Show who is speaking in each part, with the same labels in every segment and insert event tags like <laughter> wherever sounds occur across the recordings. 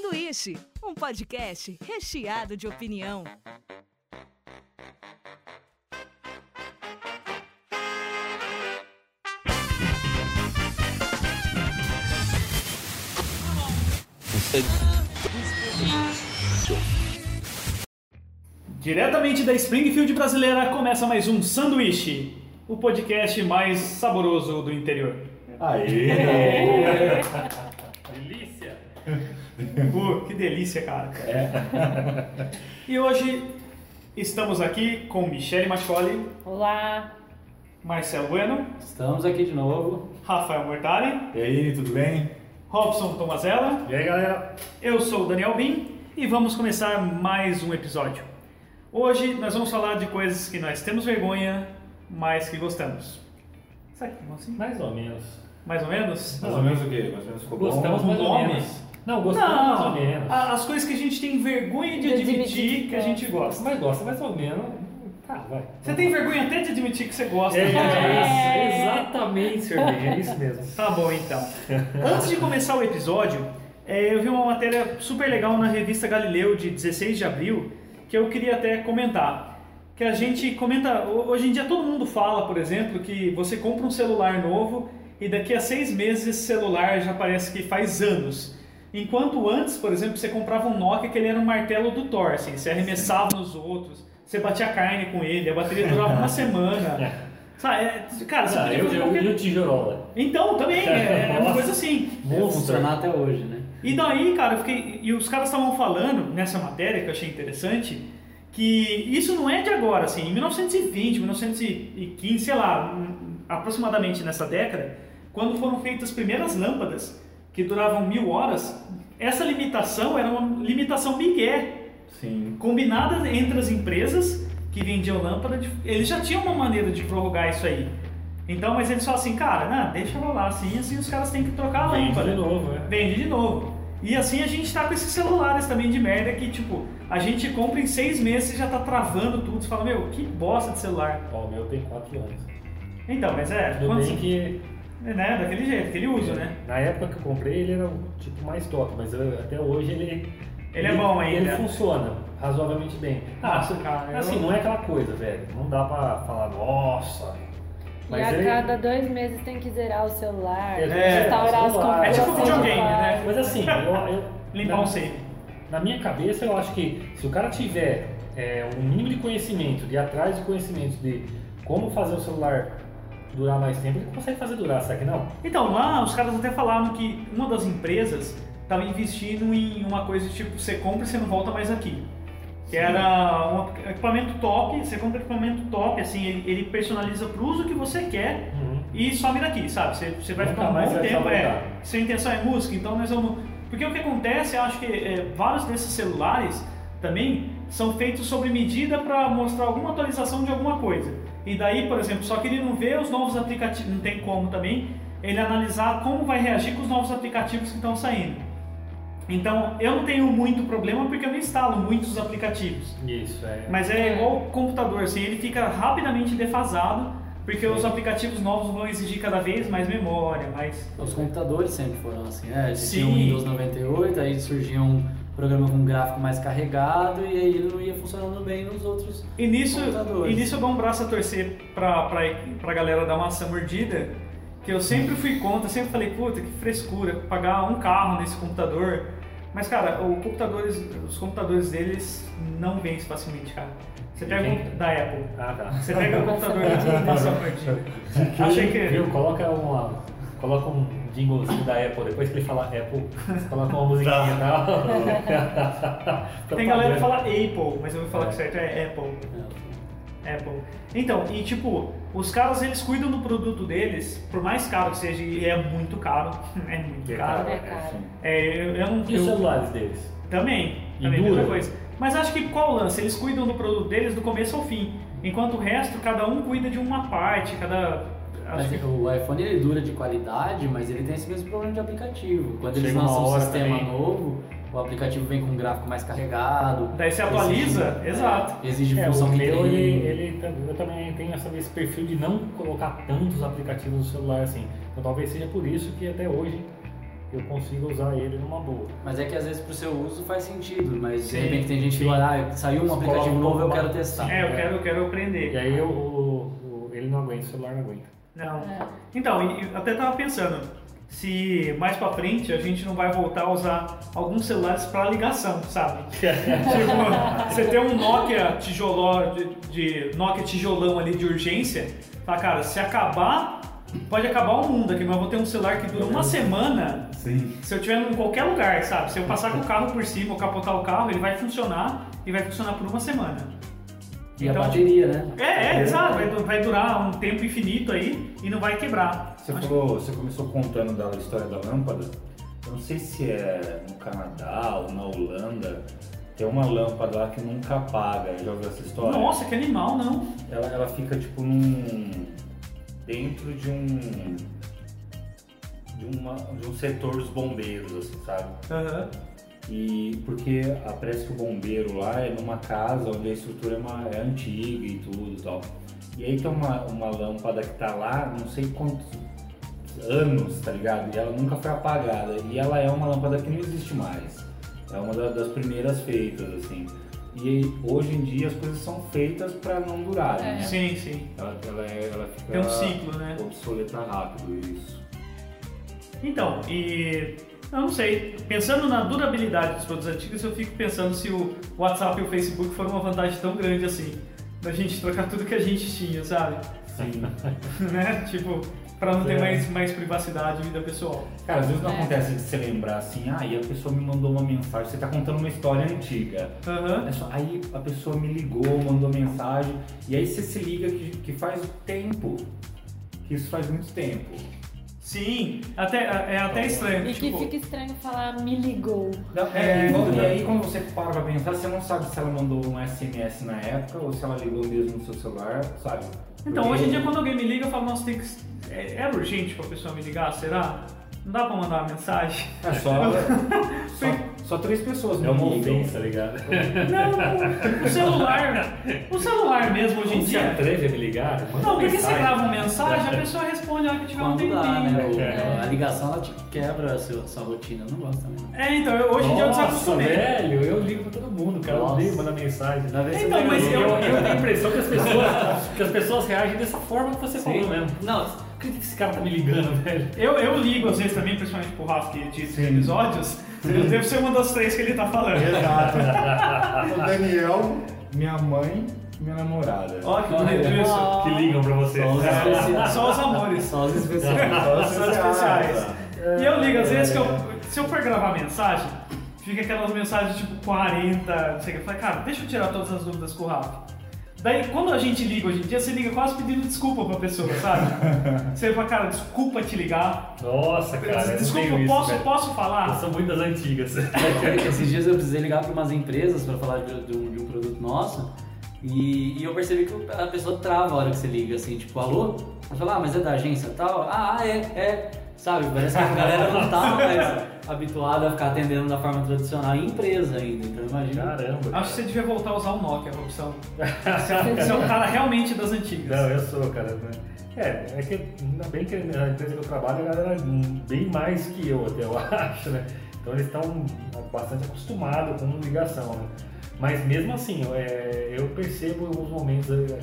Speaker 1: Boliche, um podcast recheado de opinião.
Speaker 2: Diretamente da Springfield brasileira, começa mais um Sanduíche, o podcast mais saboroso do interior.
Speaker 3: <laughs> Aê!
Speaker 2: Delícia! que delícia, cara. <laughs> E hoje estamos aqui com Michele Macholi,
Speaker 4: Olá!
Speaker 2: Marcelo Bueno,
Speaker 5: Estamos aqui de novo.
Speaker 2: Rafael Mortari,
Speaker 3: E aí, tudo bem?
Speaker 2: Robson Tomazella,
Speaker 3: E aí, galera?
Speaker 2: eu sou o Daniel Bim e vamos começar mais um episódio. Hoje nós vamos falar de coisas que nós temos vergonha, mas que gostamos. Será que vão assim?
Speaker 6: Mais ou menos.
Speaker 2: Mais ou menos?
Speaker 3: Mais ou menos o quê? Mais ou menos ficou bom?
Speaker 6: Gostamos
Speaker 2: com
Speaker 6: mais ou
Speaker 2: nomes?
Speaker 6: menos. Não, gostamos mais ou
Speaker 2: Não, Ah.
Speaker 6: menos.
Speaker 2: a- as coisas que a gente tem vergonha de
Speaker 4: De
Speaker 2: admitir
Speaker 4: admitir,
Speaker 2: que a
Speaker 4: é.
Speaker 2: gente gosta.
Speaker 6: Mas gosta mais ou menos. Tá, vai.
Speaker 2: Você tem vergonha até de admitir que você gosta.
Speaker 6: É, isso,
Speaker 4: É.
Speaker 6: Exatamente, senhor Big, é isso mesmo.
Speaker 2: Tá bom então. Antes de começar o episódio, é, eu vi uma matéria super legal na revista Galileu de 16 de abril que eu queria até comentar. Que a gente comenta. ho- Hoje em dia todo mundo fala, por exemplo, que você compra um celular novo e daqui a seis meses esse celular já parece que faz anos. Enquanto antes, por exemplo, você comprava um Nokia que ele era um martelo do Thor, assim, você arremessava nos outros, você batia carne com ele, a bateria durava uma semana. Sabe, é, cara, você
Speaker 6: Ah,
Speaker 2: podia
Speaker 6: eu,
Speaker 2: fazer
Speaker 6: eu,
Speaker 2: qualquer
Speaker 6: e o Tijurola.
Speaker 2: então, também, é, é uma coisa assim.
Speaker 5: Deve funcionar até hoje, né?
Speaker 2: E daí, cara, eu fiquei. E os caras estavam falando nessa matéria que eu achei interessante que isso não é de agora, assim, em 1920, 1915, sei lá, um- aproximadamente nessa década, quando foram feitas as primeiras lâmpadas que duravam mil horas, essa limitação era uma limitação migué
Speaker 3: Sim.
Speaker 2: combinada entre as empresas que vendiam lâmpada, de- eles já tinham uma maneira de prorrogar isso aí. Então, mas eles falam assim, cara, não, deixa rolar assim, assim os caras têm que trocar a
Speaker 6: Vende
Speaker 2: lâmpada.
Speaker 6: Ah, de novo, né?
Speaker 2: Vende de novo. E assim a gente tá com esses celulares também de merda que, tipo, a gente compra em seis meses e já tá travando tudo. Você fala, meu, que bosta de celular.
Speaker 6: Ó, o meu tem 4 anos.
Speaker 2: Então, mas é,
Speaker 6: Tudo
Speaker 2: quantos,
Speaker 6: bem que
Speaker 2: é, né, daquele jeito, aquele uso, né?
Speaker 6: na época que eu comprei ele era o tipo mais top, mas eu- até hoje ele.
Speaker 2: Ele é bom ainda.
Speaker 6: Ele funciona razoavelmente bem. Ah,
Speaker 2: Nossa, cara, eu-
Speaker 6: assim, não é aquela coisa, velho. Não dá pra falar, nossa.
Speaker 4: e
Speaker 6: Mas
Speaker 4: a
Speaker 6: ele-
Speaker 4: cada dois meses tem que zerar o celular,
Speaker 6: É,
Speaker 4: restaurar as
Speaker 6: celular.
Speaker 2: É
Speaker 4: configurações.
Speaker 2: tipo videogame,
Speaker 4: do
Speaker 2: né?
Speaker 4: celular.
Speaker 6: Mas assim, eu. eu
Speaker 2: Limpar
Speaker 6: na-
Speaker 2: um save.
Speaker 6: Na minha cabeça, eu acho que se o cara tiver é, um mínimo de conhecimento, de ir atrás de conhecimento de como fazer o celular durar mais tempo, ele consegue fazer durar, será que não?
Speaker 2: Então, lá os caras até falaram que uma das empresas estava investindo em uma coisa tipo, você compra e você não volta mais aqui. Que era um equipamento top, você compra equipamento top, assim, ele, ele personaliza pro uso que você quer e some daqui, sabe? Você, você vai
Speaker 6: Nunca
Speaker 2: ficar um
Speaker 6: mais
Speaker 2: bom
Speaker 6: vai
Speaker 2: tempo, é.
Speaker 6: voltar.
Speaker 2: Sua intenção é música, então nós vamos... Porque o que acontece, eu acho que é, vários desses celulares também são feitos sobre medida para mostrar alguma atualização de alguma coisa. E daí, por exemplo, só que ele não vê os novos aplicativos, não tem como também, ele analisar como vai reagir com os novos aplicativos que estão saindo. Então, eu não tenho muito problema porque eu não instalo muitos aplicativos.
Speaker 6: Isso, é.
Speaker 2: Mas é
Speaker 4: É.
Speaker 2: igual o computador, assim, ele fica rapidamente defasado porque os aplicativos novos vão exigir cada vez mais memória, mais...
Speaker 5: Os computadores sempre foram assim, né? Existia o
Speaker 2: Sim.
Speaker 5: Windows 98, aí surgia um programa com um gráfico mais carregado e aí ele não ia funcionando bem nos outros.
Speaker 2: E nisso, e
Speaker 5: Computadores.
Speaker 2: nisso eu dou um braço a torcer pra, pra, pra galera dar uma maçã mordida, que eu sempre fui contra, sempre falei, puta, que frescura, pagar um carro nesse computador. Mas, cara, o computadores, os computadores deles não vencem facilmente, cara. Você pega
Speaker 6: Quem?
Speaker 2: um da Apple,
Speaker 6: Ah, tá.
Speaker 2: você pega um computador da
Speaker 5: <laughs>
Speaker 2: maçã mordida. <laughs> Achei que...
Speaker 6: Viu? Coloca uma. Coloca um jinglezinho da Apple, depois que ele falar Apple, coloca uma musiquinha e
Speaker 2: <laughs>
Speaker 6: tal. <laughs>
Speaker 2: Tem galera que fala Apple, mas eu vou falar que certo é Apple.
Speaker 5: né?
Speaker 2: Apple. Então, e tipo, os caras eles cuidam do produto deles, por mais caro que seja, e é muito caro, <laughs> é muito
Speaker 6: É
Speaker 2: caro.
Speaker 6: caro.
Speaker 4: É, cara.
Speaker 2: É, eu, eu não
Speaker 6: E os
Speaker 2: eu-
Speaker 6: celulares deles?
Speaker 2: também,
Speaker 6: E
Speaker 2: também
Speaker 6: dura.
Speaker 2: mesma coisa. Mas acho que qual o lance? Eles cuidam do produto deles do começo ao fim, enquanto o resto cada um cuida de uma parte, cada acho
Speaker 5: Mas é
Speaker 2: que-
Speaker 5: o iPhone ele dura de qualidade, mas ele tem esse mesmo problema de aplicativo. Quando eles
Speaker 6: Chega uma
Speaker 5: lançam um
Speaker 6: hora
Speaker 5: sistema
Speaker 6: também.
Speaker 5: novo, o aplicativo vem com um gráfico mais carregado.
Speaker 2: Daí se atualiza,
Speaker 5: exige-
Speaker 2: exato.
Speaker 5: é, Exige
Speaker 6: É,
Speaker 5: função
Speaker 6: o
Speaker 5: que
Speaker 6: meu,
Speaker 5: tem.
Speaker 6: ele, ele tam- eu também tenho essa- esse perfil de não colocar tantos aplicativos no celular assim. Então talvez seja por isso que até hoje eu consiga usar ele numa boa.
Speaker 5: Mas é que às vezes pro seu uso faz sentido, mas
Speaker 2: Sim,
Speaker 5: de repente tem gente que fala, ah, saiu um
Speaker 6: Escola
Speaker 5: aplicativo
Speaker 6: um
Speaker 5: novo, eu
Speaker 6: pouco
Speaker 5: quero
Speaker 6: mais.
Speaker 5: testar.
Speaker 2: É, eu quero, eu quero
Speaker 6: E
Speaker 2: aprender.
Speaker 6: aí o, o- ele não aguenta, o celular não <laughs> aguenta.
Speaker 2: Não.
Speaker 4: É.
Speaker 2: Então, e- e até tava pensando se mais pra frente a gente não vai voltar a usar alguns celulares pra ligação, sabe? tipo, você tem um Nokia tijoló, de, de Nokia tijolão ali de urgência, fala, cara, se acabar, pode acabar o mundo aqui, mas eu vou ter um celular que dura uma semana.
Speaker 7: Sim.
Speaker 2: Se eu tiver em qualquer lugar, sabe? Se eu passar com o carro por cima ou capotar o carro, ele vai funcionar e vai funcionar por uma semana.
Speaker 5: E
Speaker 2: Então-
Speaker 5: a bateria, né?
Speaker 2: É, é, exato. Vai, vai durar um tempo infinito aí e não vai quebrar.
Speaker 7: Você,
Speaker 2: Acho-
Speaker 7: falou, você começou contando da história da lâmpada. Eu não sei se é no Canadá ou na Holanda. Tem uma lâmpada lá que nunca apaga. Já ouviu essa história?
Speaker 2: Nossa, que animal, não.
Speaker 7: Ela, ela fica tipo num. dentro de um. De, uma, de um setor dos bombeiros, assim, sabe?
Speaker 2: Aham.
Speaker 7: E porque ah, parece que o bombeiro lá é numa casa onde a estrutura é, uma- é antiga e tudo e tal. E aí tem uma, uma lâmpada que tá lá, não sei quantos anos, tá ligado? E ela nunca foi apagada. E ela é uma lâmpada que não existe mais. É uma da- das primeiras feitas, assim. E hoje em dia as coisas são feitas para não durarem, né?
Speaker 2: Sim, sim.
Speaker 7: Ela, ela, é- ela fica
Speaker 2: Tem um ciclo, né?
Speaker 7: obsoleta rápido, isso.
Speaker 2: Então, e. Eu não sei. Pensando na durabilidade dos produtos antigos, eu fico pensando se o WhatsApp e o Facebook foram uma vantagem tão grande assim. Da gente trocar tudo que a gente tinha, sabe? <laughs>
Speaker 7: Sim.
Speaker 2: né? Tipo, pra não ter
Speaker 6: É.
Speaker 2: mais, mais privacidade e vida pessoal.
Speaker 7: Cara, às vezes não
Speaker 4: É.
Speaker 7: acontece de você lembrar assim, ah, e a pessoa me mandou uma mensagem, você tá contando uma história antiga.
Speaker 2: Aham.
Speaker 7: É só- Aí a pessoa me ligou, mandou mensagem, e aí você se liga que, que faz tempo. Que isso faz muito tempo.
Speaker 2: Sim. Até, é até estranho.
Speaker 4: E
Speaker 2: tipo,
Speaker 4: que fica estranho falar me ligou.
Speaker 7: Dá-
Speaker 2: É.
Speaker 7: e quando- E aí quando você para pra pensar, você não sabe se ela mandou um SMS na época ou se ela ligou mesmo no seu celular, sabe?
Speaker 2: Então,
Speaker 7: Porque-
Speaker 2: hoje em dia, quando alguém me liga, eu falo, nossa, tem que... é- era urgente pra pessoa me ligar, será? Não dá pra mandar uma mensagem?
Speaker 7: É só, <laughs> só, só três pessoas me
Speaker 6: É uma
Speaker 7: ligam.
Speaker 6: ofensa, ligado?
Speaker 2: Não, o celular, o celular mesmo hoje em
Speaker 6: Não se
Speaker 2: dia.
Speaker 6: atreve <laughs> a me ligar? Manda
Speaker 2: Não, porque você
Speaker 6: é? mensagem.
Speaker 2: grava uma mensagem, a pessoa responde a hora que tiver um
Speaker 5: Quando dá,
Speaker 2: tempinho.
Speaker 5: né? O-
Speaker 6: É.
Speaker 5: A ligação ela te quebra a sua, sua rotina, eu não gosto também. não.
Speaker 2: É, então, eu- hoje em dia eu
Speaker 6: Nossa,
Speaker 2: desacostumei.
Speaker 6: velho, eu ligo pra todo mundo, cara. Eu
Speaker 5: Nossa.
Speaker 6: ligo, manda mensagem.
Speaker 5: Na vez você
Speaker 2: Então,
Speaker 5: pega
Speaker 2: mas
Speaker 5: o-
Speaker 6: eu, eu tenho a impressão que as, <laughs> pessoas, que as pessoas reagem dessa forma que você falou mesmo.
Speaker 5: Não,
Speaker 6: Por que que esse cara tá me ligando, <laughs> velho?
Speaker 2: Eu, eu ligo às vezes também, principalmente pro Rafa que edita
Speaker 7: Sim.
Speaker 2: episódios. Eu devo ser uma das três que ele tá falando.
Speaker 7: <laughs> Exato. o Daniel, minha mãe e minha namorada.
Speaker 2: Ó, que bonito isso.
Speaker 6: Que ligam pra você.
Speaker 5: Só os especiais.
Speaker 2: Só os amores.
Speaker 5: É Só os <laughs> especiais.
Speaker 7: Só os
Speaker 2: Só os especiais. E eu ligo, às vezes, que eu- se eu for gravar mensagem, fica aquelas mensagens tipo 40, não sei o que. Eu falei, cara, deixa eu tirar todas as dúvidas com o Rafa. Daí, quando a gente liga hoje em dia, você liga quase pedindo desculpa pra pessoa,
Speaker 6: <laughs>
Speaker 2: sabe? Você fala, cara, desculpa te ligar.
Speaker 6: Nossa, cara. eu
Speaker 2: desculpa,
Speaker 6: tenho isso,
Speaker 2: posso,
Speaker 6: velho.
Speaker 2: posso
Speaker 6: Eu
Speaker 2: falar?
Speaker 6: sou muito das
Speaker 5: <laughs>
Speaker 6: antigas.
Speaker 5: É, Esses dias eu precisei ligar para umas empresas para falar de, de um, de um produto nosso e, e eu percebi que a pessoa trava a hora que você liga, assim, tipo, alô? Ela fala, ah, mas é da agência tal? Ah, ah, é, é. Sabe, parece que a galera não tá <laughs> mais habituada a ficar atendendo da forma tradicional em empresa ainda, então imagina.
Speaker 6: Caramba. cara.
Speaker 2: Acho que você devia voltar a usar o Nokia, a
Speaker 6: <laughs>
Speaker 2: opção. Você é um cara realmente das
Speaker 6: Não,
Speaker 2: antigas.
Speaker 6: eu sou, cara. né? É, é que ainda bem que na empresa que eu trabalho a galera é bem mais que eu, até eu <laughs> acho, né? Então eles estão bastante acostumados com ligação, né? Mas mesmo assim, eu, é, eu percebo em alguns momentos. é,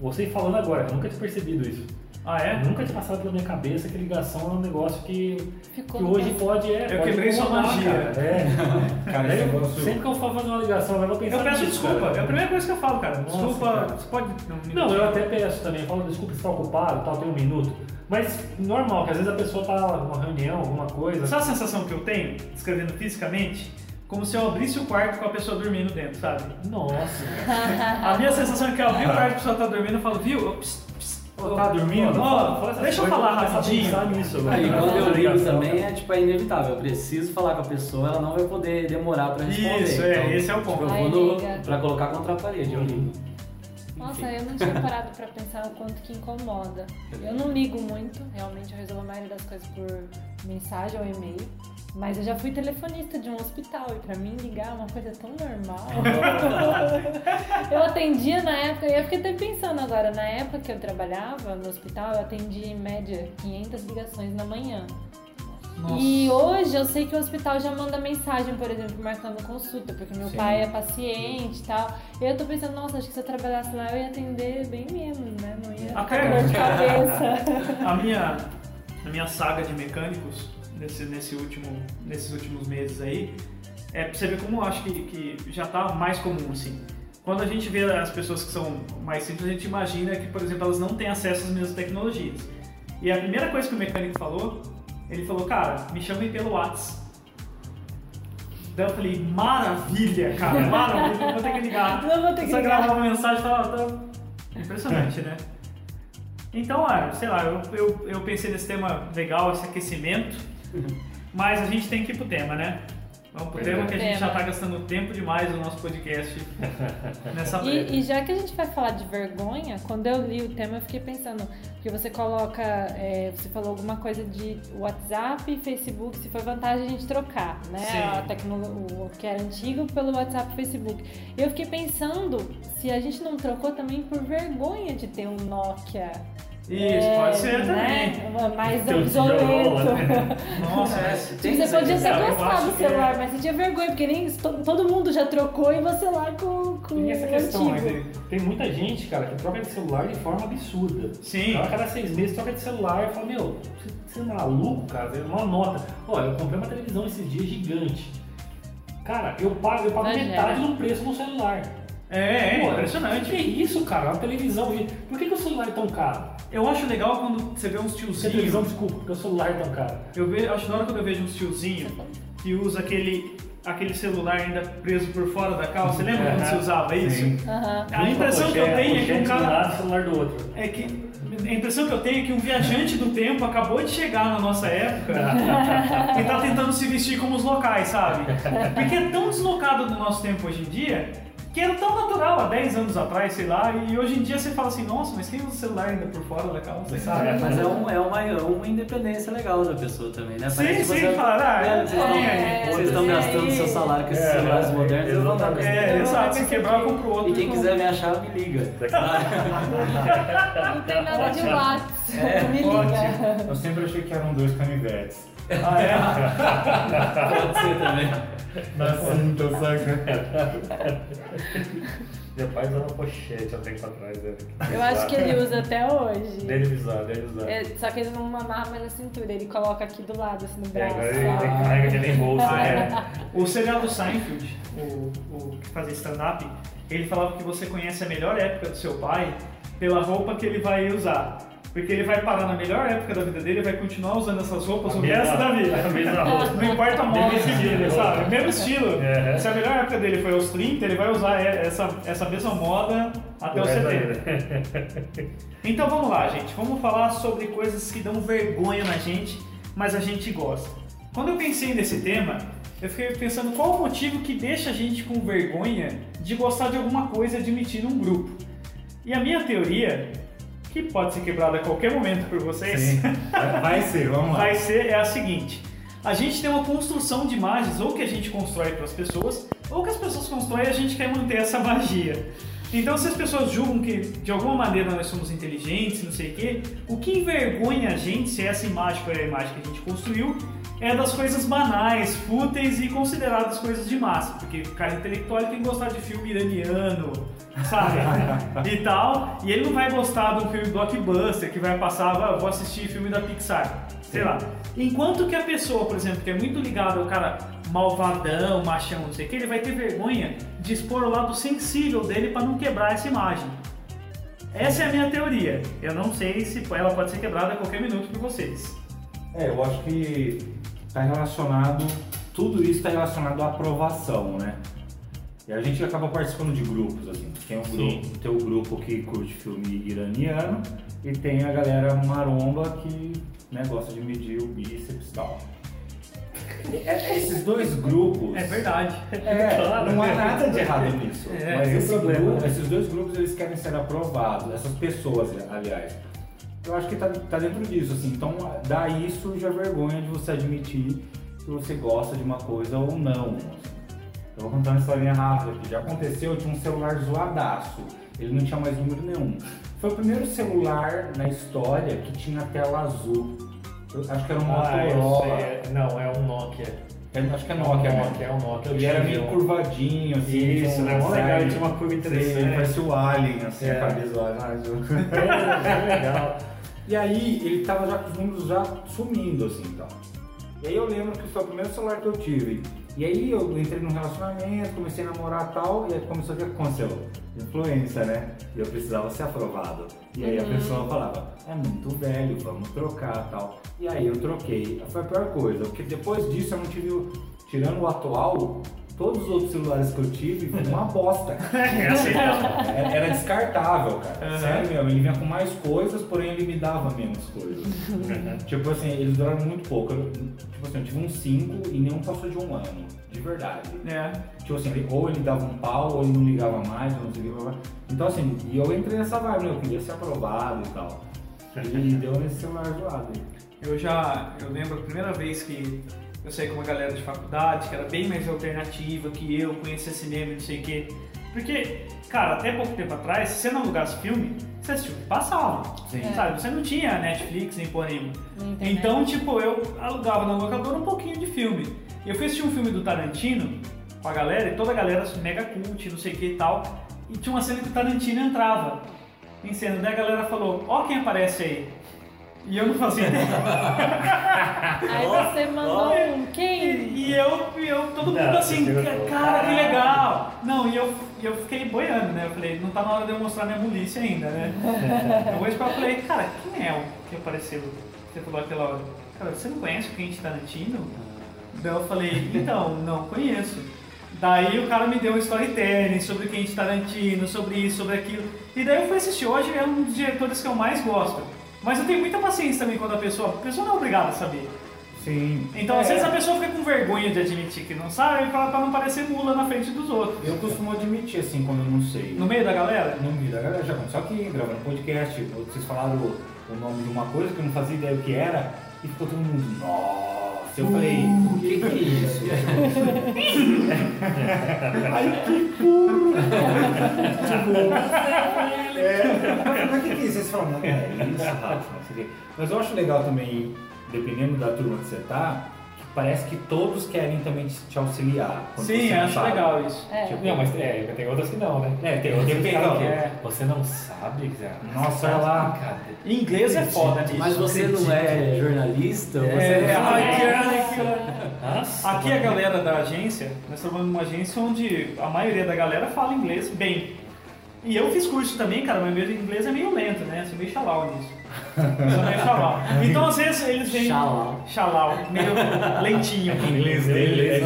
Speaker 6: Você falando agora, eu nunca tinha percebido isso.
Speaker 2: Ah, é?
Speaker 6: Nunca tinha passado pela minha cabeça que ligação é um negócio que, que
Speaker 4: Ficou no
Speaker 6: hoje pode. É,
Speaker 2: Eu
Speaker 6: pode
Speaker 2: quebrei sua
Speaker 6: incomodar,
Speaker 2: magia.
Speaker 6: cara.
Speaker 2: <laughs>
Speaker 6: É.
Speaker 7: Cara, esse
Speaker 6: Eu-
Speaker 7: negócio-
Speaker 6: sempre que eu for fazer uma ligação, agora eu vou pensar
Speaker 2: Eu peço
Speaker 6: nisso,
Speaker 2: desculpa,
Speaker 6: cara.
Speaker 2: é a primeira coisa que eu falo, cara.
Speaker 6: Nossa,
Speaker 2: Desculpa,
Speaker 6: cara.
Speaker 2: você pode. Não, me-
Speaker 6: Não, eu até peço também, eu falo, desculpa, está ocupado, tal, tem um minuto. Mas normal, que às vezes a pessoa tá numa reunião, alguma coisa.
Speaker 2: Sabe a sensação que eu tenho, escrevendo fisicamente? Como se eu abrisse o quarto com a pessoa dormindo dentro, sabe? <laughs>
Speaker 6: Nossa,
Speaker 2: A minha sensação é que eu abri o quarto e a pessoa tá dormindo, eu falo, viu? Ô, psst, psst, ô,
Speaker 7: tá dormindo? tá
Speaker 2: Ó, deixa eu falar rapidinho.
Speaker 6: Pensar nisso, agora.
Speaker 5: Aí Ah, quando eu ligo
Speaker 6: Ligação,
Speaker 5: também
Speaker 6: cara.
Speaker 5: é tipo é inevitável, eu preciso falar com a pessoa, ela não vai poder demorar para responder.
Speaker 2: Isso, é, esse é o ponto.
Speaker 5: Tipo, eu
Speaker 4: Aí
Speaker 5: vou
Speaker 4: liga.
Speaker 5: no, pra colocar contra a parede, eu ligo.
Speaker 4: Nossa, eu não tinha parado pra pensar o quanto que incomoda. Eu não ligo muito, realmente eu resolvo a maioria das coisas por mensagem ou e-mail. Mas eu já fui telefonista de um hospital e pra mim ligar é uma coisa tão normal. eu atendia na época, e eu fiquei até pensando agora, na época que eu trabalhava no hospital, eu atendia em média 500 ligações na manhã. E hoje eu sei que o hospital já manda mensagem, por exemplo, marcando consulta, porque meu
Speaker 3: Sim.
Speaker 4: pai é paciente e tal. E eu tô pensando, nossa, acho que se eu trabalhasse lá eu ia atender bem menos, né? Não ia
Speaker 2: Ah,
Speaker 4: ter dor
Speaker 2: <laughs>
Speaker 4: de cabeça.
Speaker 2: A minha, a minha saga de mecânicos nesse, nesse último, nesses últimos meses aí é pra você ver como eu acho que, que já tá mais comum, assim. Quando a gente vê as pessoas que são mais simples, a gente imagina que, por exemplo, elas não têm acesso às mesmas tecnologias. E a primeira coisa que o mecânico falou, ele falou, cara, me chamem pelo Whats. Daí eu falei, maravilha, cara, maravilha, vou ter que ligar.
Speaker 4: Não vou ter que
Speaker 2: Só
Speaker 4: ligar.
Speaker 2: gravar uma mensagem e falar, tá... Impressionante, né? Então, é, sei lá, eu, eu, eu pensei nesse tema legal, esse aquecimento, mas a gente tem que ir pro tema, né? Vamos
Speaker 6: É.
Speaker 2: pro tema que a gente
Speaker 4: Tema.
Speaker 2: já tá gastando tempo demais no nosso
Speaker 4: <laughs>
Speaker 2: podcast nessa breve.
Speaker 4: E, e já que a gente vai falar de vergonha, quando eu li o tema eu fiquei pensando, porque você coloca, é, você falou alguma coisa de WhatsApp, Facebook, se for vantagem a gente trocar, né?
Speaker 2: Sim.
Speaker 4: A tecno- o que era antigo pelo WhatsApp e Facebook. E eu fiquei pensando se a gente não trocou também por vergonha de ter um Nokia.
Speaker 2: Isso,
Speaker 4: É,
Speaker 2: pode ser também.
Speaker 4: né? Mais
Speaker 6: Ter um tijolo,
Speaker 2: né?
Speaker 4: obsoleto.
Speaker 2: Nossa, é.
Speaker 5: Acontece, É, tem
Speaker 4: Tipo, você
Speaker 5: isso aí,
Speaker 4: podia
Speaker 5: sabe?
Speaker 4: até
Speaker 2: eu
Speaker 4: gostar
Speaker 2: acho
Speaker 4: do
Speaker 2: que
Speaker 4: celular,
Speaker 2: é-
Speaker 4: mas você tinha vergonha, porque nem to- todo mundo já trocou e você lá com, com
Speaker 6: Tem essa questão, né?
Speaker 4: o
Speaker 6: mas
Speaker 4: antigo.
Speaker 6: tem muita gente, cara, que troca de celular de forma absurda.
Speaker 2: Sim.
Speaker 6: Então, a cada seis meses troca de celular e fala, meu, você, você é maluco, cara, é uma nota. Ó, eu comprei uma televisão esses dias gigante. Cara, eu pago, eu pago
Speaker 4: Exagera.
Speaker 6: metade do preço no celular.
Speaker 2: é, é
Speaker 6: Pô,
Speaker 2: impressionante.
Speaker 6: Que isso, cara? Uma televisão. gente. Por que, que o celular é tão caro?
Speaker 2: Eu acho legal quando você vê uns
Speaker 6: Se a televisão,
Speaker 2: tiozinhos.
Speaker 6: desculpa, porque o celular é tão caro.
Speaker 2: Eu ve- acho da hora quando eu vejo uns tiozinhos que usa aquele, aquele celular ainda preso por fora da calça. Você lembra quando você usava isso?
Speaker 6: Sim.
Speaker 4: Aham.
Speaker 2: A impressão que eu tenho é que
Speaker 6: Pochete
Speaker 2: um
Speaker 6: de
Speaker 2: cara.
Speaker 6: lado, celular do outro.
Speaker 2: É que a impressão que eu tenho é que um viajante do tempo acabou de chegar na nossa época e tá tentando se vestir como os locais, sabe? Porque é tão deslocado do nosso tempo hoje em dia que era tão natural há 10 anos atrás, sei lá, e hoje em dia você fala assim, nossa, mas quem usa o celular ainda por fora da calça, sabe?
Speaker 5: Mas é, um, é uma, é uma independência legal da pessoa também, né?
Speaker 2: Sim,
Speaker 5: Parece que
Speaker 2: sim,
Speaker 5: você-
Speaker 2: falar, ah,
Speaker 5: né, vocês estão-
Speaker 2: é,
Speaker 5: Vocês estão
Speaker 4: é,
Speaker 5: gastando
Speaker 4: é.
Speaker 5: seu salário com esses
Speaker 6: É,
Speaker 5: celulares modernos, vocês não estão
Speaker 6: exatamente.
Speaker 2: É,
Speaker 4: Eu
Speaker 2: exato,
Speaker 4: não
Speaker 2: se quebrar,
Speaker 4: entendi.
Speaker 2: compra o outro.
Speaker 5: E quem
Speaker 2: com-
Speaker 5: quiser me achar, me liga.
Speaker 2: <laughs>
Speaker 4: Não tem nada de Whats.
Speaker 6: É,
Speaker 4: <laughs> Me liga.
Speaker 7: Ótimo. Eu sempre achei que eram dois canivetes.
Speaker 2: Ah, é?
Speaker 5: Pode ser também.
Speaker 7: Na cinta, saca?
Speaker 6: Meu pai usava pochete há um tempo atrás. Né?
Speaker 4: Eu acho que ele usa até hoje.
Speaker 6: Dele usar, dele usar.
Speaker 4: É, só que ele não amarra mais a cintura, ele coloca aqui do lado, assim, no
Speaker 6: É,
Speaker 4: braço.
Speaker 6: agora ele tem
Speaker 4: sabe?
Speaker 6: carga de nem bolsa,
Speaker 2: Ah,
Speaker 6: né?
Speaker 2: é. O seriado Seinfeld, o, o que fazia stand-up, ele falava que você conhece a melhor época do seu pai pela roupa que ele vai usar. Porque ele vai parar na melhor época da vida dele, vai continuar usando essas roupas o resto da vida.
Speaker 6: A mesma roupa.
Speaker 2: Não importa a moda que
Speaker 6: Mesmo
Speaker 2: vira,
Speaker 6: estilo.
Speaker 2: sabe? Mesmo estilo.
Speaker 6: É.
Speaker 2: Se a melhor época dele foi aos 30, ele vai usar e- essa, essa mesma moda até os 70. <laughs> Então vamos lá, gente. Vamos falar sobre coisas que dão vergonha na gente, mas a gente gosta. Quando eu pensei nesse tema, eu fiquei pensando qual o motivo que deixa a gente com vergonha de gostar de alguma coisa e admitir num grupo. E a minha teoria, que pode ser quebrada a qualquer momento por vocês, <laughs>
Speaker 7: Sim. Vai ser, vamos lá.
Speaker 2: vai ser é a seguinte. A gente tem uma construção de imagens, ou que a gente constrói para as pessoas, ou que as pessoas constroem e a gente quer manter essa magia. Então, se as pessoas julgam que de alguma maneira nós somos inteligentes, não sei o quê, o que envergonha a gente, se essa imagem foi a imagem que a gente construiu, é das coisas banais, fúteis e consideradas coisas de massa, porque o cara intelectual ele tem que gostar de filme iraniano, sabe? e tal, e ele não vai gostar do filme blockbuster que vai passar, "Ah, vou assistir filme da Pixar, sei lá. Enquanto que a pessoa, por exemplo, que é muito ligada ao cara malvadão, machão, não sei o que, ele vai ter vergonha de expor o lado sensível dele para não quebrar essa imagem. Essa é a minha teoria. Eu não sei se ela pode ser quebrada a qualquer minuto por vocês.
Speaker 7: É, eu acho que tá relacionado. Tudo isso tá relacionado à aprovação, né? E a gente acaba participando de grupos, assim. Tem um grupo, tem o grupo que curte filme iraniano e tem a galera maromba que né, gosta de medir o bíceps e tal. E é- Esses dois grupos.
Speaker 2: É verdade.
Speaker 7: É,
Speaker 6: Claro.
Speaker 7: não há nada de errado nisso.
Speaker 2: É,
Speaker 7: mas
Speaker 6: esse é o
Speaker 7: esse
Speaker 6: problema.
Speaker 7: grupo- esses dois grupos eles querem ser aprovados, essas pessoas, aliás. Eu acho que tá, tá dentro disso, assim. Então, daí surge a vergonha de você admitir que você gosta de uma coisa ou não. Eu vou contar uma historinha rápida aqui. Já aconteceu, eu tinha um celular zoadaço. Ele não tinha mais número nenhum. Foi o primeiro celular na história que tinha tela azul. Eu acho que era um
Speaker 6: Ah, eu
Speaker 7: Motorola.
Speaker 6: sei, é- não, é um Nokia.
Speaker 7: É, acho que é Nokia,
Speaker 6: é um
Speaker 7: né?
Speaker 6: Nokia, é um Nokia. eu
Speaker 7: Ele era
Speaker 6: tive
Speaker 7: meio
Speaker 6: um.
Speaker 7: curvadinho, assim.
Speaker 6: Isso,
Speaker 7: tinha um
Speaker 6: né? Mó legal,
Speaker 7: design.
Speaker 6: ele tinha uma curva
Speaker 7: Sei, Ele
Speaker 6: interessante.
Speaker 7: parecia o Alien, assim,
Speaker 6: É.
Speaker 7: a cabeça do Alien. Ah, eu-
Speaker 6: É, é <laughs> legal.
Speaker 7: E aí ele tava já com os números já sumindo, assim, então. E aí eu lembro que foi o primeiro celular que eu tive. E aí eu entrei num relacionamento, comecei a namorar e tal, e aí começou o que aconteceu? Influência, né? E eu precisava ser aprovado. E aí a pessoa falava, é muito velho, vamos trocar e tal. E aí eu troquei. Foi a pior coisa, porque depois disso eu não tive. o- Tirando o atual, todos os outros celulares que eu tive foi uma bosta.
Speaker 2: É
Speaker 6: assim, tá.
Speaker 2: aceitável.
Speaker 7: Era era descartável, cara.
Speaker 2: Aham.
Speaker 7: Sério mesmo, ele vinha com mais coisas, porém ele me dava menos coisas. tipo assim, eles duraram muito pouco. Eu- tipo assim, eu tive uns 5 e nenhum passou de um ano. De verdade.
Speaker 2: É.
Speaker 7: Tipo assim, ele- ou ele dava um pau, ou ele não ligava mais, ou não sei o que. blá, blá. Então assim, e eu entrei nessa vibe, né? eu queria ser aprovado e tal. <laughs> E deu nesse celular zoado. aí.
Speaker 2: Eu já. Eu lembro a primeira vez que eu saí com uma galera de faculdade, que era bem mais alternativa que eu, conhecia cinema e não sei o quê. Porque, cara, até pouco tempo atrás, se você não alugasse filme, você assistiu o que passava.
Speaker 7: Sim.
Speaker 2: Sabe? Você não tinha Netflix nem porra nenhuma.
Speaker 4: Na internet.
Speaker 2: Então, tipo, eu alugava na locadora um pouquinho de filme. E Eu fui assistir um filme do Tarantino com a galera, e toda a galera mega cult, não sei o que e tal. E tinha uma cena que o Tarantino entrava em cena, daí a galera falou, ó quem aparece aí. E eu não fazia <laughs> ideia.
Speaker 4: Aí você mandou um quem?
Speaker 2: E, e eu, e eu, todo mundo
Speaker 6: Não,
Speaker 2: assim,
Speaker 6: você chegou-
Speaker 2: cara, que legal! Não, e eu, e eu fiquei boiando, né? Eu falei, não tá na hora de eu mostrar minha polícia ainda,
Speaker 6: <laughs>
Speaker 2: né? eu vou esperar, eu falei, cara, quem é o que apareceu? Você falou aquela hora. Cara, você não conhece o Quente Tarantino? Daí eu falei, então, não conheço. Daí o cara me deu um storytelling sobre o Quente Tarantino, sobre isso, sobre aquilo. E daí eu fui assistir hoje, é um dos diretores que eu mais gosto. Mas eu tenho muita paciência também quando a pessoa. A pessoa não é obrigada a saber.
Speaker 7: Sim.
Speaker 2: Então, às vezes a pessoa fica com vergonha de admitir que não sabe pra, pra não parecer mula na frente dos outros.
Speaker 7: Eu costumo admitir assim quando eu não sei.
Speaker 2: No meio da galera?
Speaker 7: No meio da galera já aconteceu aqui, gravando podcast, vocês falaram o o nome de uma coisa que eu não fazia ideia do que era, e ficou todo mundo, nossa, eu falei, o que, que é isso? <laughs> Ai, que burro! tipo, é, mas o que, que é isso? Vocês falam, não, é isso, Rafa, não sei o quê. Mas eu acho legal também, dependendo da turma que você tá, que parece que todos querem também te te auxiliar. quando
Speaker 2: Sim,
Speaker 7: você
Speaker 2: eu
Speaker 7: não
Speaker 2: acho
Speaker 7: sabe.
Speaker 2: legal isso.
Speaker 4: É.
Speaker 6: Não, mas é, tem outras que não, né?
Speaker 7: É, tem
Speaker 6: outras
Speaker 7: outras que
Speaker 6: falam
Speaker 7: não.
Speaker 6: que é, Você não sabe, cara.
Speaker 7: Nossa, olha lá.
Speaker 6: Cara,
Speaker 2: Em inglês é foda disso.
Speaker 5: Mas você não é jornalista?
Speaker 2: É,
Speaker 5: você não
Speaker 2: ai, que- ai, que-
Speaker 6: nossa,
Speaker 2: Aqui a galera da agência, nós trabalhamos numa agência onde a maioria da galera fala inglês bem. E eu fiz curso também, cara, mas meu inglês é meio lento, né? Sou meio xalau nisso. Sou meio xalau. Então, às vezes, eles vêm...
Speaker 5: Xalau.
Speaker 2: Xalau. Meio lentinho.
Speaker 7: O inglês É. dele é de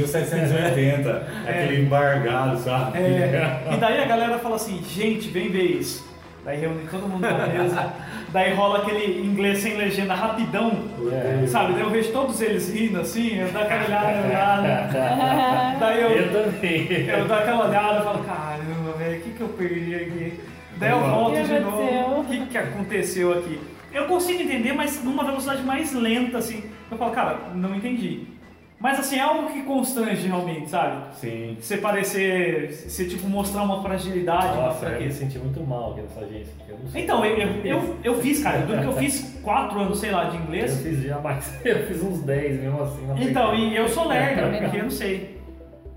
Speaker 6: Não
Speaker 7: 1780, aquele embargado, sabe?
Speaker 2: É, e daí a galera fala assim, gente, vem ver isso. Daí reúne todo mundo na mesa, daí rola aquele inglês sem legenda rapidão,
Speaker 6: É.
Speaker 2: sabe? Daí eu vejo todos eles rindo assim, eu dou aquela olhada, olhada. daí
Speaker 6: Eu
Speaker 2: eu,
Speaker 6: também.
Speaker 2: eu dou aquela olhada e falo, caramba, velho, o que, que eu perdi aqui? Daí eu volto
Speaker 4: O que
Speaker 2: de novo,
Speaker 4: aconteceu?
Speaker 2: o que, que aconteceu aqui? Eu consigo entender, mas numa velocidade mais lenta, assim. Eu falo, cara, não entendi. Mas assim, é algo que constrange realmente, sabe?
Speaker 7: Sim.
Speaker 2: Você parecer. Você tipo mostrar uma fragilidade, uma
Speaker 7: é.
Speaker 6: Nossa, é. eu me
Speaker 2: fraqueza.
Speaker 6: senti muito mal aqui nessa agência. porque Eu não sei.
Speaker 2: Então, eu, eu, eu, eu fiz, cara, eu, eu fiz quatro anos, sei lá, de
Speaker 6: Eu
Speaker 2: inglês.
Speaker 6: fiz jamais. <laughs> Eu fiz uns 10 mesmo assim. não sei
Speaker 2: Então,
Speaker 6: como.
Speaker 2: e eu sou
Speaker 4: Também
Speaker 2: lerdo,
Speaker 4: não.
Speaker 2: porque eu não sei.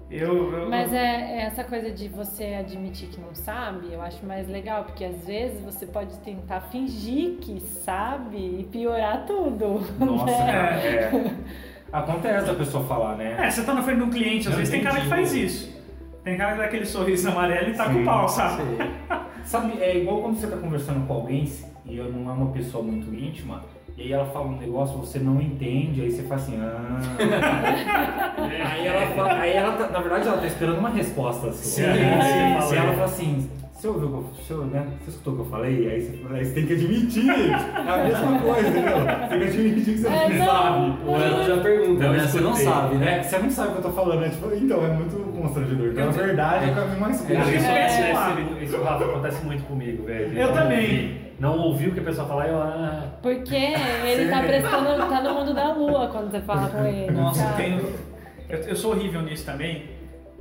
Speaker 2: Eu. eu
Speaker 4: Mas é, é essa coisa de você admitir que não sabe, eu acho mais legal, porque às vezes você pode tentar fingir que sabe e piorar tudo.
Speaker 7: Nossa, cara, é. Acontece a pessoa falar, né?
Speaker 2: É, você tá na frente de um cliente, às
Speaker 7: Eu
Speaker 2: vezes tem cara que
Speaker 7: entendi.
Speaker 2: faz isso. Tem cara que dá aquele sorriso amarelo e tá com
Speaker 7: Sim,
Speaker 2: o pau, sabe?
Speaker 7: Sabe, é igual quando você tá conversando com alguém e eu não é uma pessoa muito íntima, e aí ela fala um negócio, você não entende, aí você faz assim, ah. <laughs> aí ela fala, aí ela tá, na verdade ela tá esperando uma resposta sua.
Speaker 6: Sim,
Speaker 7: Aí
Speaker 6: sim.
Speaker 7: se ela fala assim, você ouviu o que eu- você, ouviu, né? Você escutou o que eu falei? Aí você, aí você tem que <laughs> admitir. É a mesma coisa, entendeu? Você tem que admitir que você
Speaker 4: É,
Speaker 7: não
Speaker 4: não.
Speaker 7: sabe.
Speaker 5: Ou ela já pergunta,
Speaker 7: Não,
Speaker 5: né? Você não
Speaker 7: escutei.
Speaker 5: sabe,
Speaker 7: É,
Speaker 5: né?
Speaker 7: você não sabe o que eu tô falando, né? Tipo, então, é muito constrangedor. Então, na verdade, é o caminho mais curto.
Speaker 2: É.
Speaker 6: Isso,
Speaker 2: É.
Speaker 6: acontece, isso, Rafa, acontece muito comigo, velho.
Speaker 2: Eu
Speaker 6: não
Speaker 2: também.
Speaker 6: ouvi- Não ouvi o que a pessoa falar e eu. Ah,
Speaker 2: <laughs>
Speaker 4: Porque ele tá prestando, ele tá no mundo da lua quando você fala com ele.
Speaker 2: Nossa, eu
Speaker 6: Uhum.
Speaker 4: sabe?
Speaker 2: tenho. Eu, eu sou horrível nisso também,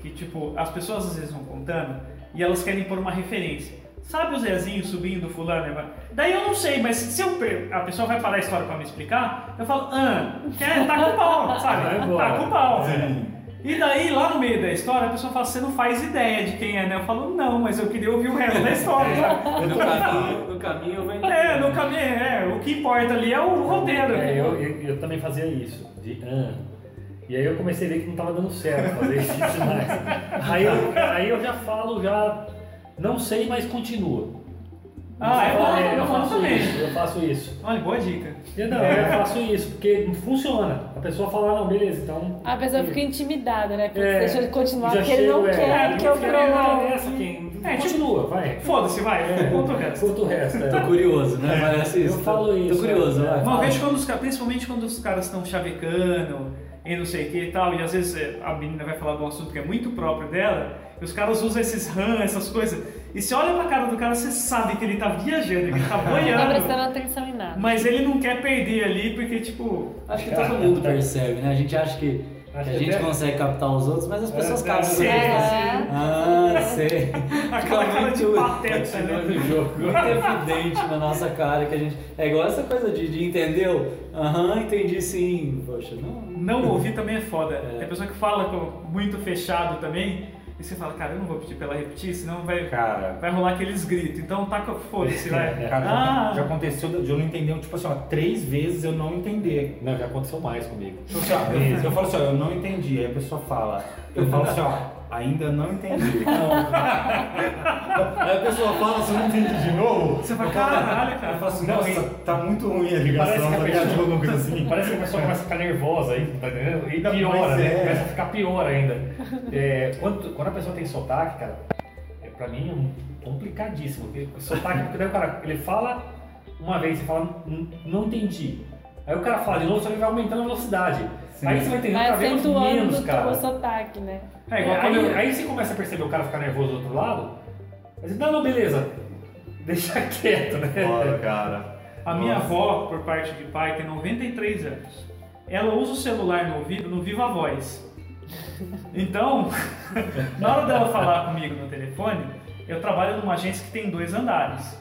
Speaker 2: que tipo, as pessoas às vezes vão contando e elas querem pôr uma referência. Sabe o Zezinho subindo, fulano? né? Daí eu não sei, mas se eu per- a pessoa vai parar a história pra me explicar, eu falo, ah, quer, tá com
Speaker 6: <laughs>
Speaker 2: pau,
Speaker 6: Vai
Speaker 2: sabe?
Speaker 6: embora.
Speaker 2: Tá com pau. E daí, lá no meio da história, a pessoa fala, você não faz ideia de quem é, né? Eu falo, não, mas eu queria ouvir o resto da história,
Speaker 6: É.
Speaker 2: sabe?
Speaker 5: No caminho, no caminho eu vou entender.
Speaker 2: É, no caminho, é, o que importa ali é o roteiro.
Speaker 6: É, eu, eu- eu também fazia isso, de ah. E aí eu comecei a ver que não tava dando certo fazer isso <laughs> mais. Aí eu, aí eu já falo, já não sei, mas continuo.
Speaker 2: Ah, é
Speaker 6: eu, falo,
Speaker 2: bom,
Speaker 6: "É,
Speaker 2: eu
Speaker 6: eu
Speaker 2: falo
Speaker 6: faço
Speaker 2: também.
Speaker 6: isso, eu faço isso.
Speaker 2: Olha, boa dica.
Speaker 6: Eu, não, eu faço isso, porque funciona. A pessoa fala, não, beleza, então.
Speaker 4: A pessoa fica intimidada, né? Porque
Speaker 6: É,
Speaker 4: deixa ele continuar,
Speaker 6: já
Speaker 4: porque ele não
Speaker 6: chego, é,
Speaker 4: quer que eu
Speaker 2: não quero, não.
Speaker 4: prolongue.
Speaker 6: Essa quem-
Speaker 2: É, tipo-
Speaker 6: continua, vai.
Speaker 2: Foda-se, vai,
Speaker 6: É,
Speaker 2: conta o resto.
Speaker 6: Curta o
Speaker 2: <laughs>
Speaker 6: resto. é.
Speaker 5: Tô curioso, né? Parece isso.
Speaker 6: Eu falo isso,
Speaker 5: Tô curioso,
Speaker 6: é.
Speaker 5: vai.
Speaker 2: Uma vez quando os caras, principalmente quando os caras estão chavecando e não sei o que e tal, e às vezes é, a menina vai falar de um assunto que é muito próprio dela, e os caras usam esses RAM, essas coisas, e você olha pra cara do cara, você sabe que ele tá viajando, que ele tá
Speaker 4: Não tá
Speaker 2: boiando,
Speaker 4: prestando atenção em nada.
Speaker 2: mas ele não quer perder ali, porque tipo,
Speaker 5: Acho que todo mundo percebe, né? A gente acha que,
Speaker 6: Acho
Speaker 5: que a
Speaker 6: que
Speaker 5: gente
Speaker 6: até-
Speaker 5: consegue captar os outros, mas as pessoas
Speaker 6: É,
Speaker 5: captam.
Speaker 2: sim.
Speaker 4: É.
Speaker 5: Ah, sei.
Speaker 2: <laughs> aquela cara de
Speaker 5: <laughs>
Speaker 2: pateta,
Speaker 5: Muito Tipo,
Speaker 2: né?
Speaker 5: evidente na nossa cara que a gente. É igual essa coisa de, de entendeu? Aham, entendi sim. Poxa, não.
Speaker 2: Não ouvir também é foda. É a pessoa que fala com- muito fechado também, e você fala, cara, eu não vou pedir pra ela repetir, senão vai,
Speaker 7: Cara,
Speaker 2: vai rolar aqueles gritos. Então taca foda-se, vai.
Speaker 7: É, <laughs> cara, já-
Speaker 2: Ah.
Speaker 7: já aconteceu de eu não entender, tipo assim, ó, três vezes eu não entender.
Speaker 6: Não, já aconteceu mais comigo.
Speaker 7: Tipo assim, ó, eu, eu falo assim, ó, eu não entendi. Aí a pessoa fala, eu falo assim, ó, ainda não <laughs> entendi. Aí a pessoa fala, você não entende de novo?
Speaker 2: Você fala, caralho,
Speaker 7: Eu
Speaker 2: cara.
Speaker 7: falo assim, nossa, tá muito ruim a ligação,
Speaker 6: Parece que a
Speaker 7: tá
Speaker 6: pessoa-
Speaker 7: ligado? Alguma coisa assim.
Speaker 6: Parece que a pessoa começa a ficar nervosa aí, tá entendendo? E
Speaker 7: Não,
Speaker 6: piora,
Speaker 7: mas
Speaker 6: né?
Speaker 7: é.
Speaker 6: Começa a ficar pior ainda. É, quando, quando a pessoa tem sotaque, cara, é, pra mim é um- complicadíssimo. Porque o sotaque, porque daí o cara, ele fala uma vez, você fala, "N- não entendi. Aí o cara fala de novo, só que vai aumentando a velocidade. Aí você vai entendendo
Speaker 4: Vai
Speaker 6: cada vez
Speaker 4: acentuando
Speaker 6: menos,
Speaker 4: o
Speaker 6: cara.
Speaker 4: sotaque, né?
Speaker 2: É igual
Speaker 6: É,
Speaker 2: quando eu-
Speaker 6: aí, aí você começa a perceber o cara ficar nervoso do outro lado. Mas não, não, beleza. Deixa quieto, né?
Speaker 7: Foda, cara.
Speaker 2: A minha avó, por parte de pai, tem 93 anos. Ela usa o celular no ouvido no Viva Voz. Então, <laughs> na hora dela falar comigo no telefone, eu trabalho numa agência que tem dois andares.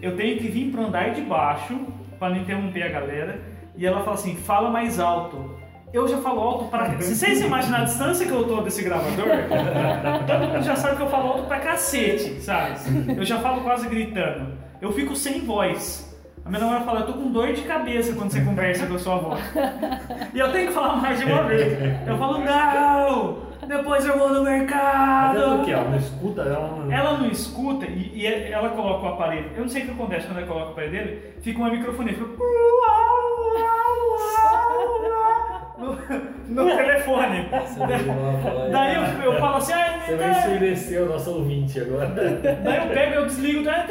Speaker 2: Eu tenho que vir pro andar de baixo para não interromper a galera. E ela fala assim: fala mais alto. Eu já falo alto pra. Se vocês imaginarem a distância que eu tô desse gravador, todo mundo já sabe que eu falo alto pra cacete, sabe? Eu já falo quase gritando. Eu fico sem voz. A minha namorada fala, eu tô com dor de cabeça quando você conversa com a sua avó. E eu tenho que falar mais de uma vez. Eu falo, não! Depois eu vou no
Speaker 6: Mas é ela
Speaker 2: mercado!
Speaker 6: o que? Ela não escuta, ela não.
Speaker 2: Ela não escuta e, e ela coloca o aparelho. Eu não sei o que acontece quando ela coloca o aparelho dele, fica uma microfonia. Fica... <laughs> No, no telefone. <laughs> Daí eu, eu falo assim, ah,
Speaker 6: Você vai ensurdecer o nosso ouvinte agora.
Speaker 2: Daí eu pego, eu desligo, né?"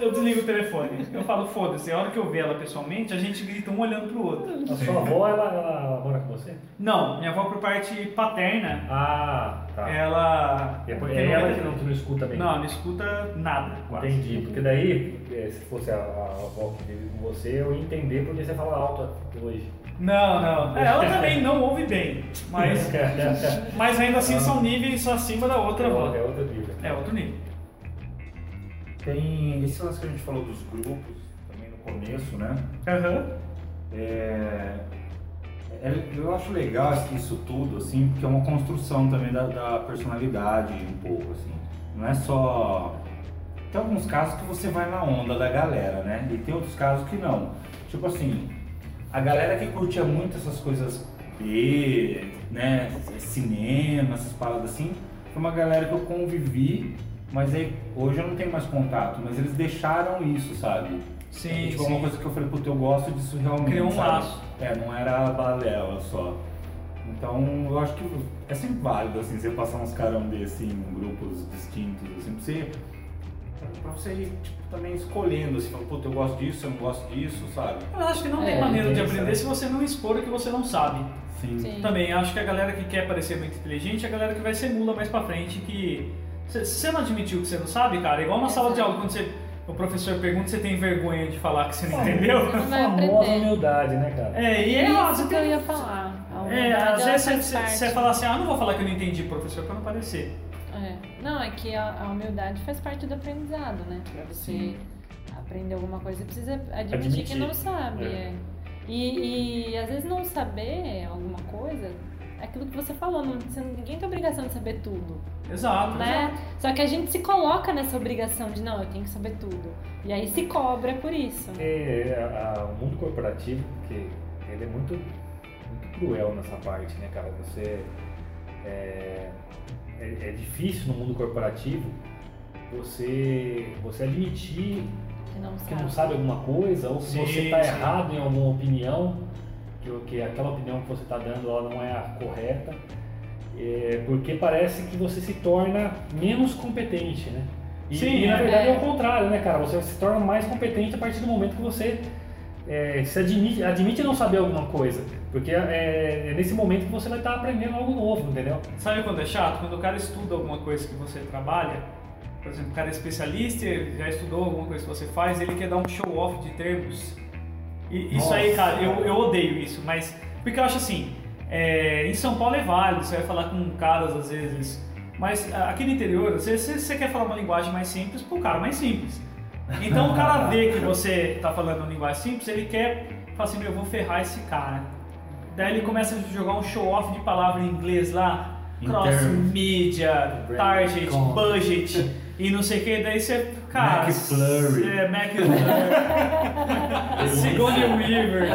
Speaker 2: eu desligo o telefone. Eu falo, foda-se, a hora que eu ver ela pessoalmente, a gente grita um olhando pro outro.
Speaker 6: A sua avó, ela, ela mora com você?
Speaker 2: Não, minha avó por parte paterna,
Speaker 6: Ah, tá.
Speaker 2: ela.
Speaker 6: É,
Speaker 2: É, tem
Speaker 6: é ela que
Speaker 2: 90
Speaker 6: não, tu não escuta bem.
Speaker 2: Não, não escuta nada, quase.
Speaker 6: Entendi. Porque daí, é, se fosse a, a avó que vive com você, eu ia entender porque você fala alto hoje.
Speaker 2: Não, não. É, Ela também não ouve bem, <laughs> mas,
Speaker 6: é
Speaker 2: mas ainda assim são níveis acima da outra avó.
Speaker 6: outra- é outra vida.
Speaker 2: É outro nível.
Speaker 7: Tem esse lance que a gente falou dos grupos, também no começo, né?
Speaker 2: Aham.
Speaker 7: É, é- eu acho legal isso tudo, assim, porque é uma construção também da, da personalidade um pouco, assim. Não é só. Tem alguns casos que você vai na onda da galera, né? E tem outros casos que não. Tipo assim, a galera que curtia muito essas coisas B, né? Cinema, essas paradas assim, foi uma galera que eu convivi, mas aí hoje eu não tenho mais contato, mas eles deixaram isso, sabe?
Speaker 2: Sim,
Speaker 7: tipo, uma
Speaker 2: sim.
Speaker 7: coisa que eu falei, puta, eu gosto disso realmente.
Speaker 2: Criou um
Speaker 7: sabe?
Speaker 2: laço.
Speaker 7: É, não era a balela só. Então, eu acho que é sempre válido, assim, você passar uns carão desse em grupos distintos, assim, pra você, pra você ir, tipo, também escolhendo, assim, falando, puta, eu gosto disso, eu não gosto disso, sabe?
Speaker 2: Eu acho que não tem
Speaker 4: É,
Speaker 2: maneira de
Speaker 6: tem
Speaker 2: aprender se você não expor o que você não sabe.
Speaker 4: Sim.
Speaker 2: Também acho que a galera que quer parecer muito inteligente é a galera que vai ser mula mais pra frente, que. Se se você não admitiu que você não sabe, cara, é igual na sala de aula, quando você, o professor pergunta, você tem vergonha de falar que você não entendeu?
Speaker 4: <laughs> Não vai
Speaker 6: Famosa
Speaker 4: aprender.
Speaker 6: humildade, né, cara?
Speaker 2: É, e é
Speaker 4: É
Speaker 2: ó, você
Speaker 4: É. isso que
Speaker 2: tem-
Speaker 4: eu ia falar. A
Speaker 2: É,
Speaker 4: humildade,
Speaker 2: às
Speaker 4: ela
Speaker 2: vezes você,
Speaker 4: faz
Speaker 2: você- você
Speaker 4: parte.
Speaker 2: fala assim, ah, não vou falar que eu não entendi, professor, pra não parecer.
Speaker 4: É. Não, é que a, a humildade faz parte do aprendizado, né? Pra você aprender alguma coisa, você precisa admitir, que
Speaker 6: Admitir,
Speaker 4: não sabe.
Speaker 6: né?
Speaker 4: é. E, e, às vezes não saber alguma coisa é aquilo que você falou, não, você- ninguém tem obrigação de saber tudo,
Speaker 2: Exato.
Speaker 4: né? Só que a gente se coloca nessa obrigação de não, eu tenho que saber tudo. E aí se cobra por isso.
Speaker 6: É, a- a- o mundo corporativo, que ele é muito, muito cruel nessa parte, né, cara? Você é, é, é difícil no mundo corporativo você você admitir
Speaker 4: Que não
Speaker 6: que
Speaker 4: sabe.
Speaker 6: não sabe alguma coisa ou se
Speaker 2: Sim,
Speaker 6: você está
Speaker 2: sim.
Speaker 6: errado em alguma opinião, que, o- que aquela opinião que você está dando ela não é a correta, é, porque parece que você se torna menos competente, né? E,
Speaker 2: Sim,
Speaker 6: e, na
Speaker 2: é.
Speaker 6: verdade é o contrário, né, cara? Você se torna mais competente a partir do momento que você é, se admite, admite não saber alguma coisa. Porque é, é nesse momento que você vai estar aprendendo algo novo, entendeu?
Speaker 2: Sabe quando é chato? Quando o cara estuda alguma coisa que você trabalha, por exemplo, o cara é especialista, já estudou alguma coisa que você faz, ele quer dar um show off de termos. E isso
Speaker 6: Nossa.
Speaker 2: aí, cara, eu, eu odeio isso, mas. Porque eu acho assim, é, em São Paulo é válido, você vai falar com caras às vezes. Mas a- aqui no interior, às vezes você, você quer falar uma linguagem mais simples pro cara mais simples. Então o cara vê que você tá falando uma linguagem simples, ele quer falar assim, meu, eu vou ferrar esse cara. Daí ele começa a jogar um show-off de palavra em inglês lá, cross-media,
Speaker 3: Brand
Speaker 2: target,
Speaker 5: com-
Speaker 2: budget e não sei o que, daí você, cara...
Speaker 3: McFlurry.
Speaker 2: É,
Speaker 5: <laughs>
Speaker 2: McFlurry. Sigourney Weaver.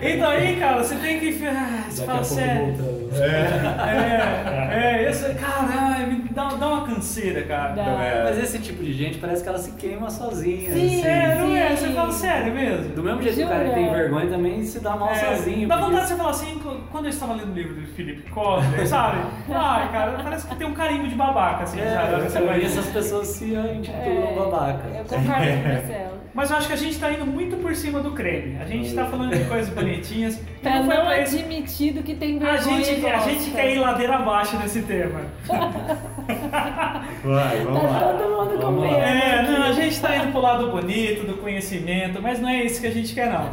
Speaker 2: e daí, cara, você tem que... Ah, você
Speaker 5: Daqui a
Speaker 2: fala,
Speaker 5: pouco
Speaker 2: sério...
Speaker 5: volta.
Speaker 2: É, é, isso, caralho, me dá, dá uma canseira, cara.
Speaker 4: Dá.
Speaker 7: É,
Speaker 5: Mas esse tipo de gente parece que ela se queima sozinha. assim.
Speaker 4: Sim,
Speaker 2: É, não é?
Speaker 4: Sim.
Speaker 2: Você fala sério mesmo?
Speaker 5: Do mesmo jeito que o cara que tem vergonha também se dá mal
Speaker 2: É,
Speaker 5: sozinho.
Speaker 2: Dá
Speaker 5: porque-
Speaker 2: vontade de você falar assim, qu- quando eu estava lendo o livro do Felipe Kotler,
Speaker 5: <laughs>
Speaker 2: sabe? Ai, cara, parece que tem um carimbo de babaca, assim, sabe? Aí você
Speaker 5: É, eu
Speaker 2: vai-
Speaker 5: vi essas pessoas se intitulam
Speaker 4: É,
Speaker 5: babaca.
Speaker 4: Eu concordo com o Marcelo.
Speaker 2: <laughs> Mas eu acho que a gente tá indo muito por cima do creme. A gente tá falando de coisas bonitinhas.
Speaker 5: <laughs>
Speaker 4: Pra
Speaker 2: Não foi
Speaker 4: não
Speaker 5: é
Speaker 2: pra isso-
Speaker 4: admitir do que tem
Speaker 2: a
Speaker 4: vergonha e
Speaker 2: gente, a
Speaker 4: gosta.
Speaker 2: gente quer ir ladeira abaixo nesse tema.
Speaker 7: Vai, vamos
Speaker 4: Tá
Speaker 7: lá.
Speaker 4: todo mundo com
Speaker 5: Vamos lá.
Speaker 4: medo.
Speaker 2: É, não, a gente tá indo pro lado bonito, do conhecimento, mas não é isso que a gente quer, não.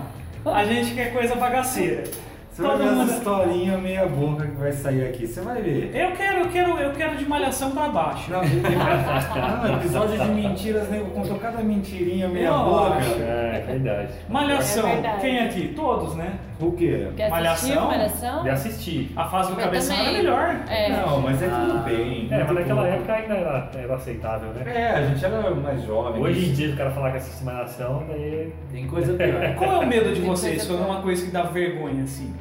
Speaker 2: A gente quer coisa bagaceira.
Speaker 7: Você vai
Speaker 2: Todo
Speaker 7: ver essa
Speaker 2: mundo.
Speaker 7: historinha meia boca que vai sair aqui. Você vai ver.
Speaker 2: Eu quero, eu quero, eu quero de malhação pra baixo.
Speaker 7: <laughs> Não, não, episódio de mentiras, nego contou cada mentirinha meia
Speaker 2: Eu
Speaker 7: boca.
Speaker 2: acho.
Speaker 6: É, é verdade.
Speaker 2: Malhação,
Speaker 4: É verdade.
Speaker 2: quem aqui? Todos, né?
Speaker 7: O quê?
Speaker 4: Quer assistir
Speaker 2: Malhação?
Speaker 4: Malhação?
Speaker 6: De assistir.
Speaker 2: A fase do
Speaker 4: Eu
Speaker 2: cabeção
Speaker 4: também.
Speaker 2: era melhor.
Speaker 4: É.
Speaker 7: Não, mas é tudo bem.
Speaker 6: É, mas
Speaker 7: muito
Speaker 6: naquela
Speaker 7: pouco.
Speaker 6: época ainda era, era aceitável, né?
Speaker 7: É, a gente era mais jovem. né?
Speaker 6: Hoje em dia, o cara falar que assiste malhação, daí.
Speaker 5: Tem coisa
Speaker 2: <laughs>
Speaker 5: pior.
Speaker 2: Qual é o medo de
Speaker 4: Tem
Speaker 2: vocês
Speaker 4: coisa
Speaker 2: quando é uma
Speaker 4: pra-
Speaker 2: coisa que dá vergonha, assim?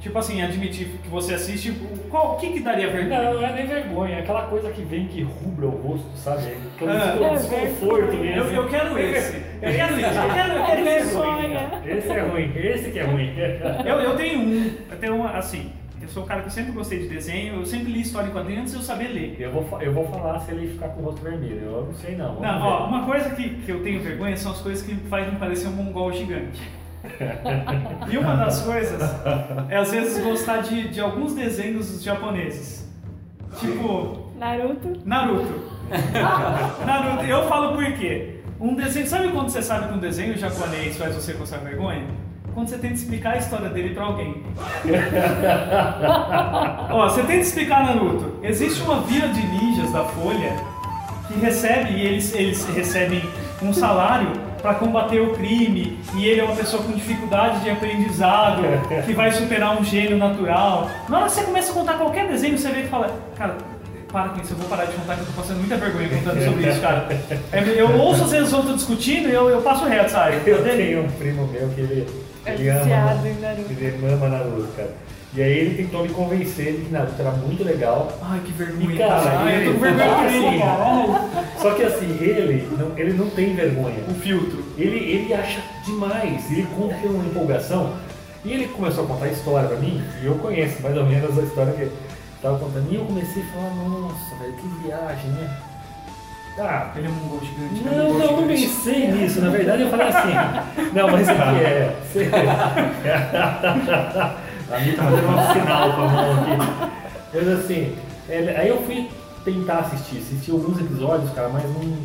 Speaker 2: Tipo assim, admitir que você assiste, o- qual, o que que daria vergonha?
Speaker 6: Não, não é nem vergonha, é aquela coisa que vem que rubra o rosto, sabe? É Aquele
Speaker 2: Ah.
Speaker 6: desco- desconforto mesmo.
Speaker 2: Eu, eu quero esse. Eu quero esse. Eu quero, eu quero
Speaker 6: Esse
Speaker 2: esse.
Speaker 6: é ruim, cara. Esse é ruim, esse que é ruim. <laughs>
Speaker 2: Eu, eu tenho um. Eu tenho um, assim, eu sou um cara que eu sempre gostei de desenho, eu sempre li história em quadrinhos antes de eu saber ler.
Speaker 6: Eu vou, fa- eu vou falar se ele ficar com o rosto vermelho, eu não sei não. vamos
Speaker 2: Não,
Speaker 6: ver.
Speaker 2: ó, uma coisa que, que eu tenho vergonha são as coisas que fazem me parecer um mongol gigante. E uma das coisas é às vezes gostar de, de alguns desenhos japoneses. Tipo,
Speaker 4: Naruto?
Speaker 2: Naruto. Naruto, eu falo por quê? Um desenho. Sabe quando você sabe que um desenho japonês faz você passar vergonha? Quando você tenta explicar a história dele pra alguém. Ó, você tenta explicar Naruto. Existe uma vila de ninjas da Folha que recebe, e eles, eles recebem um salário pra combater o crime, e ele é uma pessoa com dificuldade de
Speaker 6: <laughs>
Speaker 2: aprendizado, que vai superar um gênio natural. Na hora que você começa a contar qualquer desenho, você vê que fala, cara, para com isso, eu vou parar de contar que eu tô passando muita vergonha contando sobre isso,
Speaker 6: <laughs>
Speaker 2: cara. É, Eu ouço às vezes outro discutindo e eu, eu passo reto, sabe?
Speaker 6: Eu tenho um primo meu que ele,
Speaker 4: É
Speaker 6: ele ama.
Speaker 4: viciado em Naruto.
Speaker 6: Ele ama Naruto, cara. E aí ele tentou me convencer de que Naruto era muito legal.
Speaker 2: Ai, que vergonha.
Speaker 6: E, cara,
Speaker 2: Ai, Ah, eu tô com
Speaker 6: ele-
Speaker 2: vergonha por
Speaker 6: assim,
Speaker 2: ele, cara.
Speaker 6: <laughs> Só que assim, ele não, ele não tem vergonha.
Speaker 2: O filtro.
Speaker 6: Ele, ele acha demais, ele conta com uma empolgação. E ele começou a contar a história pra mim, e eu conheço mais ou menos a história que ele tava contando. E eu comecei a falar, nossa, velho, que viagem, né? Ah,
Speaker 2: Ele é um mongol gigante. ele é um
Speaker 6: não,
Speaker 2: mongol
Speaker 6: não, não
Speaker 2: gigante.
Speaker 6: pensei nisso. Na verdade, eu falei <laughs> assim. Não, mas aqui é. você- A minha tá fazendo um sinal com a mão aqui. Mas assim, ele- aí eu fui tentar assistir. Assisti alguns episódios, cara, mas não,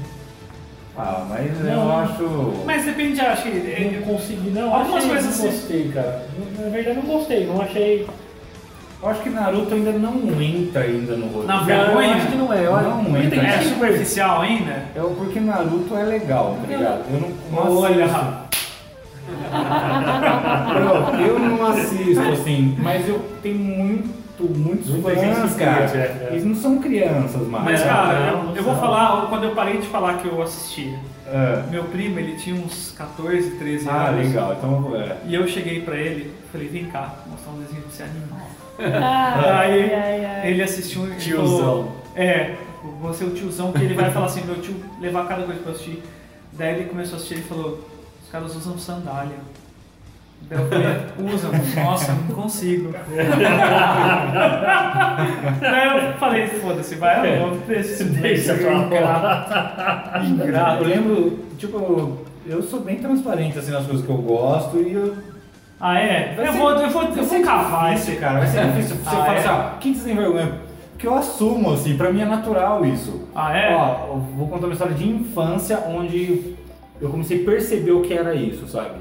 Speaker 7: Ah, mas eu
Speaker 6: Não.
Speaker 7: acho.
Speaker 2: Mas depende, acho que. é,
Speaker 6: não consegui. Não,
Speaker 2: Algumas
Speaker 6: achei,
Speaker 2: coisas
Speaker 6: não
Speaker 2: assim.
Speaker 6: gostei, cara. Na verdade, não gostei. Não achei.
Speaker 7: Eu acho que Naruto ainda não entra ainda no roteiro.
Speaker 2: Na
Speaker 6: Eu
Speaker 2: vergonha?
Speaker 6: acho que não é. Eu acho
Speaker 7: Não
Speaker 2: Não
Speaker 7: entra.
Speaker 2: entendi. É
Speaker 7: É,
Speaker 2: superficial ainda?
Speaker 7: é o- porque Naruto é legal, tá ligado? Eu não, não
Speaker 2: Olha,
Speaker 7: assisto. Eu, eu não assisto, assim, mas eu tenho muito, muitos
Speaker 6: Muita gente
Speaker 7: fãs,
Speaker 6: que
Speaker 7: cara.
Speaker 6: curte, é, é.
Speaker 7: Eles não são crianças mais.
Speaker 2: Mas,
Speaker 6: É,
Speaker 2: cara, eu,
Speaker 6: não,
Speaker 2: eu vou
Speaker 6: não.
Speaker 2: falar, quando eu parei de falar que eu assistia,
Speaker 7: É.
Speaker 2: meu primo, ele tinha uns 14, 13
Speaker 7: Ah,
Speaker 2: anos.
Speaker 7: legal. Então, é.
Speaker 2: E eu cheguei pra ele, falei, vem cá, vou mostrar um desenho pra você animar.
Speaker 4: Ah, Ai,
Speaker 2: Aí
Speaker 4: ai, ai.
Speaker 2: ele assistiu e
Speaker 5: Tiozão.
Speaker 2: falou, É, você é o tiozão que ele vai falar assim, meu tio levar cada coisa pra assistir. Daí ele começou a assistir e falou, os caras usam sandália. Daí eu falei, usam, nossa, não
Speaker 6: <laughs>
Speaker 2: consigo. Daí eu falei, foda-se, vai, eu vou deixa
Speaker 6: Deixa pra lá.
Speaker 7: Gra- Eu lembro, tipo, eu sou bem transparente assim nas coisas que eu gosto e eu.
Speaker 2: Ah, é? Eu vou, eu vou, eu vou cavar esse
Speaker 7: cara, vai ser difícil você
Speaker 2: Ah,
Speaker 7: falar
Speaker 2: é?
Speaker 7: assim, ó, quem que você tem vergonha? Porque eu assumo, assim, pra mim é natural isso.
Speaker 2: Ah, é?
Speaker 7: Ó, eu vou contar uma história de infância onde eu comecei a perceber o que era isso, sabe?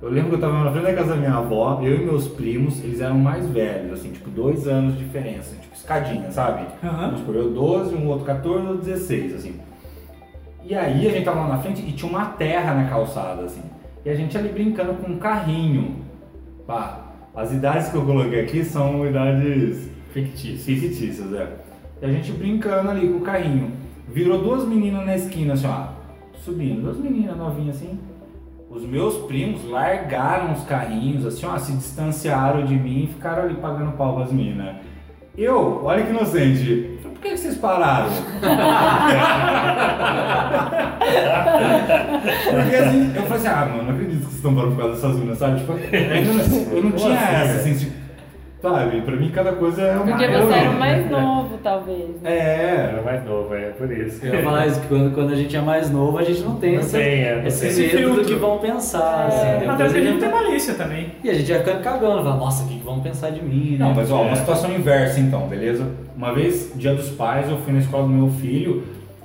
Speaker 7: Eu lembro que eu tava na frente da casa da minha avó, eu e meus primos, eles eram mais velhos, assim, tipo, dois anos de diferença, tipo, escadinha, sabe?
Speaker 2: Aham.
Speaker 7: Vamos supor, eu 12, um outro 14, outro 16, assim. E aí a gente tava lá na frente e tinha uma terra na calçada, assim. E a gente ali brincando com um carrinho. Pá, as idades que eu coloquei aqui são idades
Speaker 6: Fictício.
Speaker 7: fictícias, é. E a gente brincando ali com o carrinho. Virou duas meninas na esquina, assim, ó. Subindo, duas meninas novinhas assim. Os meus primos largaram os carrinhos, assim, ó, se distanciaram de mim e ficaram ali pagando pau pras meninas. Eu, olha que inocente, falei, por que que vocês pararam? Porque assim, eu falei assim, ah, mano, não acredito que vocês estão parando por causa dessas minas, sabe? Tipo, eu não, eu não tinha
Speaker 6: Nossa,
Speaker 7: essa,
Speaker 6: cara.
Speaker 7: assim, tipo, sabe? Pra mim cada coisa é uma
Speaker 4: Porque
Speaker 7: eu-
Speaker 4: você era o
Speaker 2: né?
Speaker 4: mais novo, talvez. né?
Speaker 7: É,
Speaker 6: Era mais novo, é por isso.
Speaker 5: Eu ia falar isso, que quando, quando a gente é mais novo, a gente não tem
Speaker 6: Não
Speaker 5: essa,
Speaker 6: tem, é, não
Speaker 5: esse
Speaker 6: tem.
Speaker 5: medo do
Speaker 2: filtro.
Speaker 5: que vão
Speaker 4: É.
Speaker 5: pensar. assim,
Speaker 2: Até
Speaker 5: depois
Speaker 2: porque
Speaker 5: a
Speaker 2: ele não
Speaker 5: gente-
Speaker 2: tem malícia também.
Speaker 5: E a gente vai ficando cagando, fala, nossa, o que que vão pensar de mim, né?
Speaker 7: Não, mas ó,
Speaker 6: É.
Speaker 7: uma situação inversa então, beleza? Uma vez, dia dos pais, eu fui na escola do meu filho,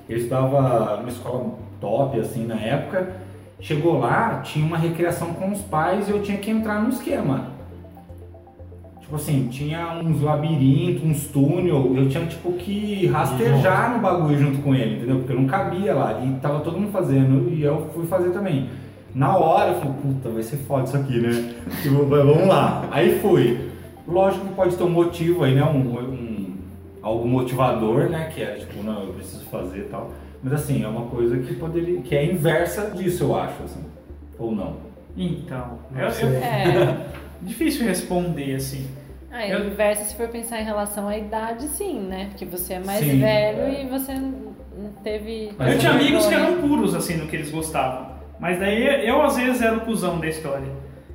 Speaker 7: ele estudava numa escola top, assim, na época. Chegou lá, tinha uma recreação com os pais e eu tinha que entrar no esquema. Tipo assim, tinha uns labirintos, uns túnel, eu tinha tipo que rastejar no bagulho junto com ele, entendeu? Porque eu não cabia lá e tava todo mundo fazendo e eu fui fazer também. Na hora eu falei, puta, vai ser foda isso aqui, né? Tipo, vai, vamos lá. Aí fui. Lógico que pode ter um motivo aí, né? Um, um- algo motivador, né? Que é tipo, não, eu preciso fazer e tal. Mas assim, é uma coisa que poderia. que é inversa disso, eu acho, assim. Ou não.
Speaker 2: Então,
Speaker 6: Não
Speaker 2: eu,
Speaker 6: sei.
Speaker 2: eu-
Speaker 4: É.
Speaker 2: difícil responder assim.
Speaker 4: Ah, e
Speaker 2: Eu-
Speaker 4: o inverso, se for pensar em relação à idade, sim, né? Porque você é mais
Speaker 7: Sim,
Speaker 4: velho
Speaker 7: é.
Speaker 4: e você não teve.
Speaker 7: Mas
Speaker 2: eu tinha
Speaker 4: vergonha.
Speaker 2: amigos que <laughs>
Speaker 4: <laughs>
Speaker 2: eram puros assim no que eles gostavam. Mas daí eu às vezes era o cuzão da história.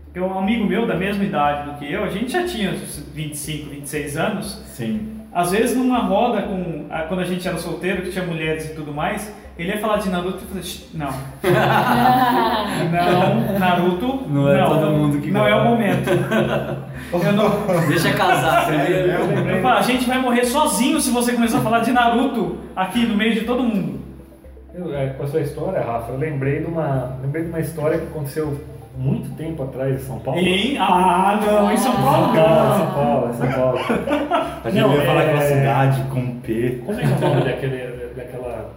Speaker 2: Porque um amigo meu da mesma idade do que eu, a gente já tinha uns 25, 26 anos.
Speaker 7: Sim.
Speaker 2: Às vezes numa roda com a- quando a gente era solteiro, que tinha mulheres e tudo mais, ele ia falar de Naruto e eu falei, "Shh, não. Não, Naruto.
Speaker 5: <laughs> Não é todo mundo que
Speaker 2: Não é o
Speaker 5: gosta." <laughs>
Speaker 2: momento. Eu não,
Speaker 5: Deixa casar primeiro.
Speaker 2: Eu falo, a gente vai morrer sozinho se você começar a falar de Naruto aqui no meio de todo mundo.
Speaker 6: Eu, é, com a sua história, Rafa, eu lembrei de uma, lembrei de uma história que aconteceu muito tempo atrás em São Paulo.
Speaker 2: Em... Ah, não, em São Paulo
Speaker 6: Não,
Speaker 2: não.
Speaker 6: São Paulo, é São Paulo.
Speaker 7: A gente
Speaker 6: Não,
Speaker 7: ia falar
Speaker 6: é-
Speaker 7: aquela cidade com P.
Speaker 6: Como é que é o nome daquele, daquela.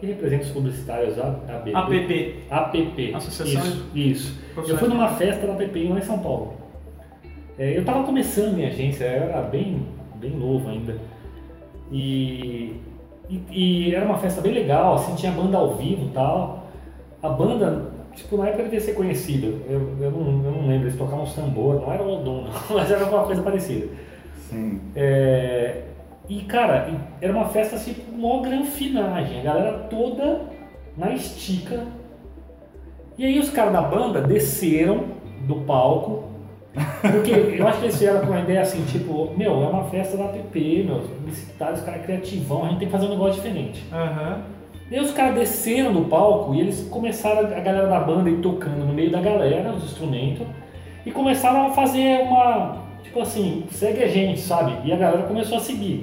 Speaker 6: que representa os publicitários? A, ABP?
Speaker 2: APP.
Speaker 6: APP.
Speaker 2: Associação
Speaker 6: Isso. isso. Eu
Speaker 2: Profissionais.
Speaker 6: fui numa festa da APP lá em São Paulo. É, eu tava começando minha agência, eu era bem, bem novo ainda. E, e, e era uma festa bem legal, assim, tinha banda ao vivo e tal. A banda, tipo, na época devia ser conhecida. Eu, eu, não, eu não lembro, eles tocavam os tambor, não era o Odom, não, <laughs> mas era alguma coisa parecida.
Speaker 7: Sim.
Speaker 6: É, e cara, e era uma festa assim, mó granfinagem, a galera toda na estica. E aí os caras da banda desceram do palco, porque eu acho que eles vieram com a ideia assim, tipo, meu, é uma festa da PP, meu, publicitários, os caras é criativão, a gente tem que fazer um negócio diferente.
Speaker 2: Aham.
Speaker 6: Daí os caras desceram do palco e eles começaram, a galera da banda ir tocando no meio da galera, os instrumentos, e começaram a fazer uma, tipo assim, segue a gente, sabe? E a galera começou a seguir.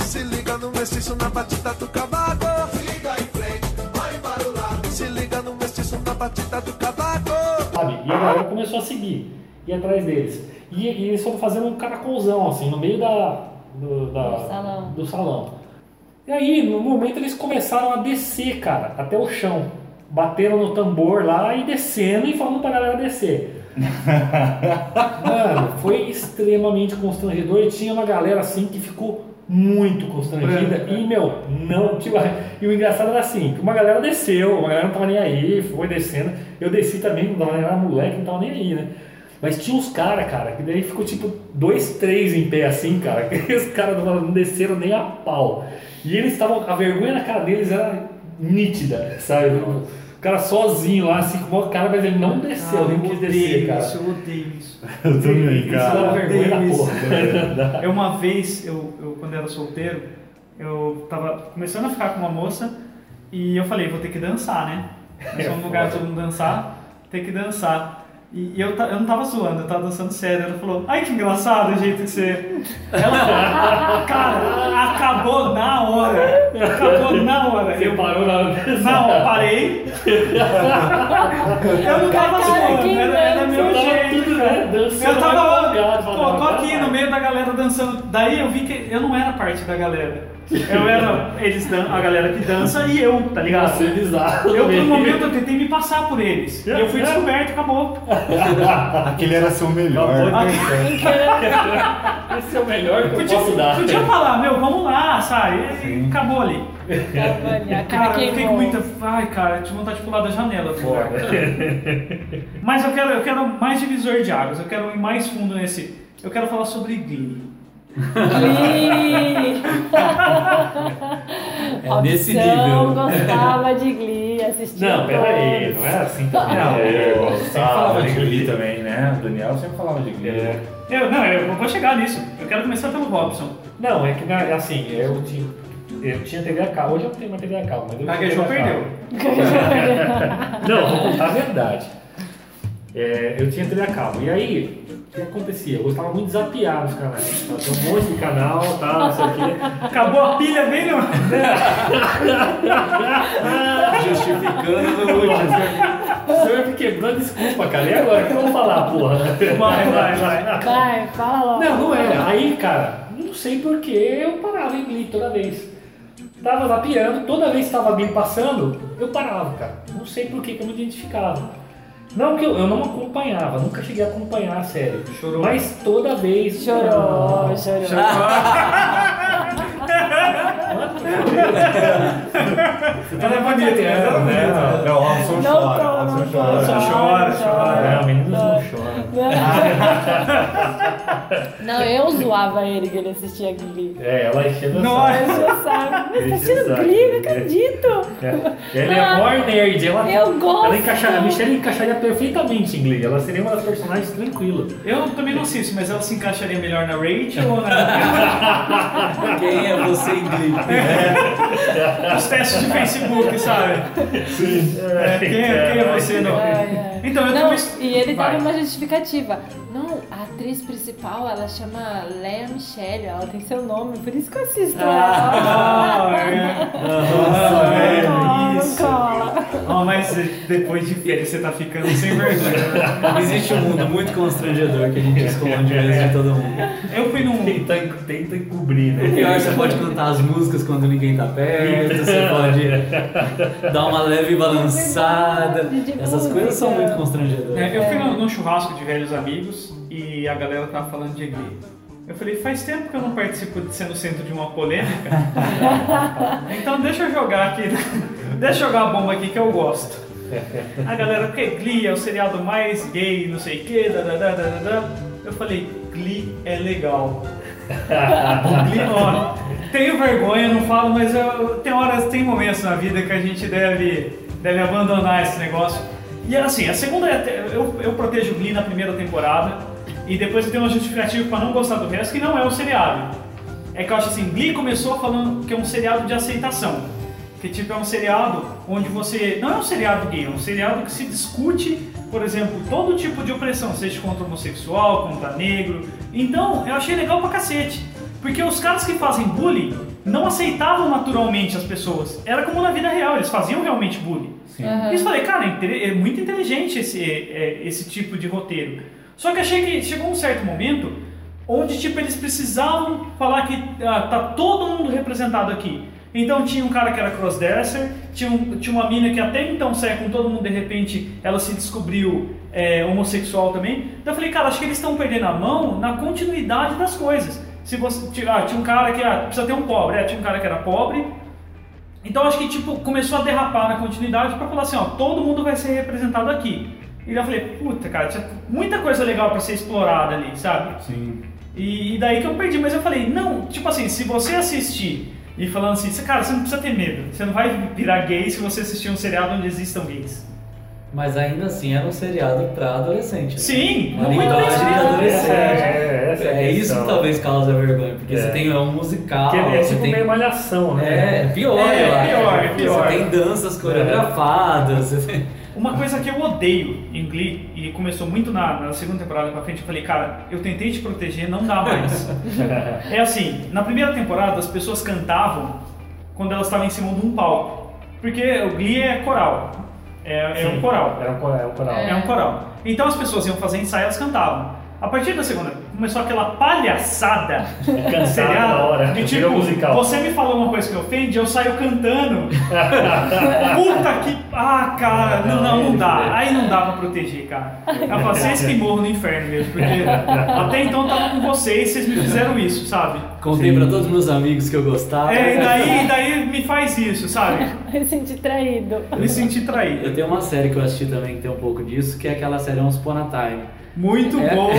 Speaker 8: Se liga no mestiço na batida do cavaco. Se liga em frente, olha para o lado. Se liga no mestiço na batida do cavaco.
Speaker 6: Sabe? E a galera começou a seguir, ir atrás deles. E, e eles foram fazendo um caracolzão, assim, no meio da, do, da-
Speaker 4: Do salão.
Speaker 6: do salão. E aí, no momento, eles começaram a descer, cara, até o chão. Bateram no tambor lá e descendo e falando pra galera descer. Mano, foi extremamente constrangedor e tinha uma galera assim que ficou muito constrangida e, meu, não. Tipo, e o engraçado era assim, que uma galera desceu, uma galera não tava nem aí, foi descendo. Eu desci também, não tava nem era moleque, não tava nem aí, né? Mas tinha uns caras, cara, que daí ficou tipo dois, três em pé assim, cara. <laughs> Que os caras não- não desceram nem a pau. E eles estavam. A vergonha na cara deles era nítida, sabe? O cara sozinho lá, assim, com o maior cara, mas ele não desceu,
Speaker 2: Ah, eu
Speaker 6: nem quis descer,
Speaker 2: odeio
Speaker 6: cara.
Speaker 2: isso, eu odeio isso.
Speaker 7: Eu também,
Speaker 6: Isso dá uma
Speaker 7: cara.
Speaker 6: vergonha da
Speaker 2: né?
Speaker 6: porra. né?
Speaker 2: <laughs> Eu uma vez, eu, eu quando era solteiro, eu tava começando a ficar com uma moça e eu falei, vou ter que dançar,
Speaker 6: <laughs>
Speaker 2: né?
Speaker 6: É
Speaker 2: Nós vamos num lugar todo mundo dançar, tem que dançar. E, e eu, ta- eu não tava zoando, eu tava dançando sério. Ela falou, ai que engraçado o jeito que você. é." Ela, cara, acabou na hora. Acabou na hora.
Speaker 6: Você
Speaker 2: Eu
Speaker 6: parou na hora de
Speaker 2: não, eu parei. eu não tava
Speaker 4: Cara,
Speaker 2: zoando,
Speaker 4: quem
Speaker 2: era, era
Speaker 4: dança?
Speaker 2: meu
Speaker 6: Eu tava
Speaker 2: jeito.
Speaker 6: tudo,
Speaker 2: cara.
Speaker 6: né, dançando,
Speaker 2: eu tava lá,
Speaker 6: empolgado, falando,
Speaker 2: pô, tô aqui
Speaker 6: "Vai".
Speaker 2: no meio da galera dançando. Daí eu vi que eu não era parte da galera. Eu era eles dan a galera que dança e eu, tá ligado?
Speaker 6: Você é bizarro.
Speaker 2: Eu, por
Speaker 6: também.
Speaker 2: um momento, eu tentei me passar por eles. E eu fui descoberto, acabou.
Speaker 7: Aquele era seu
Speaker 2: Ah,
Speaker 7: melhor.
Speaker 6: Esse é o melhor que eu
Speaker 2: Podia,
Speaker 6: posso dar.
Speaker 2: podia falar, meu, vamos lá, sabe? E acabou ali.
Speaker 4: Olha,
Speaker 2: Cara, eu fiquei
Speaker 4: queimou.
Speaker 2: com muita. Ai, cara, eu tive vontade de pular da janela. Fora. <laughs> Mas eu quero, eu quero mais divisor de águas, eu quero ir mais fundo nesse. Eu quero falar sobre Glee.
Speaker 4: <laughs> Glee!
Speaker 5: É nesse nível.
Speaker 4: Opção gostava de Glee, assistia
Speaker 6: Não, peraí,
Speaker 4: todos.
Speaker 6: não é assim também.
Speaker 2: Ah,
Speaker 7: Não, eu
Speaker 6: É,
Speaker 7: sempre falava de Glee também, né? O Daniel sempre falava de Glee.
Speaker 6: É.
Speaker 2: Eu, não, eu vou chegar nisso. Eu quero começar pelo Robson.
Speaker 6: Não, é que na- é assim, eu tinha, eu tinha TV a cabo, hoje eu não tenho mais TV a cabo, mas eu tinha
Speaker 2: Gaguejou,
Speaker 6: TV a cabo.
Speaker 2: perdeu.
Speaker 4: tá.
Speaker 6: Não, vou contar a verdade. É, eu tinha TV a cabo, e aí, o que acontecia? Eu gostava muito de zapear nos canais, tá? tinha um monte de canal, tal, não sei o quê.
Speaker 2: Acabou a pilha bem no.
Speaker 6: né?
Speaker 5: Justificando
Speaker 6: <laughs> Eu me quebrando, desculpa, cara, e agora o que eu vou falar, porra?
Speaker 2: Vai, vai,
Speaker 6: <laughs>
Speaker 2: vai.
Speaker 4: <laughs> Vai, fala logo.
Speaker 6: Não, não era. Aí, cara, não sei porque eu parava em Glee toda vez. Tava zapeando, toda vez que tava Glee passando, eu parava, cara. Não sei por que que eu me identificava. Não que eu, eu não acompanhava, nunca cheguei a acompanhar a série.
Speaker 2: Chorou.
Speaker 6: Mas toda vez.
Speaker 4: Chorou, chorou.
Speaker 7: tá
Speaker 2: Ela é bonita, né? Ela é bonita.
Speaker 7: Não, não, o Robson
Speaker 4: Não
Speaker 7: chora.
Speaker 4: tô,
Speaker 7: o Robson
Speaker 4: não tô,
Speaker 7: chora.
Speaker 4: não
Speaker 2: Chora, chora.
Speaker 6: Não, meninas não choram.
Speaker 4: <laughs> Não, eu zoava ele que ele assistia Glee.
Speaker 6: É, ela encheu meu
Speaker 2: Nossa.
Speaker 6: saco.
Speaker 4: Ele já sabe. Ele
Speaker 6: Ele
Speaker 4: tá assistindo
Speaker 6: já sabe.
Speaker 4: Glee, não acredito.
Speaker 6: É. Ela é more nerd, ela,
Speaker 4: Eu gosto.
Speaker 6: ela encaixaria, a Michelle encaixaria perfeitamente em Glee. Ela seria uma das personagens tranquila.
Speaker 2: Eu também não sei isso, mas ela se encaixaria melhor na Rachel ou na... <laughs>
Speaker 5: quem é você em Glee?
Speaker 2: É. nos testes de Facebook, sabe? É, quem, é,
Speaker 6: <laughs>
Speaker 2: quem é você, não?
Speaker 4: Ai, ai.
Speaker 2: Então, eu
Speaker 4: Não,
Speaker 2: também.
Speaker 4: E ele
Speaker 2: Vai.
Speaker 4: dava uma justificativa. Não, a atriz principal, ela chama Lea Michelle, ela tem seu nome, por isso que eu assisto ela.
Speaker 2: Ah, <laughs> é.
Speaker 4: Não,
Speaker 2: Ah,
Speaker 4: não
Speaker 2: é. Isso.
Speaker 4: cola.
Speaker 2: Ah, mas depois de filho, você tá ficando sem vergonha.
Speaker 5: Existe um mundo muito constrangedor que a gente esconde mesmo de todo mundo.
Speaker 2: Eu fui num.
Speaker 6: Tenta, tenta encobrir, né?
Speaker 5: Pior, você pode cantar as músicas quando ninguém tá perto,
Speaker 2: <laughs>
Speaker 5: você pode dar uma leve balançada. Essas coisas são muito constrangedoras.
Speaker 2: É, eu fui num, num churrasco de velhos amigos e a galera tava falando de Glee. Eu falei, faz tempo que eu não participo de ser no centro de uma <laughs> polêmica. então deixa eu jogar aqui. Deixa eu jogar a bomba aqui que eu gosto. A galera, porque Glee é o seriado mais gay, não sei o que, Eu falei, Glee é legal. Glee, ó, tenho vergonha, não falo, mas eu- tem horas, tem momentos na vida que a gente deve, deve abandonar esse negócio. E assim, a segunda é até- eu, eu protejo Glee na primeira temporada e depois eu tenho uma justificativa pra não gostar do resto, que não é um seriado. É que eu acho assim, Glee começou falando que é um seriado de aceitação. Que tipo é um seriado onde você. Não é um seriado gay, é um seriado que se discute, por exemplo, todo tipo de opressão, seja contra homossexual, contra negro. Então, eu achei legal pra cacete. Porque os caras que fazem bullying não aceitavam naturalmente as pessoas. Era como na vida real, eles faziam realmente bullying.
Speaker 7: Sim.
Speaker 2: E eu falei, cara, é inte- é muito inteligente esse, é, esse tipo de roteiro. Só que achei que chegou um certo momento onde tipo, eles precisavam falar que ah, tá todo mundo representado aqui. Então tinha um cara que era crossdresser, tinha, um- tinha uma mina que até então saia com todo mundo, de repente ela se descobriu é, homossexual também. Então eu falei, cara, acho que eles estão perdendo a mão na continuidade das coisas. Se você, ti- ah, tinha um cara que ah, precisa ter um pobre, é, tinha um cara que era pobre, então acho que tipo começou a derrapar na continuidade pra falar assim, ó, todo mundo vai ser representado aqui. E eu falei, puta, cara, tinha muita coisa legal pra ser explorada ali, sabe?
Speaker 7: Sim.
Speaker 2: E, e daí que eu perdi, mas eu falei, não, tipo assim, se você assistir e falando assim, "Cê- cara, você não precisa ter medo, você não vai virar gay se você assistir um seriado onde existam gays.
Speaker 5: Mas ainda assim era um seriado pra adolescente. né?
Speaker 2: Sim,
Speaker 5: Uma
Speaker 2: muito bem
Speaker 5: linguagem
Speaker 2: escrito.
Speaker 5: de adolescente.
Speaker 6: É, essa é a
Speaker 5: É isso
Speaker 6: questão.
Speaker 5: que talvez cause a vergonha, porque
Speaker 6: É.
Speaker 5: você tem é um musical,
Speaker 6: Que é, é
Speaker 5: você
Speaker 6: tipo
Speaker 5: tem
Speaker 6: meio malhação, né?
Speaker 5: É, pior,
Speaker 2: É,
Speaker 5: eu acho.
Speaker 2: pior, pior. É.
Speaker 5: Você tem danças coreografadas, você tem...
Speaker 2: Uma coisa que eu odeio em Glee, e começou muito na, na segunda temporada pra frente, eu falei, cara, eu tentei te proteger, não dá mais. é assim, na primeira temporada as pessoas cantavam quando elas estavam em cima de um palco. Porque o Glee é coral. É, é um
Speaker 6: Sim.
Speaker 2: coral.
Speaker 6: É um coral. É um coral.
Speaker 2: É um coral. Então as pessoas iam fazer ensaio, elas cantavam. A partir da segunda, começou aquela palhaçada seriada
Speaker 6: na É hora, né?
Speaker 2: de tipo,
Speaker 6: virou musical.
Speaker 2: você me falou uma coisa que ofende, eu saio cantando. Puta que. Ah, cara, não, não, não dá. Aí não dá pra proteger, cara. Eu falo, vocês que morram no inferno mesmo, porque até então eu tava com vocês, vocês me fizeram isso, sabe?
Speaker 5: Contei pra todos meus amigos que eu gostava.
Speaker 2: É, e daí, e daí me faz isso, sabe?
Speaker 4: Eu senti traído.
Speaker 2: Eu me senti
Speaker 5: <laughs> Eu
Speaker 2: traído.
Speaker 5: tenho uma série que eu assisti também que tem um pouco disso, que é aquela série Once Upon a Time.
Speaker 2: Muito
Speaker 5: É.
Speaker 2: boa.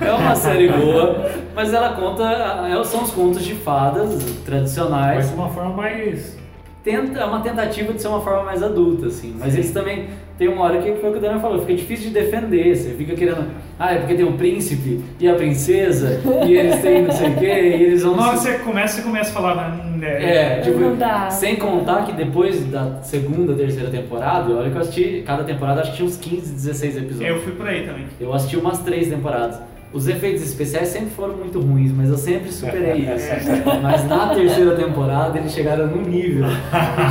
Speaker 5: É uma série boa, mas ela conta. é, São os contos de fadas tradicionais.
Speaker 6: Mas de uma forma mais.
Speaker 5: tenta, é uma tentativa de ser uma forma mais adulta, assim. Mas eles também tem uma hora que foi o que o Daniel falou, fica difícil de defender, você fica querendo, ah, é porque tem um príncipe e a princesa, e eles têm não sei o quê, e eles vão.
Speaker 2: Na hora que você começa, você começa a falar. "Hum,
Speaker 5: É, tipo,
Speaker 4: Não dá.
Speaker 5: sem contar que depois da segunda, terceira temporada, olha que eu assisti, cada temporada acho que tinha uns 15, 16 episódios.
Speaker 2: Eu fui por aí também.
Speaker 5: Eu assisti umas três temporadas. Os efeitos especiais sempre foram muito ruins, mas eu sempre superei isso. Mas na terceira temporada eles chegaram num nível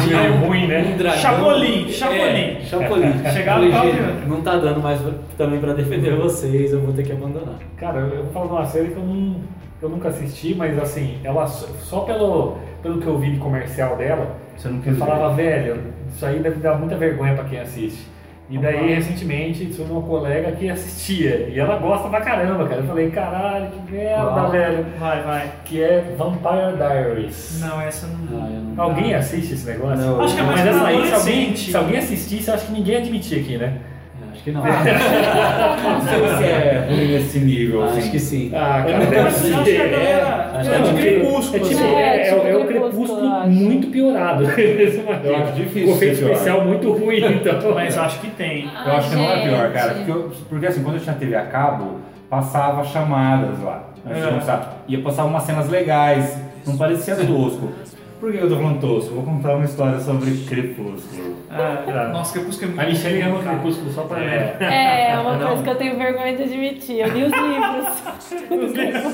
Speaker 5: de
Speaker 6: Nível ruim, né?
Speaker 5: Um dragão.
Speaker 2: Chapolin, Chapolin.
Speaker 5: É, Chapolin.
Speaker 2: <laughs> Chegaram
Speaker 5: Falei,
Speaker 2: pra-
Speaker 5: "Gente, Não tá dando mais pra- também pra defender vocês, eu vou ter que abandonar.
Speaker 6: Cara, eu eu vou falar de uma série que eu, não, eu nunca assisti, mas assim, ela só, só pelo, pelo que eu vi de comercial dela,
Speaker 7: Você não quis
Speaker 6: eu
Speaker 7: ver.
Speaker 6: falava, velho, isso aí deve dar muita vergonha pra quem assiste. E
Speaker 5: Uhum.
Speaker 6: daí, recentemente, tive uma colega que assistia. E ela gosta pra caramba, cara. Eu falei, caralho, que merda,
Speaker 5: Uau.
Speaker 6: velho.
Speaker 2: Vai, vai.
Speaker 6: Que é Vampire Diaries.
Speaker 2: Não, essa não.
Speaker 5: Ah, eu não-
Speaker 6: Alguém assiste esse negócio?
Speaker 7: Não. Acho
Speaker 2: que é mais
Speaker 6: Mas essa aí, se alguém,
Speaker 2: adolescente.
Speaker 6: se alguém assistisse, eu acho que ninguém admitia aqui, né?
Speaker 5: É, Acho que não.
Speaker 7: Se você é ruim nesse nível,
Speaker 5: Acho
Speaker 7: assim.
Speaker 5: que sim.
Speaker 6: Ah,
Speaker 2: Eu acho eu acho que a galera.
Speaker 5: Acho
Speaker 2: É
Speaker 5: que
Speaker 2: de
Speaker 5: é
Speaker 6: É
Speaker 2: crepúsculo.
Speaker 6: tipo,
Speaker 2: assim.
Speaker 6: é,
Speaker 4: É,
Speaker 6: é, é
Speaker 4: tipo
Speaker 6: o
Speaker 4: Crepúsculo,
Speaker 6: crepúsculo
Speaker 4: eu acho.
Speaker 6: muito piorado. <laughs> eu
Speaker 7: acho difícil
Speaker 6: O efeito
Speaker 7: ser pior.
Speaker 6: especial muito ruim,
Speaker 2: <laughs>
Speaker 6: então.
Speaker 2: Mas acho que tem.
Speaker 7: Eu acho que não é pior, cara.
Speaker 4: Ah, Gente.
Speaker 7: Porque, eu- porque assim, quando eu tinha TV a cabo, passava chamadas lá. Antes de
Speaker 2: É.
Speaker 7: começar. E eu passava umas cenas legais. Não parecia tosco. Por que eu tô falando tosco? Vou contar uma história sobre Crepúsculo.
Speaker 2: Ah, Nossa, crepúsculo é muito.
Speaker 6: A Michelle ama
Speaker 2: bom, cara.
Speaker 6: crepúsculo só pra.
Speaker 4: É, é uma coisa que eu tenho vergonha de admitir. Eu li os livros.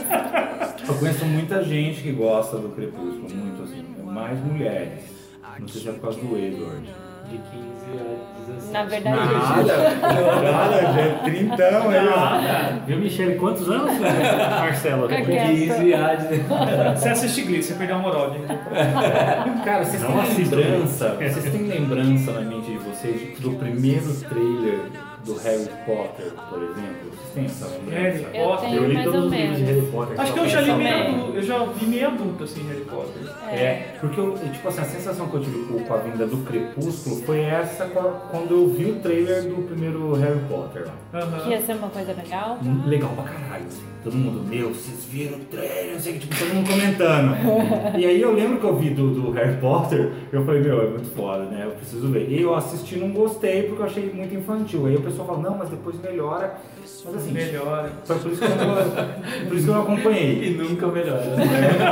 Speaker 7: Eu conheço muita gente que gosta do Crepúsculo, muito assim. Mais mulheres. Não sei se é por causa do Edward.
Speaker 5: De 15 a 16.
Speaker 4: Na verdade,
Speaker 7: Nada, é trintão, é
Speaker 6: Viu, Michelle, quantos anos? né?
Speaker 7: <laughs>
Speaker 6: Marcelo.
Speaker 4: É que é.
Speaker 5: 15 a 16.
Speaker 2: Você assiste Glee, você perdeu a moral. né?
Speaker 7: Cara, vocês
Speaker 6: Não
Speaker 7: têm
Speaker 6: assistam.
Speaker 7: É lembrança? Vocês têm lembrança na mente de vocês do primeiro trailer do Harry Potter, por exemplo? Vocês têm essa lembrança?
Speaker 2: Harry
Speaker 4: Eu
Speaker 2: Potter.
Speaker 4: tenho É, mais ou menos.
Speaker 6: Harry Potter.
Speaker 2: Acho que eu já li meio
Speaker 4: Também.
Speaker 2: adulto. Eu já vi meio adulto assim, Harry Potter.
Speaker 7: É, porque eu, tipo assim, a sensação que eu tive com- com a vinda do Crepúsculo foi essa co- quando eu vi o trailer do primeiro Harry Potter lá.
Speaker 2: Aham.
Speaker 4: Que ia ser uma coisa legal.
Speaker 7: Hum, Legal pra caralho, assim. Todo mundo, meu, vocês viram o trailer, não sei o que, tipo, todo mundo comentando. e aí eu lembro que eu vi do, do Harry Potter, eu falei, meu, é muito foda, né? Eu preciso ver. E eu assisti não gostei porque eu achei muito infantil. Aí o pessoal fala, não, mas depois melhora. Mas assim,
Speaker 2: Melhor.
Speaker 7: foi por isso que eu não, por isso que eu não acompanhei.
Speaker 5: E nunca melhora.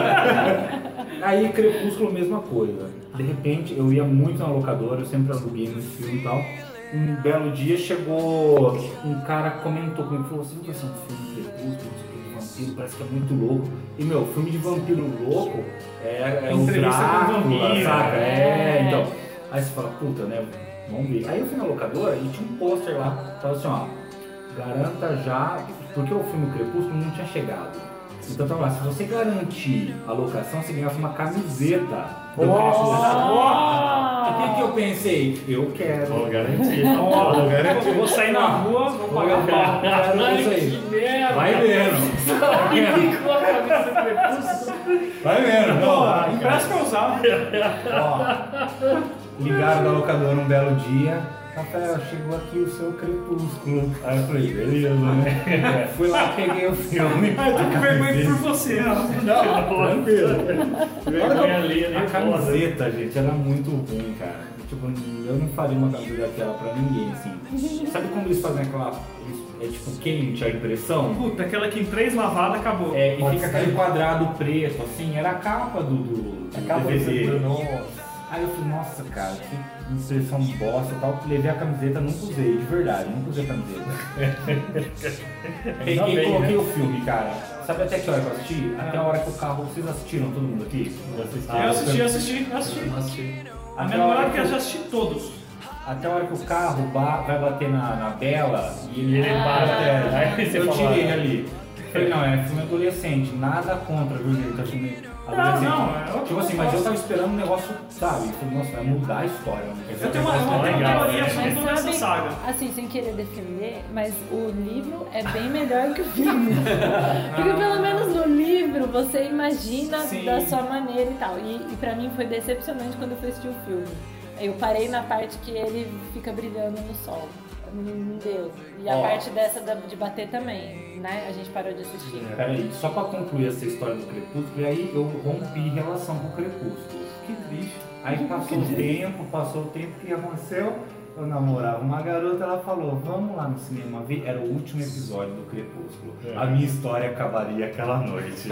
Speaker 7: <laughs> Aí Crepúsculo, mesma coisa. De repente, eu ia muito na locadora, eu sempre aluguei muito filme e tal. Um assim, belo dia chegou um cara comentou comigo, falou, você viu que esse é um filme de Crepúsculo, não sei o que, acontecido, parece que é muito louco. E, meu, filme de vampiro louco é, é o
Speaker 2: Entrevista com o
Speaker 7: Drácula,
Speaker 2: vampiro.
Speaker 7: saca? É,
Speaker 4: É.
Speaker 7: então. Aí você fala, puta, né? Vamos ver. Aí eu fui na locadora e tinha um pôster lá, tava assim, ó, garanta já, porque o filme Crepúsculo não tinha chegado. Então tava lá, se você garantir a locação, você ganhava uma camiseta do Crepúsculo. O que, que eu pensei? Eu quero.
Speaker 6: Vou garantir. Vou garantir.
Speaker 2: Eu vou sair na rua, vou pagar o pau.
Speaker 7: Quero isso aí.
Speaker 6: merda!
Speaker 7: Vai vendo. Vai vendo.
Speaker 2: Pô,
Speaker 7: Ó,
Speaker 2: empresta pra usar. É,
Speaker 7: ó, ligaram da locadora um belo dia. Rafael, chegou aqui o seu crepúsculo. Aí eu falei, beleza, né? Fui lá, peguei o filme.
Speaker 2: Ah, eu tô com vergonha por você. ó.
Speaker 7: Não, tranquilo.
Speaker 6: Vergonha alheia, né?
Speaker 7: A camiseta, gente, era muito ruim, cara. Tipo, eu não faria uma camisa daquela pra ninguém, assim. Sabe como eles fazem aquela... É tipo quente a impressão?
Speaker 2: Puta, aquela que em três lavadas acabou.
Speaker 7: É, e
Speaker 6: Pode
Speaker 7: fica
Speaker 6: ser.
Speaker 7: aquele quadrado preto, assim, era a capa do, do, do
Speaker 6: Acaba
Speaker 7: DVD.
Speaker 6: Nossa.
Speaker 7: Aí eu falei, nossa, cara, que inserção bosta e tal. Levei a camiseta, nunca usei, de verdade, nunca usei a camiseta.
Speaker 6: <laughs> Ainda
Speaker 7: Peguei e
Speaker 6: bem,
Speaker 7: coloquei
Speaker 6: né?
Speaker 7: o filme, cara. Sabe até que hora que eu assisti? Até a hora que o carro, vocês assistiram todo mundo aqui?
Speaker 6: Eu assisti.
Speaker 7: Ah,
Speaker 2: Eu assisti, eu assisti, eu assisti.
Speaker 5: Eu não assisti.
Speaker 2: A
Speaker 7: Até
Speaker 2: minha
Speaker 7: a hora
Speaker 2: namorada
Speaker 7: que
Speaker 2: quer
Speaker 7: eu-
Speaker 2: já assistir todos.
Speaker 7: Até a hora que o carro ba- vai bater na, na Bela e
Speaker 2: Ah.
Speaker 7: ele,
Speaker 6: Ele para,
Speaker 7: é,
Speaker 2: <laughs>
Speaker 6: aí você
Speaker 7: eu
Speaker 6: fala-
Speaker 7: tirei ali. Falei, não, é filme adolescente, nada contra, viu, gente? Eu acho meio adolescente.
Speaker 2: não, é outra
Speaker 7: tipo assim, mas eu tava esperando um negócio, sabe? Falei, nossa, vai mudar a história. né?
Speaker 2: Eu tenho uma, uma, tenho uma
Speaker 6: Legal,
Speaker 2: teoria
Speaker 6: né?
Speaker 2: sobre toda essa saga.
Speaker 4: assim, sem querer defender, mas o livro é bem melhor que o filme. Porque pelo menos no livro você imagina
Speaker 7: Sim.
Speaker 4: da sua maneira e tal. E, e pra mim foi decepcionante quando eu fui assistir o filme. Eu parei na parte que ele fica brilhando no sol. Não- Não deu. E a
Speaker 7: Ó.
Speaker 4: parte dessa da- de bater também, né? A gente parou de assistir.
Speaker 7: Peraí, É. só pra concluir essa história do Crepúsculo, e aí eu rompi relação com o Crepúsculo. Que triste. Aí passou o tempo, passou o tempo, o que aconteceu? Eu namorava uma garota, ela falou, vamos lá no cinema ver. Era o último episódio do Crepúsculo. A minha história acabaria aquela noite.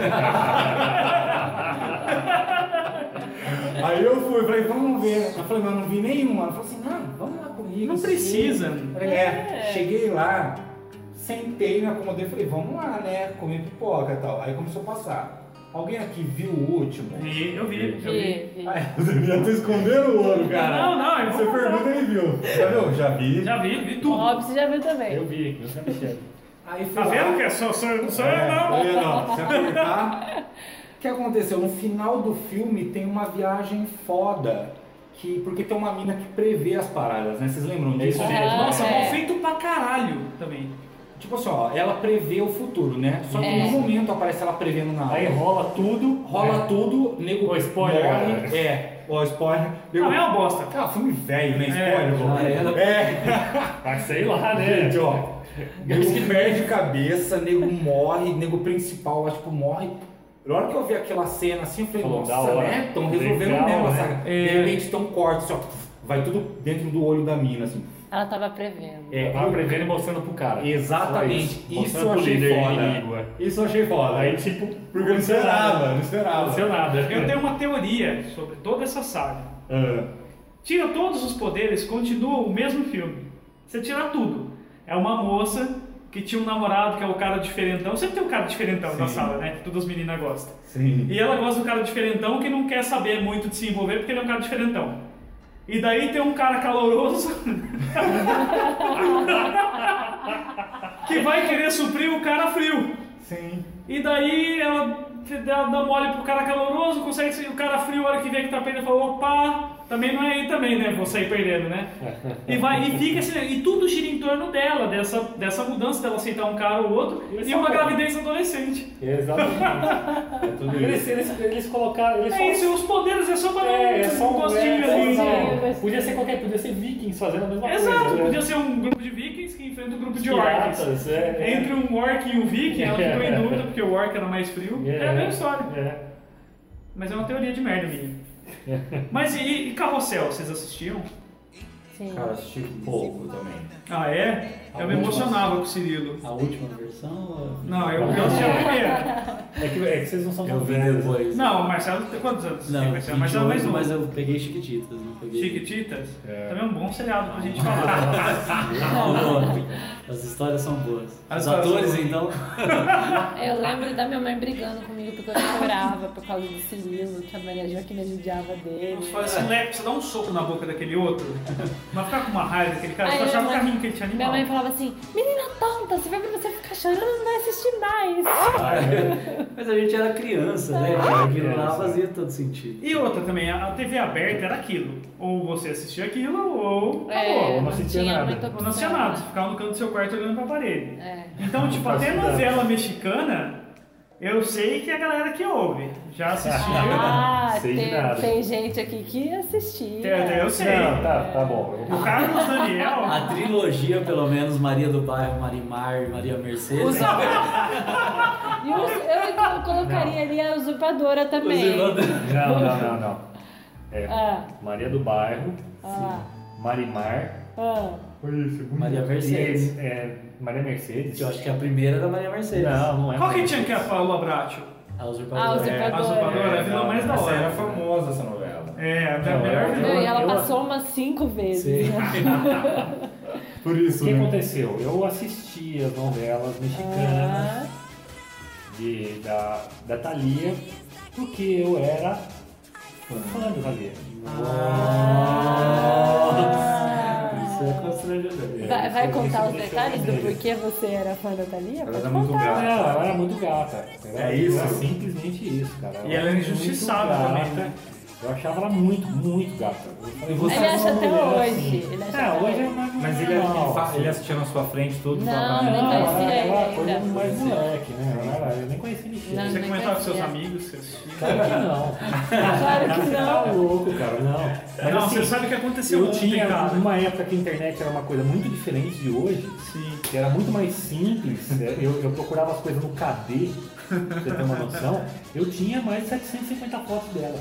Speaker 7: aí eu fui, falei, vamos ver. Eu falei, mas eu não vi nenhum. Ela falou assim, não, vamos lá comigo.
Speaker 2: Não
Speaker 7: sim.
Speaker 2: precisa.
Speaker 7: Falei, É, cheguei lá, sentei, me acomodei, falei, vamos lá, né? Comer pipoca e tal. Aí começou a passar. Alguém aqui viu o último?
Speaker 2: Vi, eu vi, eu vi.
Speaker 4: E- e-
Speaker 7: Ai, <laughs> eu devia estar escondendo o ouro, cara.
Speaker 2: Não, não, eu
Speaker 7: Você
Speaker 2: vou
Speaker 7: pergunta, ele viu. Já viu? Já vi.
Speaker 2: Já vi, vi
Speaker 4: O
Speaker 2: tudo.
Speaker 4: Rob, você já viu também.
Speaker 6: Eu vi, eu sempre chego.
Speaker 7: Aí fui
Speaker 2: Tá
Speaker 7: lá.
Speaker 2: vendo que é só, só, só eu
Speaker 7: É,
Speaker 2: não.
Speaker 7: não, ia não. Se apertar. O que aconteceu? No final do filme tem uma viagem foda. Que, porque tem uma mina que prevê as paradas, né? Vocês lembram disso?
Speaker 6: Isso mesmo.
Speaker 2: Nossa,
Speaker 4: É.
Speaker 2: mal feito pra caralho também.
Speaker 7: Tipo assim, ó, ela prevê o futuro, né? Só que
Speaker 4: É.
Speaker 7: no momento aparece ela prevendo na
Speaker 6: Aí rola tudo. É.
Speaker 7: Rola tudo, nego.
Speaker 6: Ó, spoiler,
Speaker 7: morre.
Speaker 6: galera.
Speaker 7: É, ó, spoiler. Nego...
Speaker 2: Não, é uma bosta.
Speaker 7: Ah, filme velho, né?
Speaker 2: É,
Speaker 7: Spoiler, pô.
Speaker 5: já era.
Speaker 7: É,
Speaker 6: Ah, sei lá, né?
Speaker 7: gente, ó. Nego perde cabeça, nego morre, nego principal lá, tipo, morre. Na hora que eu vi aquela cena assim, eu falei,
Speaker 6: Falou, da
Speaker 7: nossa,
Speaker 6: hora.
Speaker 7: né? Estão resolvendo
Speaker 6: Legal,
Speaker 7: o mesmo,
Speaker 6: né?
Speaker 7: saca?
Speaker 2: É.
Speaker 7: De repente tem um corte, assim, ó. Vai tudo dentro do olho da mina, assim.
Speaker 4: Ela tava prevendo.
Speaker 7: É,
Speaker 6: Eu tava prevendo e mostrando pro cara.
Speaker 7: Exatamente.
Speaker 6: Só
Speaker 7: Isso
Speaker 6: Mostrando
Speaker 7: eu
Speaker 6: pro
Speaker 7: achei
Speaker 6: líder inimigo,
Speaker 7: foda.
Speaker 6: é.
Speaker 7: Isso eu achei foda.
Speaker 6: Aí, tipo,
Speaker 7: Porque eu não esperava, não esperava.
Speaker 6: não aconteceu nada.
Speaker 2: Eu tenho uma teoria sobre toda essa saga.
Speaker 7: Ah.
Speaker 2: Tira todos os poderes, continua o mesmo filme. Você tira tudo. É uma moça que tinha um namorado que é o cara diferentão. Sempre tem um cara diferentão na sala, né? Que todas as meninas gostam.
Speaker 7: Sim.
Speaker 2: E ela gosta do cara diferentão que não quer saber muito de se envolver porque ele é um cara diferentão. E daí tem um cara caloroso <laughs> que vai querer suprir o cara frio.
Speaker 7: Sim.
Speaker 2: E daí ela dá dá mole pro cara caloroso, consegue sair- o cara frio, a hora que vê que tá perdendo, fala, opa, também não é aí também, né? Vou sair perdendo,
Speaker 7: <laughs>
Speaker 2: né? E vai, e fica assim, e tudo gira em torno dela, dessa, dessa mudança dela aceitar um cara ou outro,
Speaker 6: Eles
Speaker 2: e
Speaker 6: são
Speaker 2: uma
Speaker 6: bons.
Speaker 2: gravidez adolescente.
Speaker 6: Exatamente.
Speaker 7: É tudo
Speaker 6: Eles, eles, eles colocaram. Eles
Speaker 2: É
Speaker 6: só-
Speaker 2: isso, os poderes é só pra
Speaker 6: É, é só
Speaker 2: um gostinho
Speaker 6: é,
Speaker 2: ali.
Speaker 6: só- é.
Speaker 4: né?
Speaker 6: não. Podia ser qualquer, podia ser Vikings fazendo a mesma
Speaker 2: Exato,
Speaker 6: coisa. né?
Speaker 2: podia ser um grupo de vikings que enfrenta um grupo de
Speaker 6: Piratas,
Speaker 2: orcs.
Speaker 6: é, é.
Speaker 2: Entre um orc e um viking, ela ficou em
Speaker 6: É.
Speaker 2: dúvida porque o orc era mais frio. É, a mesma história.
Speaker 6: É.
Speaker 2: Mas é uma teoria de merda minha. Mas e, e Carrossel, vocês assistiam?
Speaker 4: Sim.
Speaker 7: Cara, eu assisti pouco também.
Speaker 2: Ah, é? Eu me emocionava com o Cirilo.
Speaker 5: A última versão?
Speaker 2: Não, eu, eu assisti a primeira.
Speaker 6: É que, é que vocês não são
Speaker 5: Eu
Speaker 6: tão
Speaker 5: vi
Speaker 6: velhos.
Speaker 5: depois.
Speaker 2: Não, o Marcelo tem quantos anos?
Speaker 5: Não,
Speaker 2: tem, Marcelo? Marcelo é mais
Speaker 5: 28,
Speaker 2: novo.
Speaker 5: mas eu peguei Chiquititas, não peguei...
Speaker 2: Chiquititas? Também é um bom seriado pra gente falar.
Speaker 5: Não, As histórias são boas.
Speaker 2: As
Speaker 5: Os
Speaker 2: histórias
Speaker 5: atores,
Speaker 2: são
Speaker 5: então...
Speaker 4: Eu lembro da minha mãe brigando comigo porque eu chorava por causa do Cirilo, que a Maria Joaquina judiava dele.
Speaker 2: Você fala assim, Leco, você dá um soco na boca daquele outro, <laughs> mas ficar com uma raiva daquele cara,
Speaker 4: Aí
Speaker 2: você
Speaker 4: minha
Speaker 2: achava o
Speaker 4: mãe-
Speaker 2: carrinho que ele tinha
Speaker 4: Minha
Speaker 2: animal.
Speaker 4: mãe falava assim, menina tonta, se vai pra você ficar chorando, não vai assistir mais.
Speaker 6: né?
Speaker 5: Mas a gente era criança,
Speaker 4: É.
Speaker 5: né? Aquilo lá fazia todo sentido.
Speaker 2: E outra também, a a TV aberta era aquilo. Ou você assistia aquilo, ou
Speaker 4: É,
Speaker 2: acabou.
Speaker 6: não assistia nada.
Speaker 4: muita
Speaker 2: Ou não assistia
Speaker 4: opção,
Speaker 2: nada,
Speaker 4: né?
Speaker 2: você ficava no canto do seu quarto olhando pra parede.
Speaker 4: É.
Speaker 2: Então, tipo,
Speaker 6: faço
Speaker 2: até
Speaker 6: ideia.
Speaker 2: novela mexicana, eu sei que é a galera que ouve já assistiu.
Speaker 4: <laughs> Ah,
Speaker 6: Sei de
Speaker 4: tem,
Speaker 6: nada.
Speaker 4: tem gente aqui que assistia.
Speaker 2: Tem- tem- eu sei.
Speaker 6: Não, tá, tá bom.
Speaker 2: O Carlos Daniel.
Speaker 7: <laughs>
Speaker 5: A trilogia, pelo menos, Maria do Bairro, Marimar e Maria Mercedes.
Speaker 4: Os- E eu, eu colocaria ali a usurpadora também.
Speaker 6: Não, não, não, não. É,
Speaker 4: Ah.
Speaker 6: Maria do Bairro,
Speaker 4: Ah,
Speaker 6: Marimar.
Speaker 4: ah.
Speaker 5: Maria Mercedes.
Speaker 6: E, é, Maria Mercedes.
Speaker 5: Que eu acho que a primeira era Maria Mercedes.
Speaker 6: Não, não é.
Speaker 2: Qual que
Speaker 6: Mercedes.
Speaker 2: tinha que é a Paula Bracho?
Speaker 5: A
Speaker 4: Ah,
Speaker 5: usurpadora.
Speaker 4: usurpadora.
Speaker 2: A usurpadora, a vilã
Speaker 7: Não,
Speaker 2: mais da
Speaker 7: essa era
Speaker 2: hora.
Speaker 7: é famosa essa novela.
Speaker 2: É, a
Speaker 6: Não,
Speaker 2: melhor
Speaker 6: é-
Speaker 2: vilã.
Speaker 4: Não, e ela
Speaker 6: Eu-
Speaker 4: passou umas cinco vezes.
Speaker 5: Sim.
Speaker 7: Por
Speaker 6: O
Speaker 7: isso, né?
Speaker 6: que aconteceu? Eu assisti as novelas mexicanas
Speaker 4: Ah,
Speaker 6: de, da, da Thalia, porque eu era fã da Thalia.
Speaker 7: Ah.
Speaker 5: Isso é constrangedor.
Speaker 4: vai, vai contar os
Speaker 6: então, Isso
Speaker 4: detalhes do
Speaker 6: deixa eu
Speaker 4: porquê você era fã da
Speaker 7: Ela
Speaker 4: Thalia?
Speaker 7: é
Speaker 4: Pode
Speaker 7: era muito
Speaker 4: contar.
Speaker 6: Não,
Speaker 7: gata.
Speaker 6: ela era muito gata. Ela
Speaker 7: É
Speaker 6: era
Speaker 7: isso?
Speaker 6: simplesmente isso, cara.
Speaker 2: E ela era
Speaker 6: muito
Speaker 2: injustiçada
Speaker 6: gata.
Speaker 2: também, né?
Speaker 6: Eu achava ela muito, muito gata. Eu falei, "Você
Speaker 4: Ele
Speaker 6: é
Speaker 4: acha
Speaker 6: uma
Speaker 4: até
Speaker 6: mulher
Speaker 4: hoje.
Speaker 6: assim."
Speaker 4: Ele acha
Speaker 6: É,
Speaker 4: até
Speaker 6: hoje é mais
Speaker 7: Mas ele, ele,
Speaker 6: normal,
Speaker 7: fa-
Speaker 2: é
Speaker 6: assim.
Speaker 7: ele assistia na sua frente tudo
Speaker 4: Não,
Speaker 7: falava,
Speaker 6: Não,
Speaker 4: não
Speaker 6: né? ela
Speaker 4: conhecia
Speaker 6: era aquela
Speaker 4: ainda.
Speaker 6: coisa mais moleque, né? Ela era- Eu nem conhecia ninguém.
Speaker 4: Não,
Speaker 2: Você
Speaker 4: não
Speaker 2: comentava com seus
Speaker 4: conhecia.
Speaker 2: amigos, que assistia.
Speaker 6: Claro que não.
Speaker 4: Claro que
Speaker 6: Tá
Speaker 4: não.
Speaker 6: louco, cara. Não. Mas,
Speaker 2: Não,
Speaker 6: assim,
Speaker 2: você sabe o que aconteceu
Speaker 6: eu
Speaker 2: ontem,
Speaker 6: tinha
Speaker 2: cara.
Speaker 6: uma época que a internet era uma coisa muito diferente de hoje,
Speaker 2: Sim.
Speaker 6: que era muito mais simples. né? Eu, eu procurava as coisas no KD, pra você ter uma noção. Eu tinha mais de 750 fotos dela.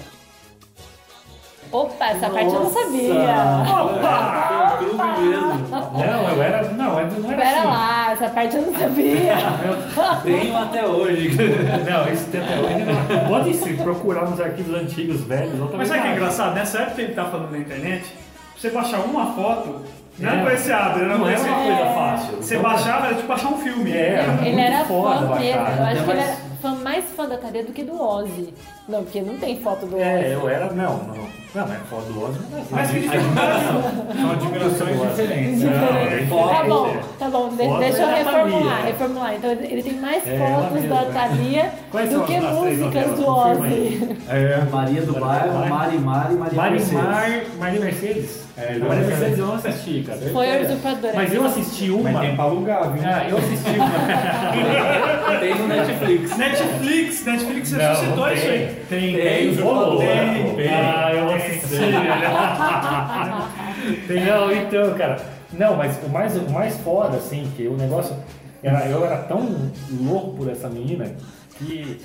Speaker 4: Opa, essa parte eu não sabia.
Speaker 5: Opa! Foi um clube mesmo.
Speaker 6: Não, eu era. Não, eu não era
Speaker 4: Pera
Speaker 6: assim.
Speaker 4: lá, essa parte eu não sabia.
Speaker 5: Tenho até hohoje.
Speaker 6: Não, isso tem até hoje. não. Pode se procurar nos arquivos antigos velhos. eu
Speaker 2: Mas
Speaker 6: também
Speaker 2: sabe o que é
Speaker 6: acho.
Speaker 2: engraçado? Nessa época que ele tá falando na internet, pra você baixar uma foto, não
Speaker 6: É.
Speaker 2: era pra esse abre, era
Speaker 6: Não
Speaker 2: pra
Speaker 6: era
Speaker 2: esse
Speaker 6: uma coisa fácil.
Speaker 2: Você
Speaker 6: Então,
Speaker 2: baixava, era tipo baixar um filme.
Speaker 6: <laughs> É.
Speaker 4: Ele
Speaker 6: Muito
Speaker 4: era
Speaker 6: foda,
Speaker 4: fã mesmo.
Speaker 6: bacana.
Speaker 4: Eu acho
Speaker 5: Até
Speaker 4: que ele
Speaker 5: mais-
Speaker 4: era fã, mais fã da Thalia do que do Ozzy. Não, porque não tem foto do Ozzy.
Speaker 6: É, eu era. Não, não. Não, mas foda do Osmo não é assim.
Speaker 2: Mas que dificuldade.
Speaker 7: São admirações diferentes.
Speaker 6: Diferente.
Speaker 7: Não,
Speaker 4: Tá
Speaker 6: Foda,
Speaker 4: bom,
Speaker 6: é.
Speaker 4: tá bom. de-
Speaker 6: Foto
Speaker 4: deixa eu
Speaker 6: é da
Speaker 4: reformular,
Speaker 6: Thalia.
Speaker 4: reformular. Então ele ele tem mais
Speaker 6: É, ela
Speaker 4: fotos
Speaker 6: mesma,
Speaker 4: da
Speaker 6: né?
Speaker 4: Thalia
Speaker 6: Quais
Speaker 4: do
Speaker 6: são
Speaker 4: que
Speaker 6: as nossas três
Speaker 4: músicas
Speaker 6: novelas?
Speaker 4: do
Speaker 6: Confirma
Speaker 4: Ozzy.
Speaker 7: É,
Speaker 5: Maria do Bairro, Marimar e Maria Mercedes.
Speaker 6: Marimar, Maria Mercedes.
Speaker 7: É,
Speaker 6: Maria Mercedes eu não assisti, cara.
Speaker 4: Foi a usurpadora.
Speaker 6: É. Mas eu assisti uma.
Speaker 7: Mas tem pra alugar, viu?
Speaker 6: Ah, eu assisti uma.
Speaker 5: Tem no Netflix.
Speaker 2: Netflix, Netflix ressuscitou isso aí.
Speaker 6: Tem, tem,
Speaker 5: Tem,
Speaker 6: rolou.
Speaker 2: tem, tem.
Speaker 6: Ah, eu
Speaker 2: <laughs>
Speaker 6: assisti. Tem, não, então, cara. Não, mas o mais, o mais foda, assim, que o negócio. Era, eu era tão louco por essa menina que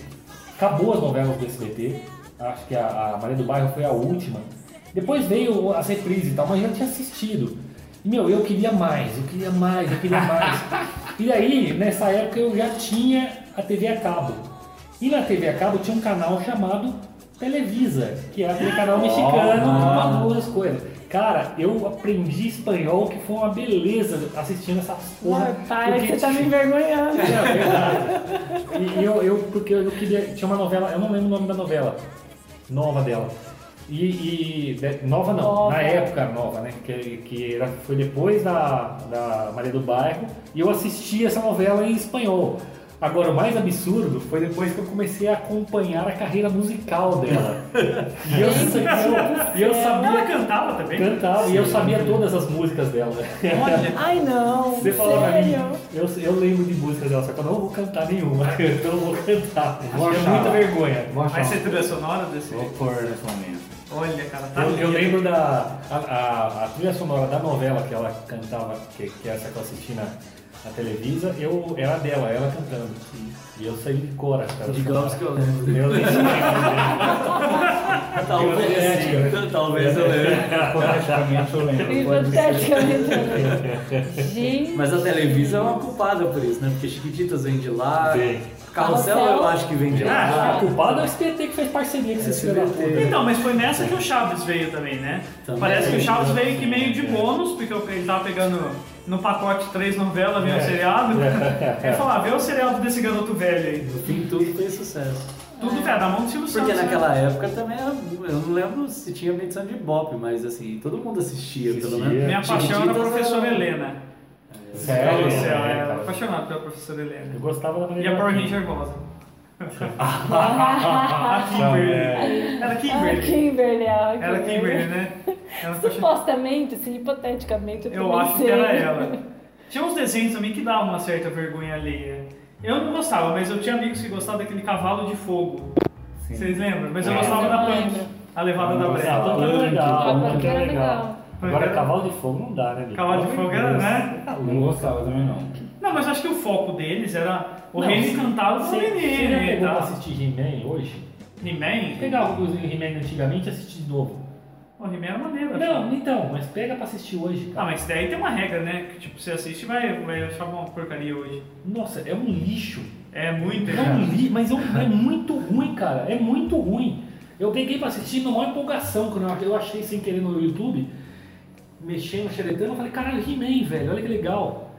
Speaker 6: acabou as novelas do SBT. Acho que a, a Maria do Bairro foi a última. Depois veio as reprises e tal, mas eu já tinha assistido. E, meu, eu queria mais, eu queria mais, eu
Speaker 2: <laughs>
Speaker 6: queria mais. e aí, nessa época, eu já tinha a TV a cabo. E na TV a cabo tinha um canal chamado Televisa, que era aquele canal mexicano
Speaker 5: mano.
Speaker 6: com duas coisas. Cara, eu aprendi espanhol, que foi uma beleza assistindo essa porra.
Speaker 4: Para que
Speaker 6: porque
Speaker 4: você tá me
Speaker 6: tinha-
Speaker 4: envergonhando.
Speaker 6: é verdade. E eu, eu, porque eu queria. Tinha uma novela, eu não lembro o nome da novela. Nova dela. E. e- de- nova não,
Speaker 4: Nova.
Speaker 6: na época era nova, né? Que, que era, foi depois da, da Maria do Bairro. E eu assisti essa novela em espanhol. Agora, o mais absurdo foi depois que eu comecei a acompanhar a carreira musical
Speaker 4: <laughs>
Speaker 6: dela. E eu,
Speaker 4: Gente
Speaker 6: eu, e eu
Speaker 2: Ela
Speaker 6: sabia.
Speaker 2: cantava também.
Speaker 6: Cantava, e eu sabia todas as músicas dela.
Speaker 4: Ai não,
Speaker 6: Você falou pra mim,
Speaker 4: sério.
Speaker 6: eu, eu lembro de músicas dela, só que eu não vou cantar nenhuma. <laughs> Eu não vou cantar.
Speaker 7: Vou
Speaker 6: é
Speaker 7: achar.
Speaker 6: muita vergonha.
Speaker 7: Vou achar. um
Speaker 2: Aí você trilha sonora desse
Speaker 7: Vou pôr nesse momento.
Speaker 2: Olha, cara, tá
Speaker 6: Eu, eu
Speaker 2: lindo.
Speaker 6: lembro da a, a- a trilha sonora da novela que ela cantava, que, que é essa que eu assisti na, a Televisa, eu era dela, ela cantando. E eu saí de cora, cara.
Speaker 5: Digamos que eu
Speaker 6: Eu nem
Speaker 5: Talvez. Talvez eu lembre.
Speaker 7: Praticamente eu lembro.
Speaker 4: Hipoteticamente. né? Gente.
Speaker 5: Mas a Televisa é uma culpada por isso, né? Porque Chiquititas vem de lá.
Speaker 6: Vem.
Speaker 5: Carrossel eu acho que vem de
Speaker 6: Ah,
Speaker 5: lá.
Speaker 6: o culpado é o SBT que fez parceria com esses filhos da puta.
Speaker 2: Então, mas foi nessa que o Chaves veio também, né?
Speaker 5: Também.
Speaker 2: Parece que o Chaves veio que meio de bônus, porque ele tava pegando no pacote três novelas, veio um seriado. Ele falou, ah, vê o seriado desse garoto velho aí.
Speaker 5: No fim, tudo fez sucesso.
Speaker 2: Tudo velho, da mão do Silvio
Speaker 5: Porque
Speaker 2: Santos. né?
Speaker 5: naquela época também era, eu não lembro se tinha medição de bop, mas assim, todo mundo assistia, pelo
Speaker 6: Assistia.
Speaker 5: menos.
Speaker 2: Minha paixão era a
Speaker 5: Chiquititas
Speaker 2: professora
Speaker 5: era- um
Speaker 2: Helena.
Speaker 6: Sério?
Speaker 2: Carrossel, eu era
Speaker 6: É, cara.
Speaker 2: apaixonado pela professora Helena.
Speaker 6: Eu gostava da
Speaker 2: E a
Speaker 6: maneira.
Speaker 2: Power Ranger Rosa. <laughs> a Kimberly. Era
Speaker 4: Ah,
Speaker 2: Kimberly.
Speaker 4: Kimberly. ah,
Speaker 2: Era Kimberly, né? Ela apaixonada.
Speaker 4: Supostamente, assim, hipoteticamente, eu
Speaker 2: Eu
Speaker 4: também
Speaker 2: acho
Speaker 4: sei.
Speaker 2: que era ela. Tinha uns desenhos também que davam uma certa vergonha alheia. Eu não gostava, mas eu tinha amigos que gostavam daquele cavalo de fogo. Vocês lembram? Mas eu
Speaker 6: É.
Speaker 2: gostava da
Speaker 4: Eu
Speaker 2: Punk,
Speaker 4: lembro.
Speaker 2: a levada da
Speaker 6: Ah,
Speaker 2: Breta.
Speaker 6: Punk era legal.
Speaker 4: Ah,
Speaker 6: Punk era
Speaker 4: Punk era
Speaker 6: legal.
Speaker 4: legal.
Speaker 6: Agora cavalo de fogo não dá, né? bicho?
Speaker 2: Cavalo de fogo era, né?
Speaker 7: Não gostava também não.
Speaker 2: Não, mas acho que o foco deles era o
Speaker 6: Não,
Speaker 2: reino encantado do
Speaker 6: Você você já
Speaker 2: menino e
Speaker 6: pegou pra
Speaker 2: tal.
Speaker 6: assistir He-Man hoje?
Speaker 2: He-Man?
Speaker 6: Pegava o He-Man antigamente e assisti de novo.
Speaker 2: O He-Man era maneiro. eu achava.
Speaker 6: Não, então, mas pega pra assistir hoje,
Speaker 2: Ah,
Speaker 6: cara.
Speaker 2: mas daí tem uma regra, né? Que tipo, você assiste e vai, vai achar uma porcaria hoje.
Speaker 6: Nossa, é um lixo.
Speaker 2: É muito,
Speaker 6: É um lixo, mas é, um- é muito ruim, cara. É muito ruim. Eu peguei pra assistir numa empolgação, quando eu- eu achei sem querer no YouTube, mexendo, xeretando, eu falei, caralho, He-Man, velho, olha que legal.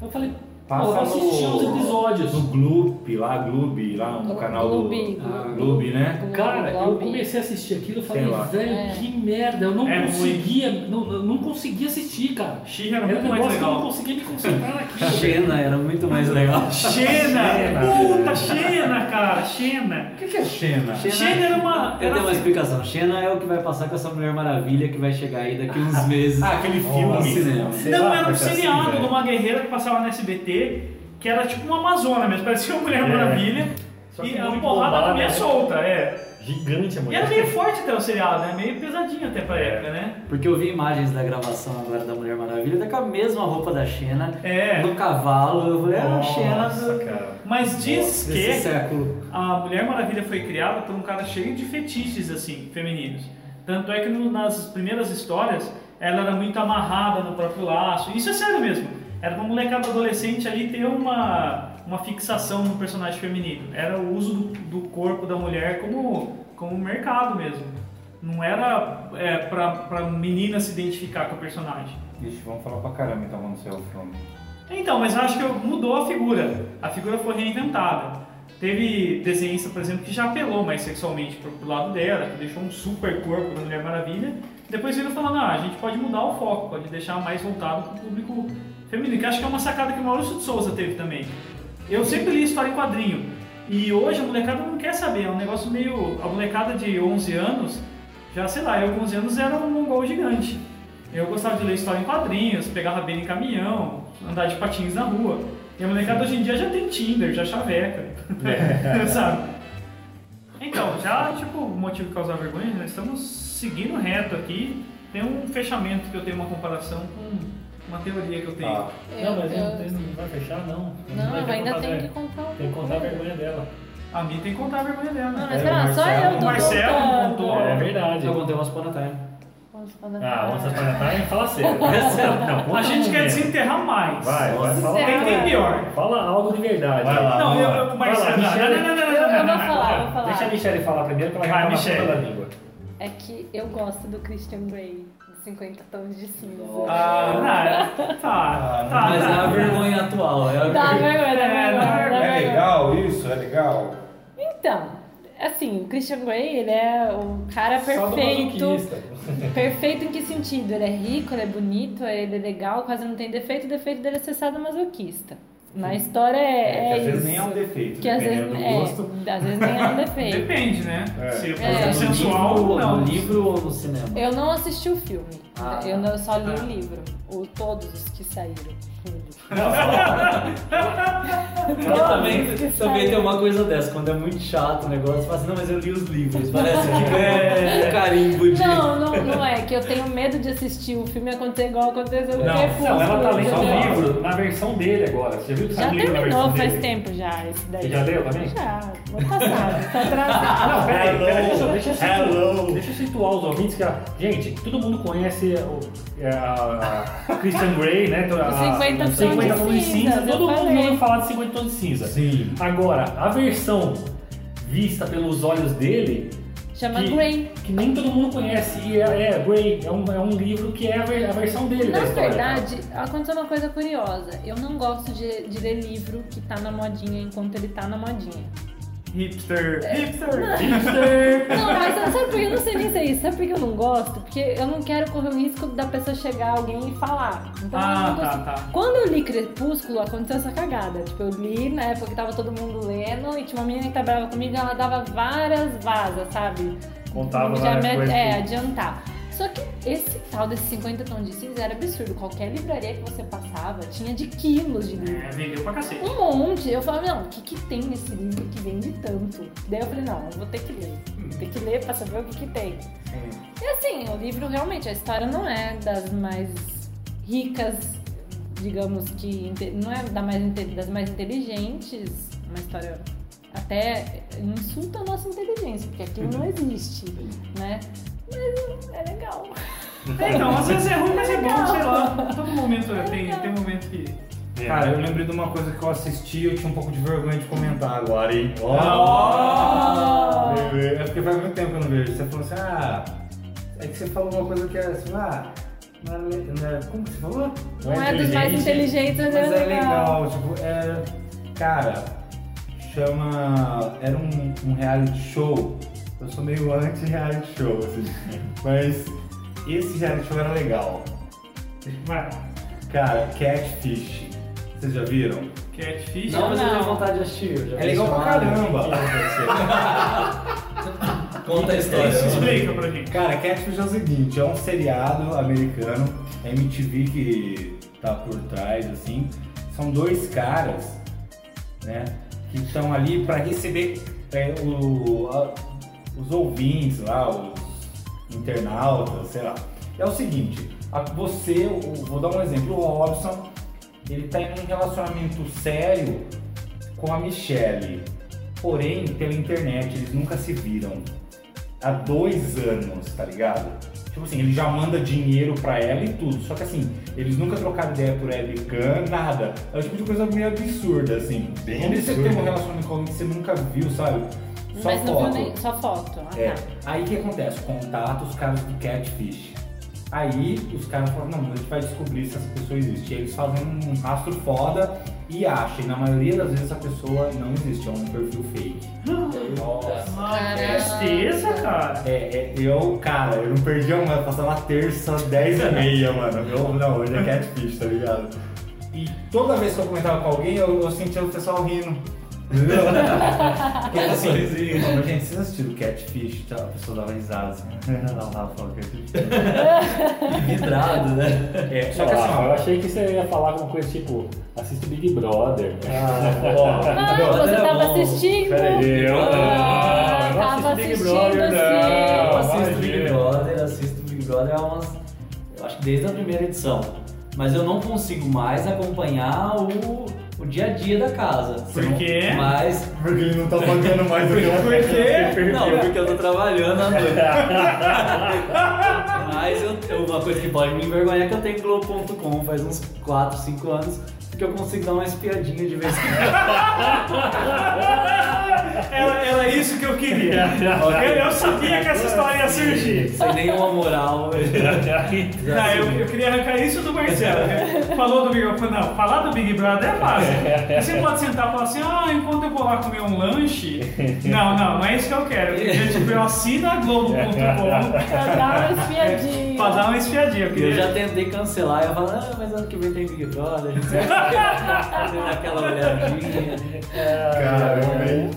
Speaker 6: Eu falei, pô, eu vou assistir uns episódios.
Speaker 7: No Gloop, lá, Gloop, lá no
Speaker 4: Glo-
Speaker 7: canal do.
Speaker 4: Gloob.
Speaker 7: Ah, Gloop, né?
Speaker 6: Cara, eu
Speaker 4: Globo.
Speaker 6: comecei a assistir aquilo e
Speaker 7: Sei lá.
Speaker 6: falei, velho,
Speaker 4: É.
Speaker 6: que merda, eu não
Speaker 2: É
Speaker 6: conseguia, não, eu não conseguia assistir, cara.
Speaker 2: She-Ra era
Speaker 6: Era um
Speaker 2: muito mais
Speaker 6: negócio que eu não
Speaker 2: legal.
Speaker 6: conseguia me concentrar naquilo.
Speaker 5: Xena era muito
Speaker 6: Uhum.
Speaker 5: mais legal.
Speaker 2: Xena! Puta, Xena, cara! Xena!
Speaker 7: O que, que é Xena?
Speaker 2: Xena era uma-
Speaker 5: Eu
Speaker 2: era- assim.
Speaker 5: tenho uma explicação. Xena é o que vai passar com essa Mulher Maravilha que vai chegar aí daqui uns meses.
Speaker 7: Ah, aquele
Speaker 5: no
Speaker 7: filme.
Speaker 5: cinema.
Speaker 7: Sei
Speaker 2: não,
Speaker 7: lá,
Speaker 2: era um
Speaker 6: é
Speaker 7: vai ser assim,
Speaker 2: seriado
Speaker 7: velho.
Speaker 2: de uma guerreira que passava na SBT, que era tipo uma Amazona mesmo, parecia uma Mulher Maravilha.
Speaker 6: É. Só que
Speaker 2: E a
Speaker 6: muito
Speaker 2: porrada
Speaker 6: bombada,
Speaker 2: comia
Speaker 6: né?
Speaker 2: solta, é.
Speaker 6: Gigante a
Speaker 2: E
Speaker 6: mulher.
Speaker 2: era meio forte até o seriado, né? Meio pesadinho até
Speaker 6: É.
Speaker 2: pra época, né?
Speaker 5: Porque eu vi imagens da gravação agora da Mulher Maravilha, tá com a mesma roupa da Xena,
Speaker 2: É.
Speaker 5: no cavalo. Eu falei, ah, a Xena
Speaker 6: Nossa,
Speaker 5: do,
Speaker 6: cara.
Speaker 2: Mas diz que é
Speaker 5: desse século.
Speaker 2: a Mulher Maravilha foi criada por um cara cheio de fetiches, assim, femininos. Tanto é que no- nas primeiras histórias ela era muito amarrada no próprio laço. Isso é sério mesmo. Era uma molecada adolescente ali ter uma, uma fixação no personagem feminino. Era o uso do, do corpo da mulher como, como mercado mesmo. Não era é, pra, pra menina se identificar com o personagem.
Speaker 7: Ixi, vamos falar pra caramba então quando sair o filme.
Speaker 2: Então, mas eu acho que mudou a figura. A figura foi reinventada. Teve desenhista, por exemplo, que já apelou mais sexualmente pro, pro lado dela, que deixou um super corpo da Mulher Maravilha. Depois viram falando, ah, a gente pode mudar o foco, pode deixar mais voltado pro público feminino, que acho que é uma sacada que o Maurício de Souza teve também. Eu sempre li história em quadrinho. E hoje a molecada não quer saber, é um negócio meio... A molecada de 11 anos, já sei lá, eu com 11 anos era um mongol gigante. Eu gostava de ler história em quadrinhos, pegar rabeira em caminhão, andar de patins na rua. E a molecada hoje em dia já tem Tinder, já chaveca. Sabe? Então, já, tipo, o motivo de causar vergonha, nós estamos seguindo reto aqui. Tem um fechamento que eu tenho uma comparação com uma teoria que eu tenho.
Speaker 7: Ah,
Speaker 6: Não, mas
Speaker 4: Eu-
Speaker 6: não, tem-
Speaker 4: eu-
Speaker 6: não vai fechar, não. vai
Speaker 4: Não,
Speaker 6: ter
Speaker 4: ainda
Speaker 6: contar
Speaker 4: tem que
Speaker 6: vergonha.
Speaker 4: contar um
Speaker 6: Tem que
Speaker 4: pouco.
Speaker 6: contar a vergonha dela.
Speaker 2: A Mi tem que contar a vergonha dela.
Speaker 4: Não,
Speaker 2: né?
Speaker 4: mas
Speaker 7: É,
Speaker 4: pera lá,
Speaker 7: o
Speaker 4: só eu
Speaker 7: Marcelo-
Speaker 4: tô
Speaker 2: o Marcelo
Speaker 4: contando.
Speaker 2: contou.
Speaker 6: É verdade.
Speaker 5: Eu contei umas Panatime.
Speaker 4: Vamos falar
Speaker 6: Ah,
Speaker 4: da-
Speaker 6: onça Panatá, fala sério.
Speaker 5: É sério.
Speaker 6: Não, conta
Speaker 2: A gente
Speaker 6: um
Speaker 2: quer
Speaker 6: mesmo.
Speaker 2: desenterrar mais.
Speaker 6: Vai, vai, fala.
Speaker 4: Sério.
Speaker 2: Tem, tem pior.
Speaker 6: Fala algo de verdade.
Speaker 7: Vai lá.
Speaker 2: Não, eu, eu,
Speaker 6: Vai lá,
Speaker 2: Marcelo, não,
Speaker 6: Michele.
Speaker 2: não, não, não, não, não,
Speaker 4: Eu, eu
Speaker 2: não,
Speaker 4: vou
Speaker 2: não.
Speaker 4: falar, eu vou falar.
Speaker 6: Deixa a Michelle falar primeiro, que ela tá
Speaker 2: Vai,
Speaker 6: vai falar
Speaker 2: Michele.
Speaker 6: toda a língua.
Speaker 4: É que eu gosto do Christian Grey, de 50 tons de cinza.
Speaker 2: Ah, não, é- tá, tá.
Speaker 5: Mas é
Speaker 2: tá.
Speaker 5: a vergonha atual. É a
Speaker 4: Dá
Speaker 5: vergonha.
Speaker 4: vergonha, dá
Speaker 2: É, dá
Speaker 4: vergonha, dá
Speaker 7: é
Speaker 4: vergonha.
Speaker 7: legal isso? É legal?
Speaker 4: Então, assim, o Christian Grey, ele é o cara perfeito.
Speaker 6: Sadomasoquista.
Speaker 4: <laughs> Perfeito em que sentido? Ele é rico, ele é bonito, ele é legal, quase não tem defeito. O defeito dele é ser sadomasoquista. Na história é,
Speaker 7: que
Speaker 4: é
Speaker 7: às
Speaker 4: isso.
Speaker 7: vezes nem é um defeito,
Speaker 4: que às vezes,
Speaker 7: dependendo do
Speaker 4: é,
Speaker 7: gosto.
Speaker 4: às vezes nem é
Speaker 2: <laughs>
Speaker 4: um defeito.
Speaker 2: Depende, né? Se for
Speaker 5: É, no
Speaker 2: sensual ou
Speaker 5: livro-
Speaker 2: não.
Speaker 6: <laughs>
Speaker 5: No livro ou no cinema?
Speaker 4: Eu não assisti o filme.
Speaker 5: Ah,
Speaker 4: eu, não, eu só li o livro, o, todos os que saíram. Tudo.
Speaker 5: É Porque também, também tem uma coisa dessa, quando é muito chato o negócio, você fala assim, não, mas eu li os livros, parece <laughs> que é um carimbo de...
Speaker 4: Não, não, não é, que eu tenho medo de assistir o filme acontecer igual aconteceu com o Crepúsculo.
Speaker 6: não, ela tá lendo
Speaker 4: entendeu?
Speaker 6: o livro na versão dele agora. Você viu que
Speaker 4: Já
Speaker 6: saiu o livro na versão
Speaker 4: terminou, faz
Speaker 6: dele?
Speaker 4: tempo já esse daí.
Speaker 6: Você já leu também?
Speaker 4: Já, Tá, vou passar, tá atrasado.
Speaker 6: Não, peraí, peraí, deixa, eu- deixa, eu situar,
Speaker 7: Hello.
Speaker 6: deixa eu situar os ouvintes que a. Gente, todo mundo conhece o- é, a, a Christian Grey, né? A,
Speaker 4: Os 50 tons de
Speaker 6: 50 tons de
Speaker 4: cinza,
Speaker 6: cinza.
Speaker 4: eu
Speaker 6: Todo mundo
Speaker 4: falei.
Speaker 6: ouviu falar de 50 tons de cinza.
Speaker 7: Sim.
Speaker 6: Agora, a versão vista pelos olhos dele.
Speaker 4: <laughs> Chama
Speaker 6: que,
Speaker 4: Grey.
Speaker 6: Que nem todo mundo conhece. E é, é Grey, é um, é um livro que é a, ver- a versão dele.
Speaker 4: Na
Speaker 6: da história.
Speaker 4: verdade, aconteceu uma coisa curiosa. Eu não gosto de, de ler livro que tá na modinha enquanto ele tá na modinha.
Speaker 2: Hipster.
Speaker 4: É.
Speaker 2: Hipster.
Speaker 4: Não, mas sabe por que eu não sei nem sei isso? Sabe por que eu não gosto? Porque eu não quero correr o risco da pessoa chegar alguém e falar. Então eu
Speaker 2: Ah,
Speaker 4: não
Speaker 2: tá,
Speaker 4: consigo.
Speaker 2: tá.
Speaker 4: Quando eu li Crepúsculo, aconteceu essa cagada. Tipo, eu li na época que tava todo mundo lendo e tinha uma menina que trabalhava comigo e ela dava várias vazas, sabe?
Speaker 6: Contava
Speaker 4: Já
Speaker 6: várias
Speaker 4: me-
Speaker 6: coisas.
Speaker 4: É, adiantar. Só que esse tal desses 50 tons de cinza era absurdo. Qualquer livraria que você passava tinha de quilos de livro.
Speaker 2: É, vendeu pra cacete.
Speaker 4: Um monte. Eu falava, não, o que, que tem nesse livro que vende tanto? Daí eu falei, não, eu vou ter que ler. Vou ter que ler pra saber o que, que tem. E assim, o livro realmente, a história não é das mais ricas, digamos que. inte- Não é da mais, inte- das mais inteligentes. Uma história até insulta a nossa inteligência, porque aquilo não existe, né? Mas é legal.
Speaker 2: Então, às vezes é ruim, mas é bom, sei lá. Todo momento tem, tem momento que.
Speaker 4: É.
Speaker 7: Cara, eu lembrei de uma coisa que eu assisti e eu tinha um pouco de vergonha de comentar agora, hein?
Speaker 4: Ah.
Speaker 7: É porque faz muito tempo que eu não vejo. Você falou assim, ah. É que você falou uma coisa que era assim, ah. Não é, le- não é- como que você falou?
Speaker 4: Não é dos mais inteligentes, mas,
Speaker 7: Mas
Speaker 4: é
Speaker 7: é legal, tipo, é. Cara, chama. Era um, um reality show. Eu sou meio anti-reality show,
Speaker 4: <laughs>
Speaker 7: assim. Mas esse reality show era legal.
Speaker 2: Vai.
Speaker 7: Cara, Catfish. Vocês já viram?
Speaker 2: Catfish.
Speaker 5: Não, mas eu tenho
Speaker 4: Não.
Speaker 5: vontade de assistir. eu já
Speaker 7: É
Speaker 5: vi
Speaker 7: legal pra
Speaker 5: chamada.
Speaker 7: caramba.
Speaker 5: Conta a história. <laughs>
Speaker 2: Explica pra gente.
Speaker 7: <laughs> Cara, Catfish é o seguinte, é um seriado americano, é MTV que tá por trás, assim. São dois caras, né, que estão ali pra receber é, o- a- os ouvintes lá, os internautas, sei lá. É o seguinte, a- você, o- vou dar um exemplo, o Robson, ele tá em um relacionamento sério com a Michelle. Porém, pela internet, eles nunca se viram há dois anos, tá ligado? Tipo assim, ele já manda dinheiro pra ela e tudo. Só que assim, eles nunca trocaram ideia por webcam, nada. É o tipo de coisa meio absurda, assim.
Speaker 6: Bem
Speaker 7: Como você
Speaker 6: absurdo.
Speaker 7: tem um relacionamento com alguém que você nunca viu, sabe? Só
Speaker 4: Mas não
Speaker 7: foto.
Speaker 4: viu nem. Só foto. Ah,
Speaker 7: É.
Speaker 4: tá.
Speaker 7: Aí o que acontece? Contata os caras de catfish. Aí os caras falam, não, a gente vai descobrir se essa pessoa existe. E eles fazem um rastro foda e acham. E na maioria das vezes essa pessoa não existe, é um perfil fake. Nossa.
Speaker 2: Ah, que
Speaker 4: Caraca.
Speaker 2: tristeza, cara.
Speaker 7: É, é, eu, cara, eu não perdi uma, eu passava terça, 10 e meia, mano. Eu, não, hoje é catfish, tá ligado? E toda vez que eu comentava com alguém, eu, eu sentia o pessoal rindo. Entendeu? Porque assim, mano, gente, vocês assistiram Catfish? Tá? A pessoa dava risada assim. Ela lá falou Catfish.
Speaker 5: Vidrado, né?
Speaker 7: É, só
Speaker 6: Só
Speaker 7: que assim,
Speaker 6: eu
Speaker 7: ó.
Speaker 6: achei que você ia falar alguma coisa tipo, assiste Big Brother.
Speaker 2: É.
Speaker 4: Ah,
Speaker 7: ó,
Speaker 4: você
Speaker 5: era
Speaker 4: tava
Speaker 5: bom.
Speaker 4: assistindo.
Speaker 6: Peraí, eu não,
Speaker 4: Ah,
Speaker 6: eu não
Speaker 4: tava
Speaker 6: assisto Big
Speaker 4: assistindo, assim.
Speaker 6: Brother, não. imagina.
Speaker 4: sim.
Speaker 5: Eu assisto Big Brother, assisto Big Brother há umas. Eu acho que desde a primeira edição. Mas eu não consigo mais acompanhar o, o dia a dia da casa.
Speaker 2: Por quê?
Speaker 5: Mas.
Speaker 7: Porque ele não tá pagando mais o que eu
Speaker 2: Por quê?
Speaker 5: Não, porque eu tô trabalhando à
Speaker 7: <laughs>
Speaker 5: noite. Mas eu, eu- uma coisa que pode me envergonhar é que eu tenho Globo.com faz uns 4, 5 anos, porque eu consigo dar uma espiadinha de vez em quando.
Speaker 2: <laughs> Era, era isso que eu
Speaker 6: <laughs>
Speaker 2: queria. Eu, eu sabia que essa história ia surgir.
Speaker 5: Sem nenhuma moral.
Speaker 2: <laughs> É. Não, eu, eu queria arrancar isso do Marcelo. né? Falou do Big Brother. Não, falar do Big Brother é fácil. Você pode sentar e falar assim: ah, enquanto eu vou lá comer um lanche. Não, não, não é isso que eu quero. Eu, queria, tipo, eu assino a Globo.com.
Speaker 6: <laughs>
Speaker 4: Pra dar uma espiadinha.
Speaker 2: pra dar uma esfiadinha. porque-
Speaker 5: Eu já tentei cancelar, eu falo, ah, mas ano que vem tem Big Brother, a gente vai fazendo aquela olhadinha.
Speaker 6: Caramba, hein?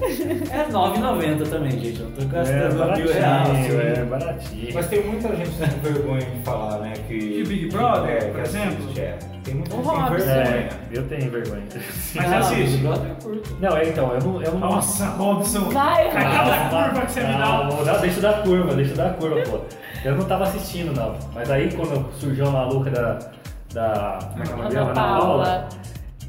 Speaker 5: É 9,90 também, gente. Eu tô
Speaker 6: É
Speaker 5: gastando mil
Speaker 2: assim.
Speaker 5: reais.
Speaker 6: baratinho, é baratinho.
Speaker 7: Mas tem muita gente que tem vergonha de falar, né? Que,
Speaker 2: Que Big Brother,
Speaker 7: é, que
Speaker 2: por
Speaker 7: assiste,
Speaker 2: exemplo?
Speaker 7: É. Tem muita
Speaker 4: O
Speaker 7: gente que tem
Speaker 4: Robson.
Speaker 7: vergonha.
Speaker 6: É, eu tenho vergonha. <laughs>
Speaker 2: Mas
Speaker 5: Ah,
Speaker 2: assiste.
Speaker 5: Big Brother eu curto.
Speaker 6: Não, é então, eu não. Eu não
Speaker 2: Nossa, Robson.
Speaker 4: Vai,
Speaker 2: Cara,
Speaker 4: vai.
Speaker 2: cada curva que você me dá.
Speaker 6: Não, não, deixa eu dar curva, deixa eu dar curva, pô. Eu não tava assistindo, não. Mas aí quando surgiu a maluca da. da. como é que é o nome dela?
Speaker 4: Ana
Speaker 6: Ana
Speaker 4: Paula.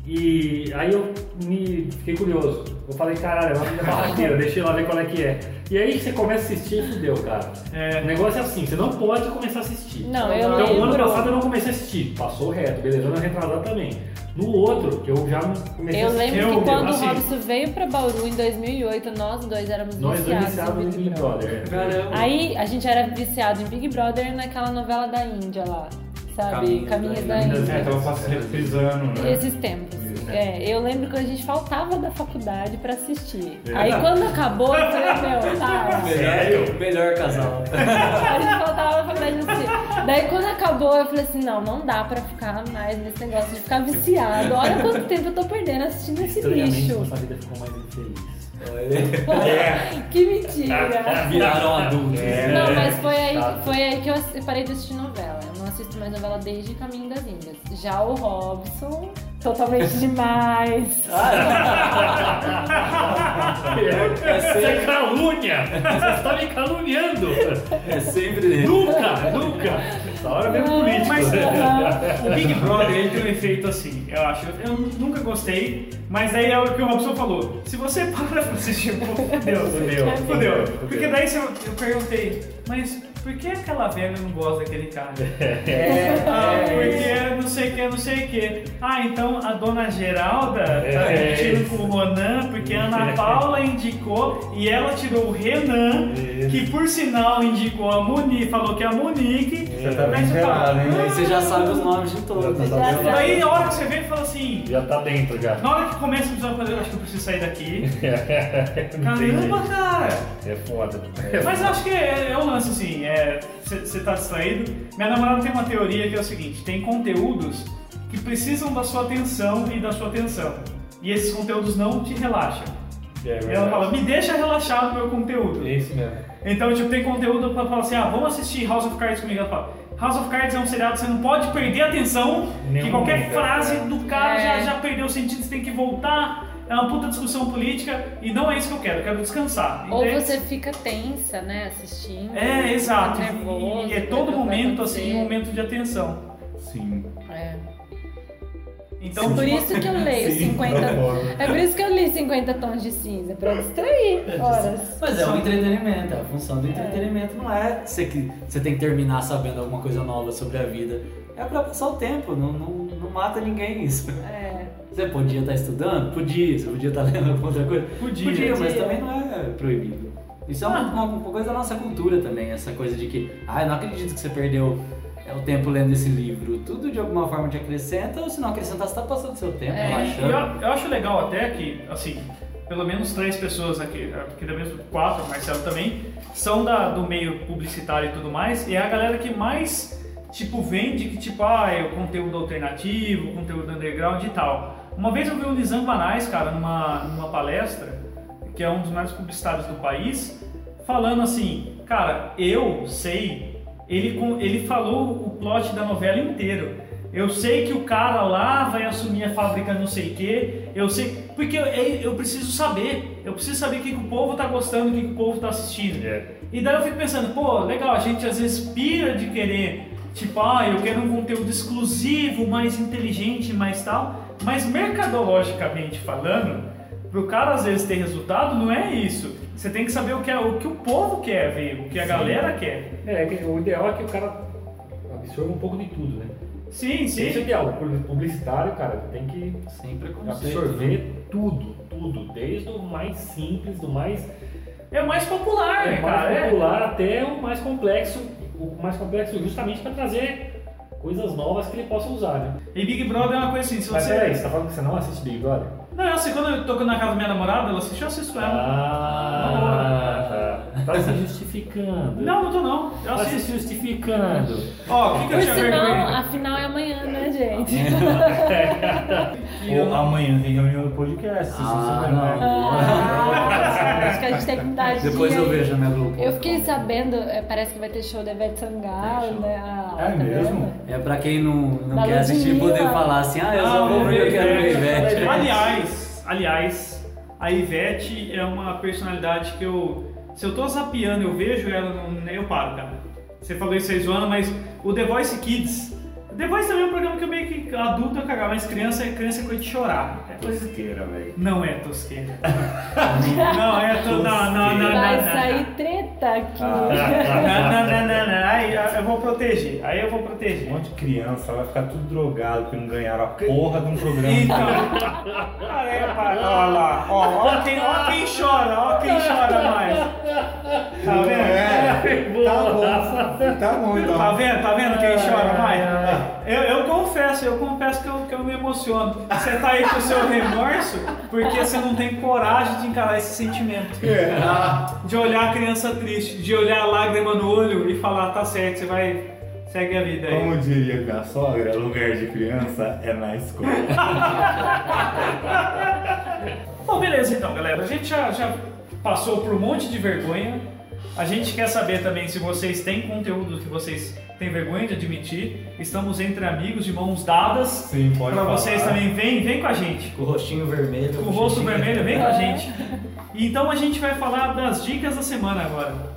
Speaker 6: E aí eu me fiquei curioso. Eu falei, caralho, é uma menina barraqueira, deixa eu lá ver qual é que é. E aí você começa a assistir e fudeu, cara.
Speaker 2: É.
Speaker 6: O negócio é assim, você não pode começar a assistir.
Speaker 4: Não, eu
Speaker 6: Então o ano
Speaker 4: lembro.
Speaker 6: passado eu não comecei a assistir. Passou reto, beleza, ano retrasado também. No outro, eu já comecei a
Speaker 4: Eu
Speaker 6: assistir.
Speaker 4: lembro
Speaker 2: Eu-
Speaker 4: que quando
Speaker 2: eu
Speaker 4: o
Speaker 6: assim,
Speaker 2: assisto.
Speaker 4: Robson veio pra Bauru em 2008, nós dois éramos
Speaker 6: Nós dois
Speaker 4: viciados
Speaker 6: iniciados
Speaker 4: em
Speaker 6: no
Speaker 4: Big
Speaker 6: Big
Speaker 4: Brother.
Speaker 6: Brother.
Speaker 5: Caramba.
Speaker 4: Aí a gente era viciado em Big Brother e naquela novela da Índia lá, sabe?
Speaker 5: Caminhos
Speaker 4: Caminhos
Speaker 5: da
Speaker 4: da
Speaker 5: Índia.
Speaker 4: Índia.
Speaker 7: É, tava passando reprisando, né?
Speaker 4: Esses tempos. É, eu lembro que a gente faltava da faculdade pra assistir.
Speaker 7: É.
Speaker 4: Aí quando acabou, eu falei,
Speaker 6: <laughs>
Speaker 4: meu, tá.
Speaker 5: Melhor, melhor casal.
Speaker 4: A gente faltava da faculdade pra assistir. Daí quando acabou, eu falei assim, não, não dá pra ficar mais nesse negócio de ficar viciado. Olha quanto tempo eu tô perdendo assistindo esse
Speaker 6: Estranhamente,
Speaker 4: lixo.
Speaker 6: nossa vida ficou mais
Speaker 4: <laughs>
Speaker 6: infeliz.
Speaker 2: É.
Speaker 4: que
Speaker 2: Tá,
Speaker 4: mentira.
Speaker 5: Viraram adultos.
Speaker 6: É.
Speaker 4: Não, mas foi aí, foi aí que eu ass- parei de assistir novela. Eu não assisto mais novela desde Caminho das Índias. Já o Robson,
Speaker 2: <laughs>
Speaker 4: totalmente demais.
Speaker 2: Ah,
Speaker 6: É, Isso é calúnia! Você está me caluniando!
Speaker 5: É sempre dele.
Speaker 6: Nunca, nunca! Essa hora mesmo político.
Speaker 2: Mas
Speaker 6: né?
Speaker 2: <laughs> o Big Brother ele tem um efeito assim, eu acho. Eu nunca gostei, mas aí é o que o Robson falou. Se você <laughs> para pra assistir, pô, fudeu,
Speaker 6: Fudeu,
Speaker 2: fudeu.
Speaker 6: fudeu.
Speaker 2: Porque daí se eu, eu perguntei, mas por que aquela velha não gosta daquele
Speaker 6: <laughs>
Speaker 2: cara?
Speaker 6: É.
Speaker 2: ah, porque não sei o que, não sei o que. Ah, então a dona Geralda tá
Speaker 6: É,
Speaker 2: repetindo
Speaker 6: é
Speaker 2: com o Ronan, porque a Ana
Speaker 6: <laughs> É.
Speaker 2: Paula indicou e ela tirou o Renan,
Speaker 6: Isso.
Speaker 2: que por sinal indicou a Monique, falou que é a Monique.
Speaker 7: Você tá
Speaker 2: Mas
Speaker 7: bem
Speaker 2: eu falo,
Speaker 7: gelado, hein?
Speaker 5: Aí Você já sabe os nomes de todos.
Speaker 6: tá
Speaker 4: Já
Speaker 2: e Daí a hora que você vem e fala assim,
Speaker 6: Já tá dentro já.
Speaker 2: na hora que começa a episódio, eu falo, eu acho que eu preciso sair daqui.
Speaker 6: Não tem
Speaker 2: Caramba,
Speaker 6: jeito.
Speaker 2: cara!
Speaker 6: É foda.
Speaker 2: Mas eu acho que é, é um lance assim, você tá distraído. Minha namorada tem uma teoria que é o seguinte, tem conteúdos que precisam da sua atenção e da sua atenção. E esses conteúdos não te relaxam.
Speaker 6: É verdade.
Speaker 2: Ela fala, me deixa relaxado meu conteúdo.
Speaker 6: É isso mesmo.
Speaker 2: Então, tipo, tem conteúdo pra falar assim, ah, vamos assistir House of Cards comigo. Ela fala, House of Cards é um seriado que você não pode perder a atenção,
Speaker 6: Nenhum
Speaker 2: que qualquer
Speaker 6: momento.
Speaker 2: frase do cara
Speaker 4: É.
Speaker 2: já, já perdeu o sentido, você tem que voltar, é uma puta discussão política, e não é isso que eu quero, eu quero descansar.
Speaker 4: Ou
Speaker 2: E daí-
Speaker 4: você fica tensa, né, assistindo.
Speaker 2: É, exato.
Speaker 4: Fica
Speaker 2: E-
Speaker 4: nervoso,
Speaker 2: e é
Speaker 4: vai ver o
Speaker 2: todo
Speaker 4: que
Speaker 2: momento,
Speaker 4: vai
Speaker 2: assim, um momento de atenção.
Speaker 7: Sim.
Speaker 4: acontecer. É.
Speaker 2: Então,
Speaker 4: por
Speaker 2: tipo,
Speaker 4: isso que eu leio
Speaker 7: Sim,
Speaker 4: 50...
Speaker 7: tá bom.
Speaker 4: É por isso que eu li 50 tons de cinza, pra distrair horas.
Speaker 5: Mas é um entretenimento, é a função do entretenimento não é você que você tem que terminar sabendo alguma coisa nova sobre a vida. É pra passar o tempo, não, não, não mata ninguém isso.
Speaker 4: É.
Speaker 5: Você podia estar estudando? Podia, você podia estar <laughs> lendo alguma outra coisa?
Speaker 2: Podia. tá Ah.
Speaker 5: mas
Speaker 4: Podia.
Speaker 5: também não é proibido. Isso é uma, uma- uma coisa da nossa cultura também, essa coisa de que, ah, eu não acredito que você perdeu é, o tempo lendo esse livro. Tudo de alguma forma te acrescenta, ou se não acrescentar, você tá passando seu tempo,
Speaker 4: É.
Speaker 2: E
Speaker 5: relaxando.
Speaker 2: eu, eu acho legal até que, assim, pelo menos três pessoas aqui, aqui da mesma, quatro, o Marcelo também, são da, do meio publicitário e tudo mais, e é a galera que mais, tipo, vende que, tipo, ah, é o conteúdo alternativo, conteúdo underground e tal. Uma vez eu vi o Nizam Banais, cara, numa, numa palestra, que é um dos maiores publicitários do país, falando assim, cara, eu sei, ele, com- ele falou o plot da novela inteiro. Eu sei que o cara lá vai assumir a fábrica não sei o quê, eu sei, porque eu, eu- eu preciso saber, eu preciso saber o que, que o povo tá gostando, o que, que o povo tá assistindo.
Speaker 6: É.
Speaker 2: E daí eu fico pensando, pô, legal, a gente às vezes pira de querer, tipo, ah, eu quero um conteúdo exclusivo, mais inteligente, mais tal, mas mercadologicamente falando, pro cara às vezes ter resultado, não é isso. Você tem que saber o que, é, o, que o povo quer ver, o que a galera quer.
Speaker 6: É, que o ideal é que o cara absorva um pouco de tudo, né?
Speaker 2: Sim,
Speaker 6: Esse é o
Speaker 2: sim.
Speaker 6: ideal. O publicitário, cara, tem que
Speaker 5: Sempre com
Speaker 6: absorver tudo, tudo. Desde o mais simples, do mais
Speaker 2: É mais popular, né,
Speaker 6: É,
Speaker 2: cara?
Speaker 6: mais
Speaker 2: É.
Speaker 6: popular até o mais complexo, o mais complexo justamente para trazer coisas novas que ele possa usar, né?
Speaker 2: E Big Brother é uma coisa assim, se
Speaker 6: Mas
Speaker 2: você.
Speaker 6: peraí, você tá falando que você não assiste Big Brother?
Speaker 2: Não, eu sei, quando eu tô na casa da minha namorada, ela assistiu, eu assisto ela.
Speaker 6: Ah, tá. Tá se justificando.
Speaker 2: Não, não tô não. Eu
Speaker 6: Tá se
Speaker 2: assisto.
Speaker 6: justificando.
Speaker 2: Ó, o que, que eu
Speaker 4: Por
Speaker 2: Então, tinha
Speaker 4: sinal,
Speaker 2: vergonha?
Speaker 4: afinal é amanhã, né, gente?
Speaker 7: Ou amanhã tem reunião do podcast. se
Speaker 5: Ah,
Speaker 7: você
Speaker 5: não.
Speaker 7: não.
Speaker 6: é
Speaker 4: Ah, acho que a gente tem que mudar de
Speaker 5: né? Depois
Speaker 4: dia
Speaker 5: eu
Speaker 4: aí.
Speaker 5: vejo a minha Globo.
Speaker 4: Eu fiquei sabendo, é, parece que vai ter show da Ivete Sangalo, né? a-
Speaker 7: É
Speaker 4: tá
Speaker 7: mesmo?
Speaker 4: vendo?
Speaker 5: É pra quem não, não
Speaker 4: Da
Speaker 5: quer assistir
Speaker 4: Ludmilla.
Speaker 5: poder falar assim, ah, eu
Speaker 2: Ah,
Speaker 5: só vou
Speaker 2: o
Speaker 5: ver, eu quero ver
Speaker 2: Ivete.
Speaker 5: Ivete.
Speaker 2: Aliás, aliás, a Ivete é uma personalidade que eu. Se eu tô zapeando, eu vejo ela, não, eu paro, cara. Você falou isso aí zoando, mas o The Voice Kids. The Voice também é um programa que eu meio que adulto eu cagava, mas criança, criança é coisa de chorar. É coisa
Speaker 7: Tosqueira, velho.
Speaker 2: Não é tosqueira. não é to... não, não, não, não,
Speaker 4: Vai
Speaker 2: não, não.
Speaker 4: sair treta aqui.
Speaker 6: Tá, Ah,
Speaker 2: Não, não, não, não, não. Aí eu vou proteger. Aí eu vou
Speaker 7: Um
Speaker 2: proteger.
Speaker 7: monte de criança vai ficar tudo drogado porque não ganharam a porra de um
Speaker 2: Então.
Speaker 7: programa.
Speaker 2: Cara, é, para. Olha lá. Ó, ó, quem, ó quem chora, ó quem chora mais. Tá vendo?
Speaker 7: É, tá bom. Tá bom, então. É.
Speaker 2: Tá vendo? Tá vendo quem chora mais? Eu, eu confesso, eu confesso que eu, que eu me emociono. Você tá aí com o seu remorso porque você não tem coragem de encarar esse sentimento.
Speaker 7: É.
Speaker 2: De olhar a criança triste, de olhar a lágrima no olho e falar, tá certo, você vai. Segue a vida aí.
Speaker 7: Como diria minha sogra, lugar de criança é na escola.
Speaker 2: Bom, beleza então, galera. A gente já, já passou por um monte de vergonha. A gente quer saber também se vocês têm conteúdo que vocês têm vergonha de admitir. Estamos entre amigos, de mãos dadas.
Speaker 7: Sim, pode
Speaker 2: Para
Speaker 7: falar.
Speaker 2: vocês também, vem, vem com a gente.
Speaker 9: Com o rostinho vermelho.
Speaker 2: Com o rosto
Speaker 9: bochechinha.
Speaker 2: vermelho, vem com a gente. E Então a gente vai falar das dicas da semana agora.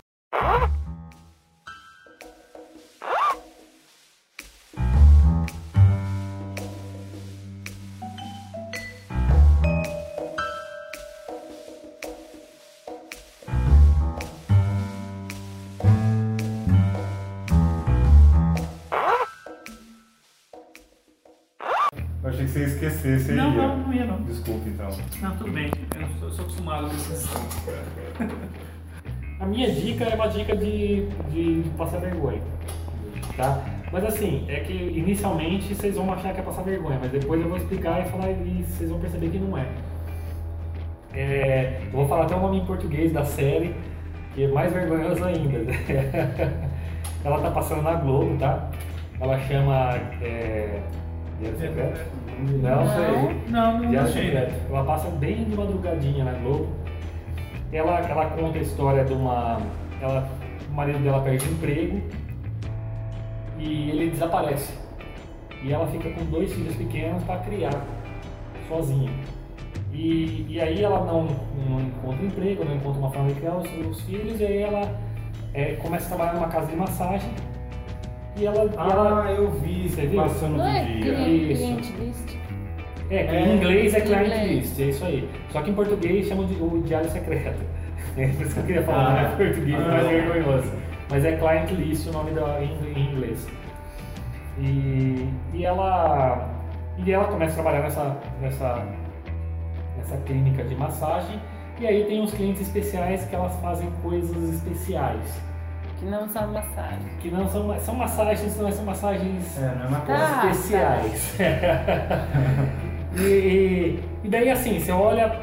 Speaker 7: Eu achei que você ia esquecer, você
Speaker 2: Não,
Speaker 7: ia.
Speaker 2: não, não ia não.
Speaker 7: Desculpa, então.
Speaker 2: Não, tudo bem. Eu sou, eu sou acostumado com esses.
Speaker 6: A minha dica é uma dica de, de, de passar vergonha, tá? Mas assim, é que inicialmente vocês vão achar que é passar vergonha, mas depois eu vou explicar e falar e vocês vão perceber que não é. É, eu vou falar até o nome em português da série, que é mais vergonhosa ainda. <laughs> né? Ela tá passando na Globo, tá? Ela chama. É, Dinheiro Secreto? Não, sei. né?
Speaker 2: Não, não,
Speaker 6: E
Speaker 2: não
Speaker 6: ela
Speaker 2: achei.
Speaker 6: chega, Então, é ela passa bem de madrugadinha na Globo. Ela, ela conta a história de uma. Ela, o marido dela perde o emprego e ele desaparece. E ela fica com dois filhos pequenos para criar, sozinha. E, e aí ela não, não encontra emprego, não encontra uma forma de criar os, os filhos, e aí ela é, começa a trabalhar numa casa de massagem. E ela. e ela-
Speaker 7: Ah, eu vi
Speaker 6: Você
Speaker 7: você
Speaker 6: viu?
Speaker 7: passando
Speaker 4: Não é
Speaker 7: do dia.
Speaker 4: cliente,
Speaker 6: Isso.
Speaker 4: cliente list?
Speaker 6: É, que em inglês é client
Speaker 4: Inglês.
Speaker 6: list, é isso aí. Só que em português chamam de o diário secreto. <laughs> É por isso que eu queria falar,
Speaker 2: Ah.
Speaker 6: né? Português é mais vergonhoso. Mas é client list o nome da, em, em inglês. E, e ela. E ela começa a trabalhar nessa, nessa, nessa clínica de massagem. E aí tem uns clientes especiais que elas fazem coisas especiais.
Speaker 4: Que não são massagem.
Speaker 6: Que não são, são massagens, não são massagens
Speaker 7: É, não é uma coisa.
Speaker 4: Tá.
Speaker 6: especiais. <laughs> e, e- e daí assim, você olha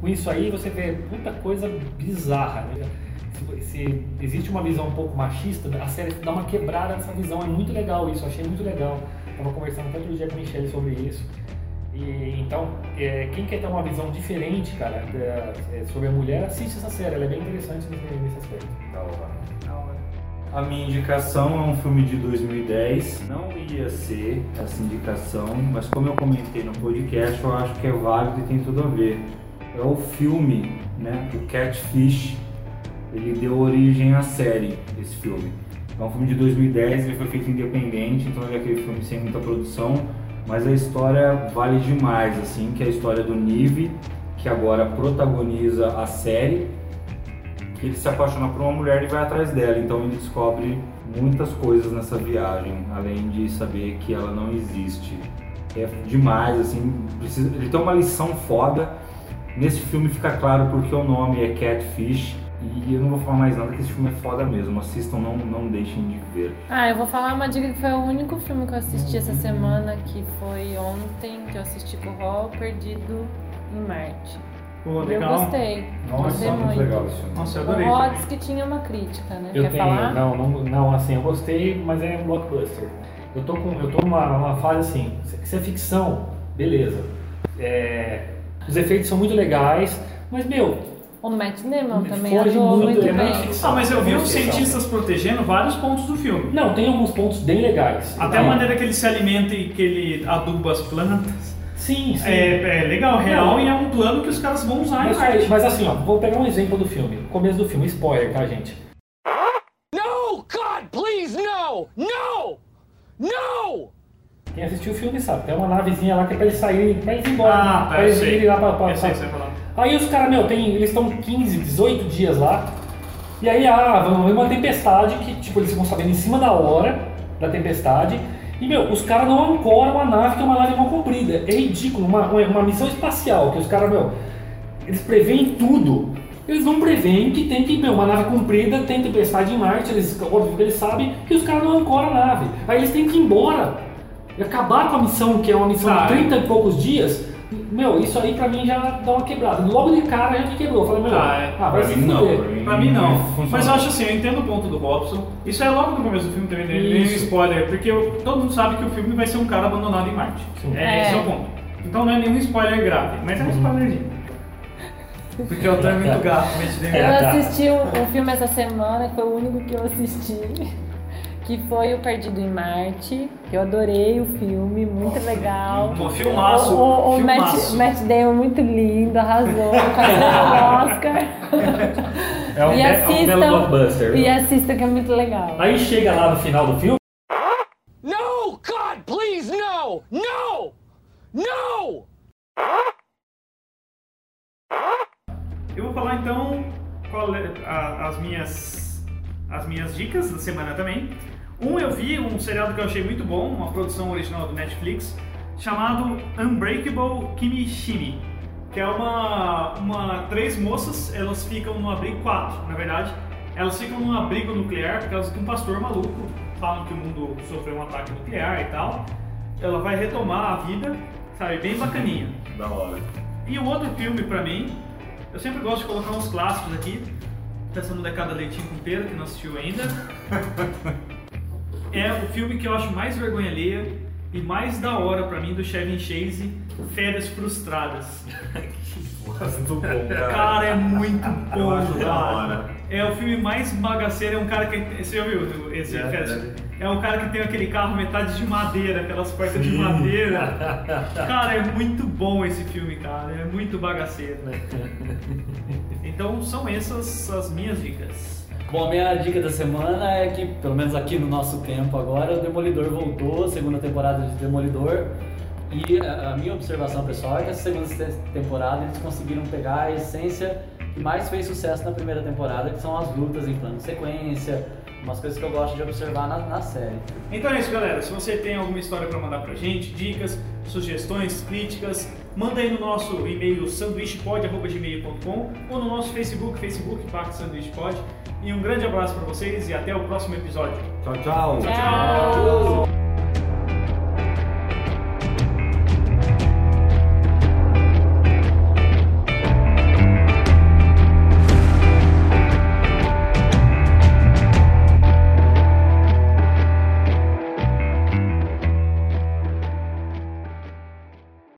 Speaker 6: com isso aí, você vê muita coisa bizarra. né? Se, se existe uma visão um pouco machista, a série dá uma quebrada nessa visão. É muito legal isso, eu achei muito legal. Estava conversando até outro dia com a Michelle sobre isso. E, então, é, quem quer ter uma visão diferente, cara, da- é, sobre a mulher, assiste essa série. Ela é bem interessante nesse, nesse aspecto.
Speaker 7: Da hora. A minha indicação é um filme de 2010. Não ia ser essa indicação, mas como eu comentei no podcast, eu acho que é válido e tem tudo a ver. É o filme, né, do Catfish. Ele deu origem à série, esse filme. É um filme de 2010, ele foi feito independente, então ele é aquele filme sem muita produção, mas a história vale demais, assim, que é a história do Nive, que agora protagoniza a série, que ele se apaixona por uma mulher e vai atrás dela. Então ele descobre muitas coisas nessa viagem, além de saber que ela não existe. É demais, assim, precisa- ele tem uma lição foda. Nesse filme fica claro porque o nome é Catfish. E eu não vou falar mais nada, que esse filme é foda mesmo. Assistam, não, não deixem de ver.
Speaker 4: Ah, eu vou falar uma dica que foi o único filme que eu assisti essa semana, que foi ontem, que eu assisti com o Hall, Perdido em Marte.
Speaker 2: Pô,
Speaker 4: Eu
Speaker 2: legal.
Speaker 4: gostei. gostei
Speaker 7: Nossa, muito
Speaker 4: muito.
Speaker 7: legal isso.
Speaker 2: Nossa, eu
Speaker 4: O
Speaker 2: adorei.
Speaker 4: Rods que tinha uma crítica, né?
Speaker 6: Eu
Speaker 4: Quer
Speaker 6: tenho,
Speaker 4: falar?
Speaker 6: não, não, não, assim, eu gostei, mas é um blockbuster. Eu tô com, eu tô numa uma fase assim, se se é ficção, beleza. É, os efeitos são muito legais, mas meu,
Speaker 4: O Matt Damon também
Speaker 6: foge
Speaker 4: atuou
Speaker 6: muito,
Speaker 4: muito
Speaker 6: é muito
Speaker 4: bem.
Speaker 6: ficção.
Speaker 2: Ah, mas eu vi
Speaker 6: Muito
Speaker 2: os
Speaker 6: ficção.
Speaker 2: cientistas protegendo vários pontos do filme.
Speaker 6: Não, tem alguns pontos bem legais. Então,
Speaker 2: Até a
Speaker 7: Então-
Speaker 2: maneira que ele se alimenta e que ele aduba as plantas.
Speaker 6: Sim, sim.
Speaker 2: É, é legal, real,
Speaker 6: Não.
Speaker 2: e é um plano que os caras vão usar em
Speaker 6: Mas,
Speaker 2: arte.
Speaker 6: mas assim, ó, vou pegar um exemplo do filme. Começo do filme, spoiler, tá, gente? No, God, please, no! No! No! Quem assistiu o filme sabe, tem uma navezinha lá que é pra eles saírem, pra eles irem embora.
Speaker 2: Ah, tá,
Speaker 6: pra
Speaker 2: eu
Speaker 6: eles
Speaker 2: sei.
Speaker 6: irem lá é pra, pra,
Speaker 2: Eu sei o
Speaker 6: pra-
Speaker 2: que você vai falar.
Speaker 6: Aí os caras, meu, tem, eles estão 15, 18 dias lá. E aí, ah, vamos ver uma tempestade que, tipo, eles ficam sabendo em cima da hora da tempestade. E, meu, os caras não ancoram a nave, que é uma nave mal comprida. É ridículo, uma, uma, uma missão espacial, que os caras, meu, eles preveem tudo. Eles não preveem que tem que, meu, uma nave comprida, tem tempestade em Marte, eles, óbvio que eles sabem, que os caras não ancoram a nave. Aí eles têm que ir embora e acabar com a missão, que é uma missão
Speaker 2: Tá.
Speaker 6: de 30 e poucos dias. Meu, isso aí pra mim já dá uma quebrada. Logo de cara já me quebrou. Eu falei, meu,
Speaker 2: Ah, é.
Speaker 6: ah, vai
Speaker 7: Pra
Speaker 6: se
Speaker 7: mim não,
Speaker 6: fuder.
Speaker 7: pra mim
Speaker 2: Pra mim não.
Speaker 7: funciona.
Speaker 2: Mas eu acho assim, eu entendo o ponto do Robson. Isso é logo no começo do filme também, né? Ele tem um
Speaker 6: Isso.
Speaker 2: spoiler, porque eu- todo mundo sabe que o filme vai ser um cara abandonado em Marte.
Speaker 6: Sim.
Speaker 2: É, esse é o ponto. Então não é nenhum spoiler grave, mas é
Speaker 7: Uhum.
Speaker 2: um spoilerzinho. Porque o Tan é muito gato, mas te
Speaker 4: Eu
Speaker 2: deu-
Speaker 6: É, tá.
Speaker 4: assisti um, um filme essa semana, que foi o único que eu assisti, <laughs> que foi o Perdido em Marte. Eu adorei o filme, muito legal.
Speaker 2: pô, filmaço,
Speaker 4: O, o, o Matt,
Speaker 2: filmaço.
Speaker 4: Matt Damon muito lindo, arrasou, quase o Oscar.
Speaker 6: É um,
Speaker 4: E
Speaker 6: be- é um belo
Speaker 4: assistam-
Speaker 6: blockbuster.
Speaker 4: E assista que é muito legal.
Speaker 6: Aí chega lá no final do filme.
Speaker 2: Eu vou falar então qual é- a- as minhas as minhas dicas da semana também. Um eu vi um seriado que eu achei muito bom, uma produção original do Netflix, chamado Unbreakable Kimi Shimi, que é uma uma três moças, elas ficam no abrigo quatro, na verdade. Elas ficam num abrigo nuclear por causa que um pastor maluco falam que o mundo sofreu um ataque nuclear e tal. Ela vai retomar a vida, sabe, bem bacaninha.
Speaker 7: Da hora.
Speaker 2: E o outro filme pra mim, eu sempre gosto de colocar uns clássicos aqui, pra essa molecada leitinho com pera que não assistiu ainda. é o filme que eu acho mais vergonha alheia e mais da hora pra mim do Chevy Chase, Férias Frustradas.
Speaker 7: Muito <laughs> bom,
Speaker 2: Cara, é muito
Speaker 7: Eu
Speaker 2: bom,
Speaker 7: acho da
Speaker 2: cara.
Speaker 7: hora.
Speaker 2: É o filme mais bagaceiro, é um cara que. Você já viu esse
Speaker 7: Já,
Speaker 2: Férias?
Speaker 7: já.
Speaker 2: É um cara que tem aquele carro metade de madeira, aquelas portas de
Speaker 7: <laughs>
Speaker 2: madeira. Cara, é muito bom esse filme, cara. É muito
Speaker 7: <laughs>
Speaker 2: bagaceiro. Então são essas as minhas dicas.
Speaker 5: Bom, a minha dica da semana é que, pelo menos aqui no nosso tempo agora, o Demolidor voltou, segunda temporada de Demolidor. E a a minha observação pessoal é que essa segunda te- temporada eles conseguiram pegar a essência que mais fez sucesso na primeira temporada, que são as lutas em plano de sequência, umas coisas que eu gosto de observar na, na série.
Speaker 2: Então é isso, galera. Se você tem alguma história pra mandar pra gente, dicas, sugestões, críticas, manda aí no nosso e-mail sanduichepod.gmail.com ou no nosso Facebook, Facebook Parque Sanduíche Pod. E um grande abraço pra vocês e até o próximo episódio.
Speaker 7: Tchau, tchau.
Speaker 4: Tchau.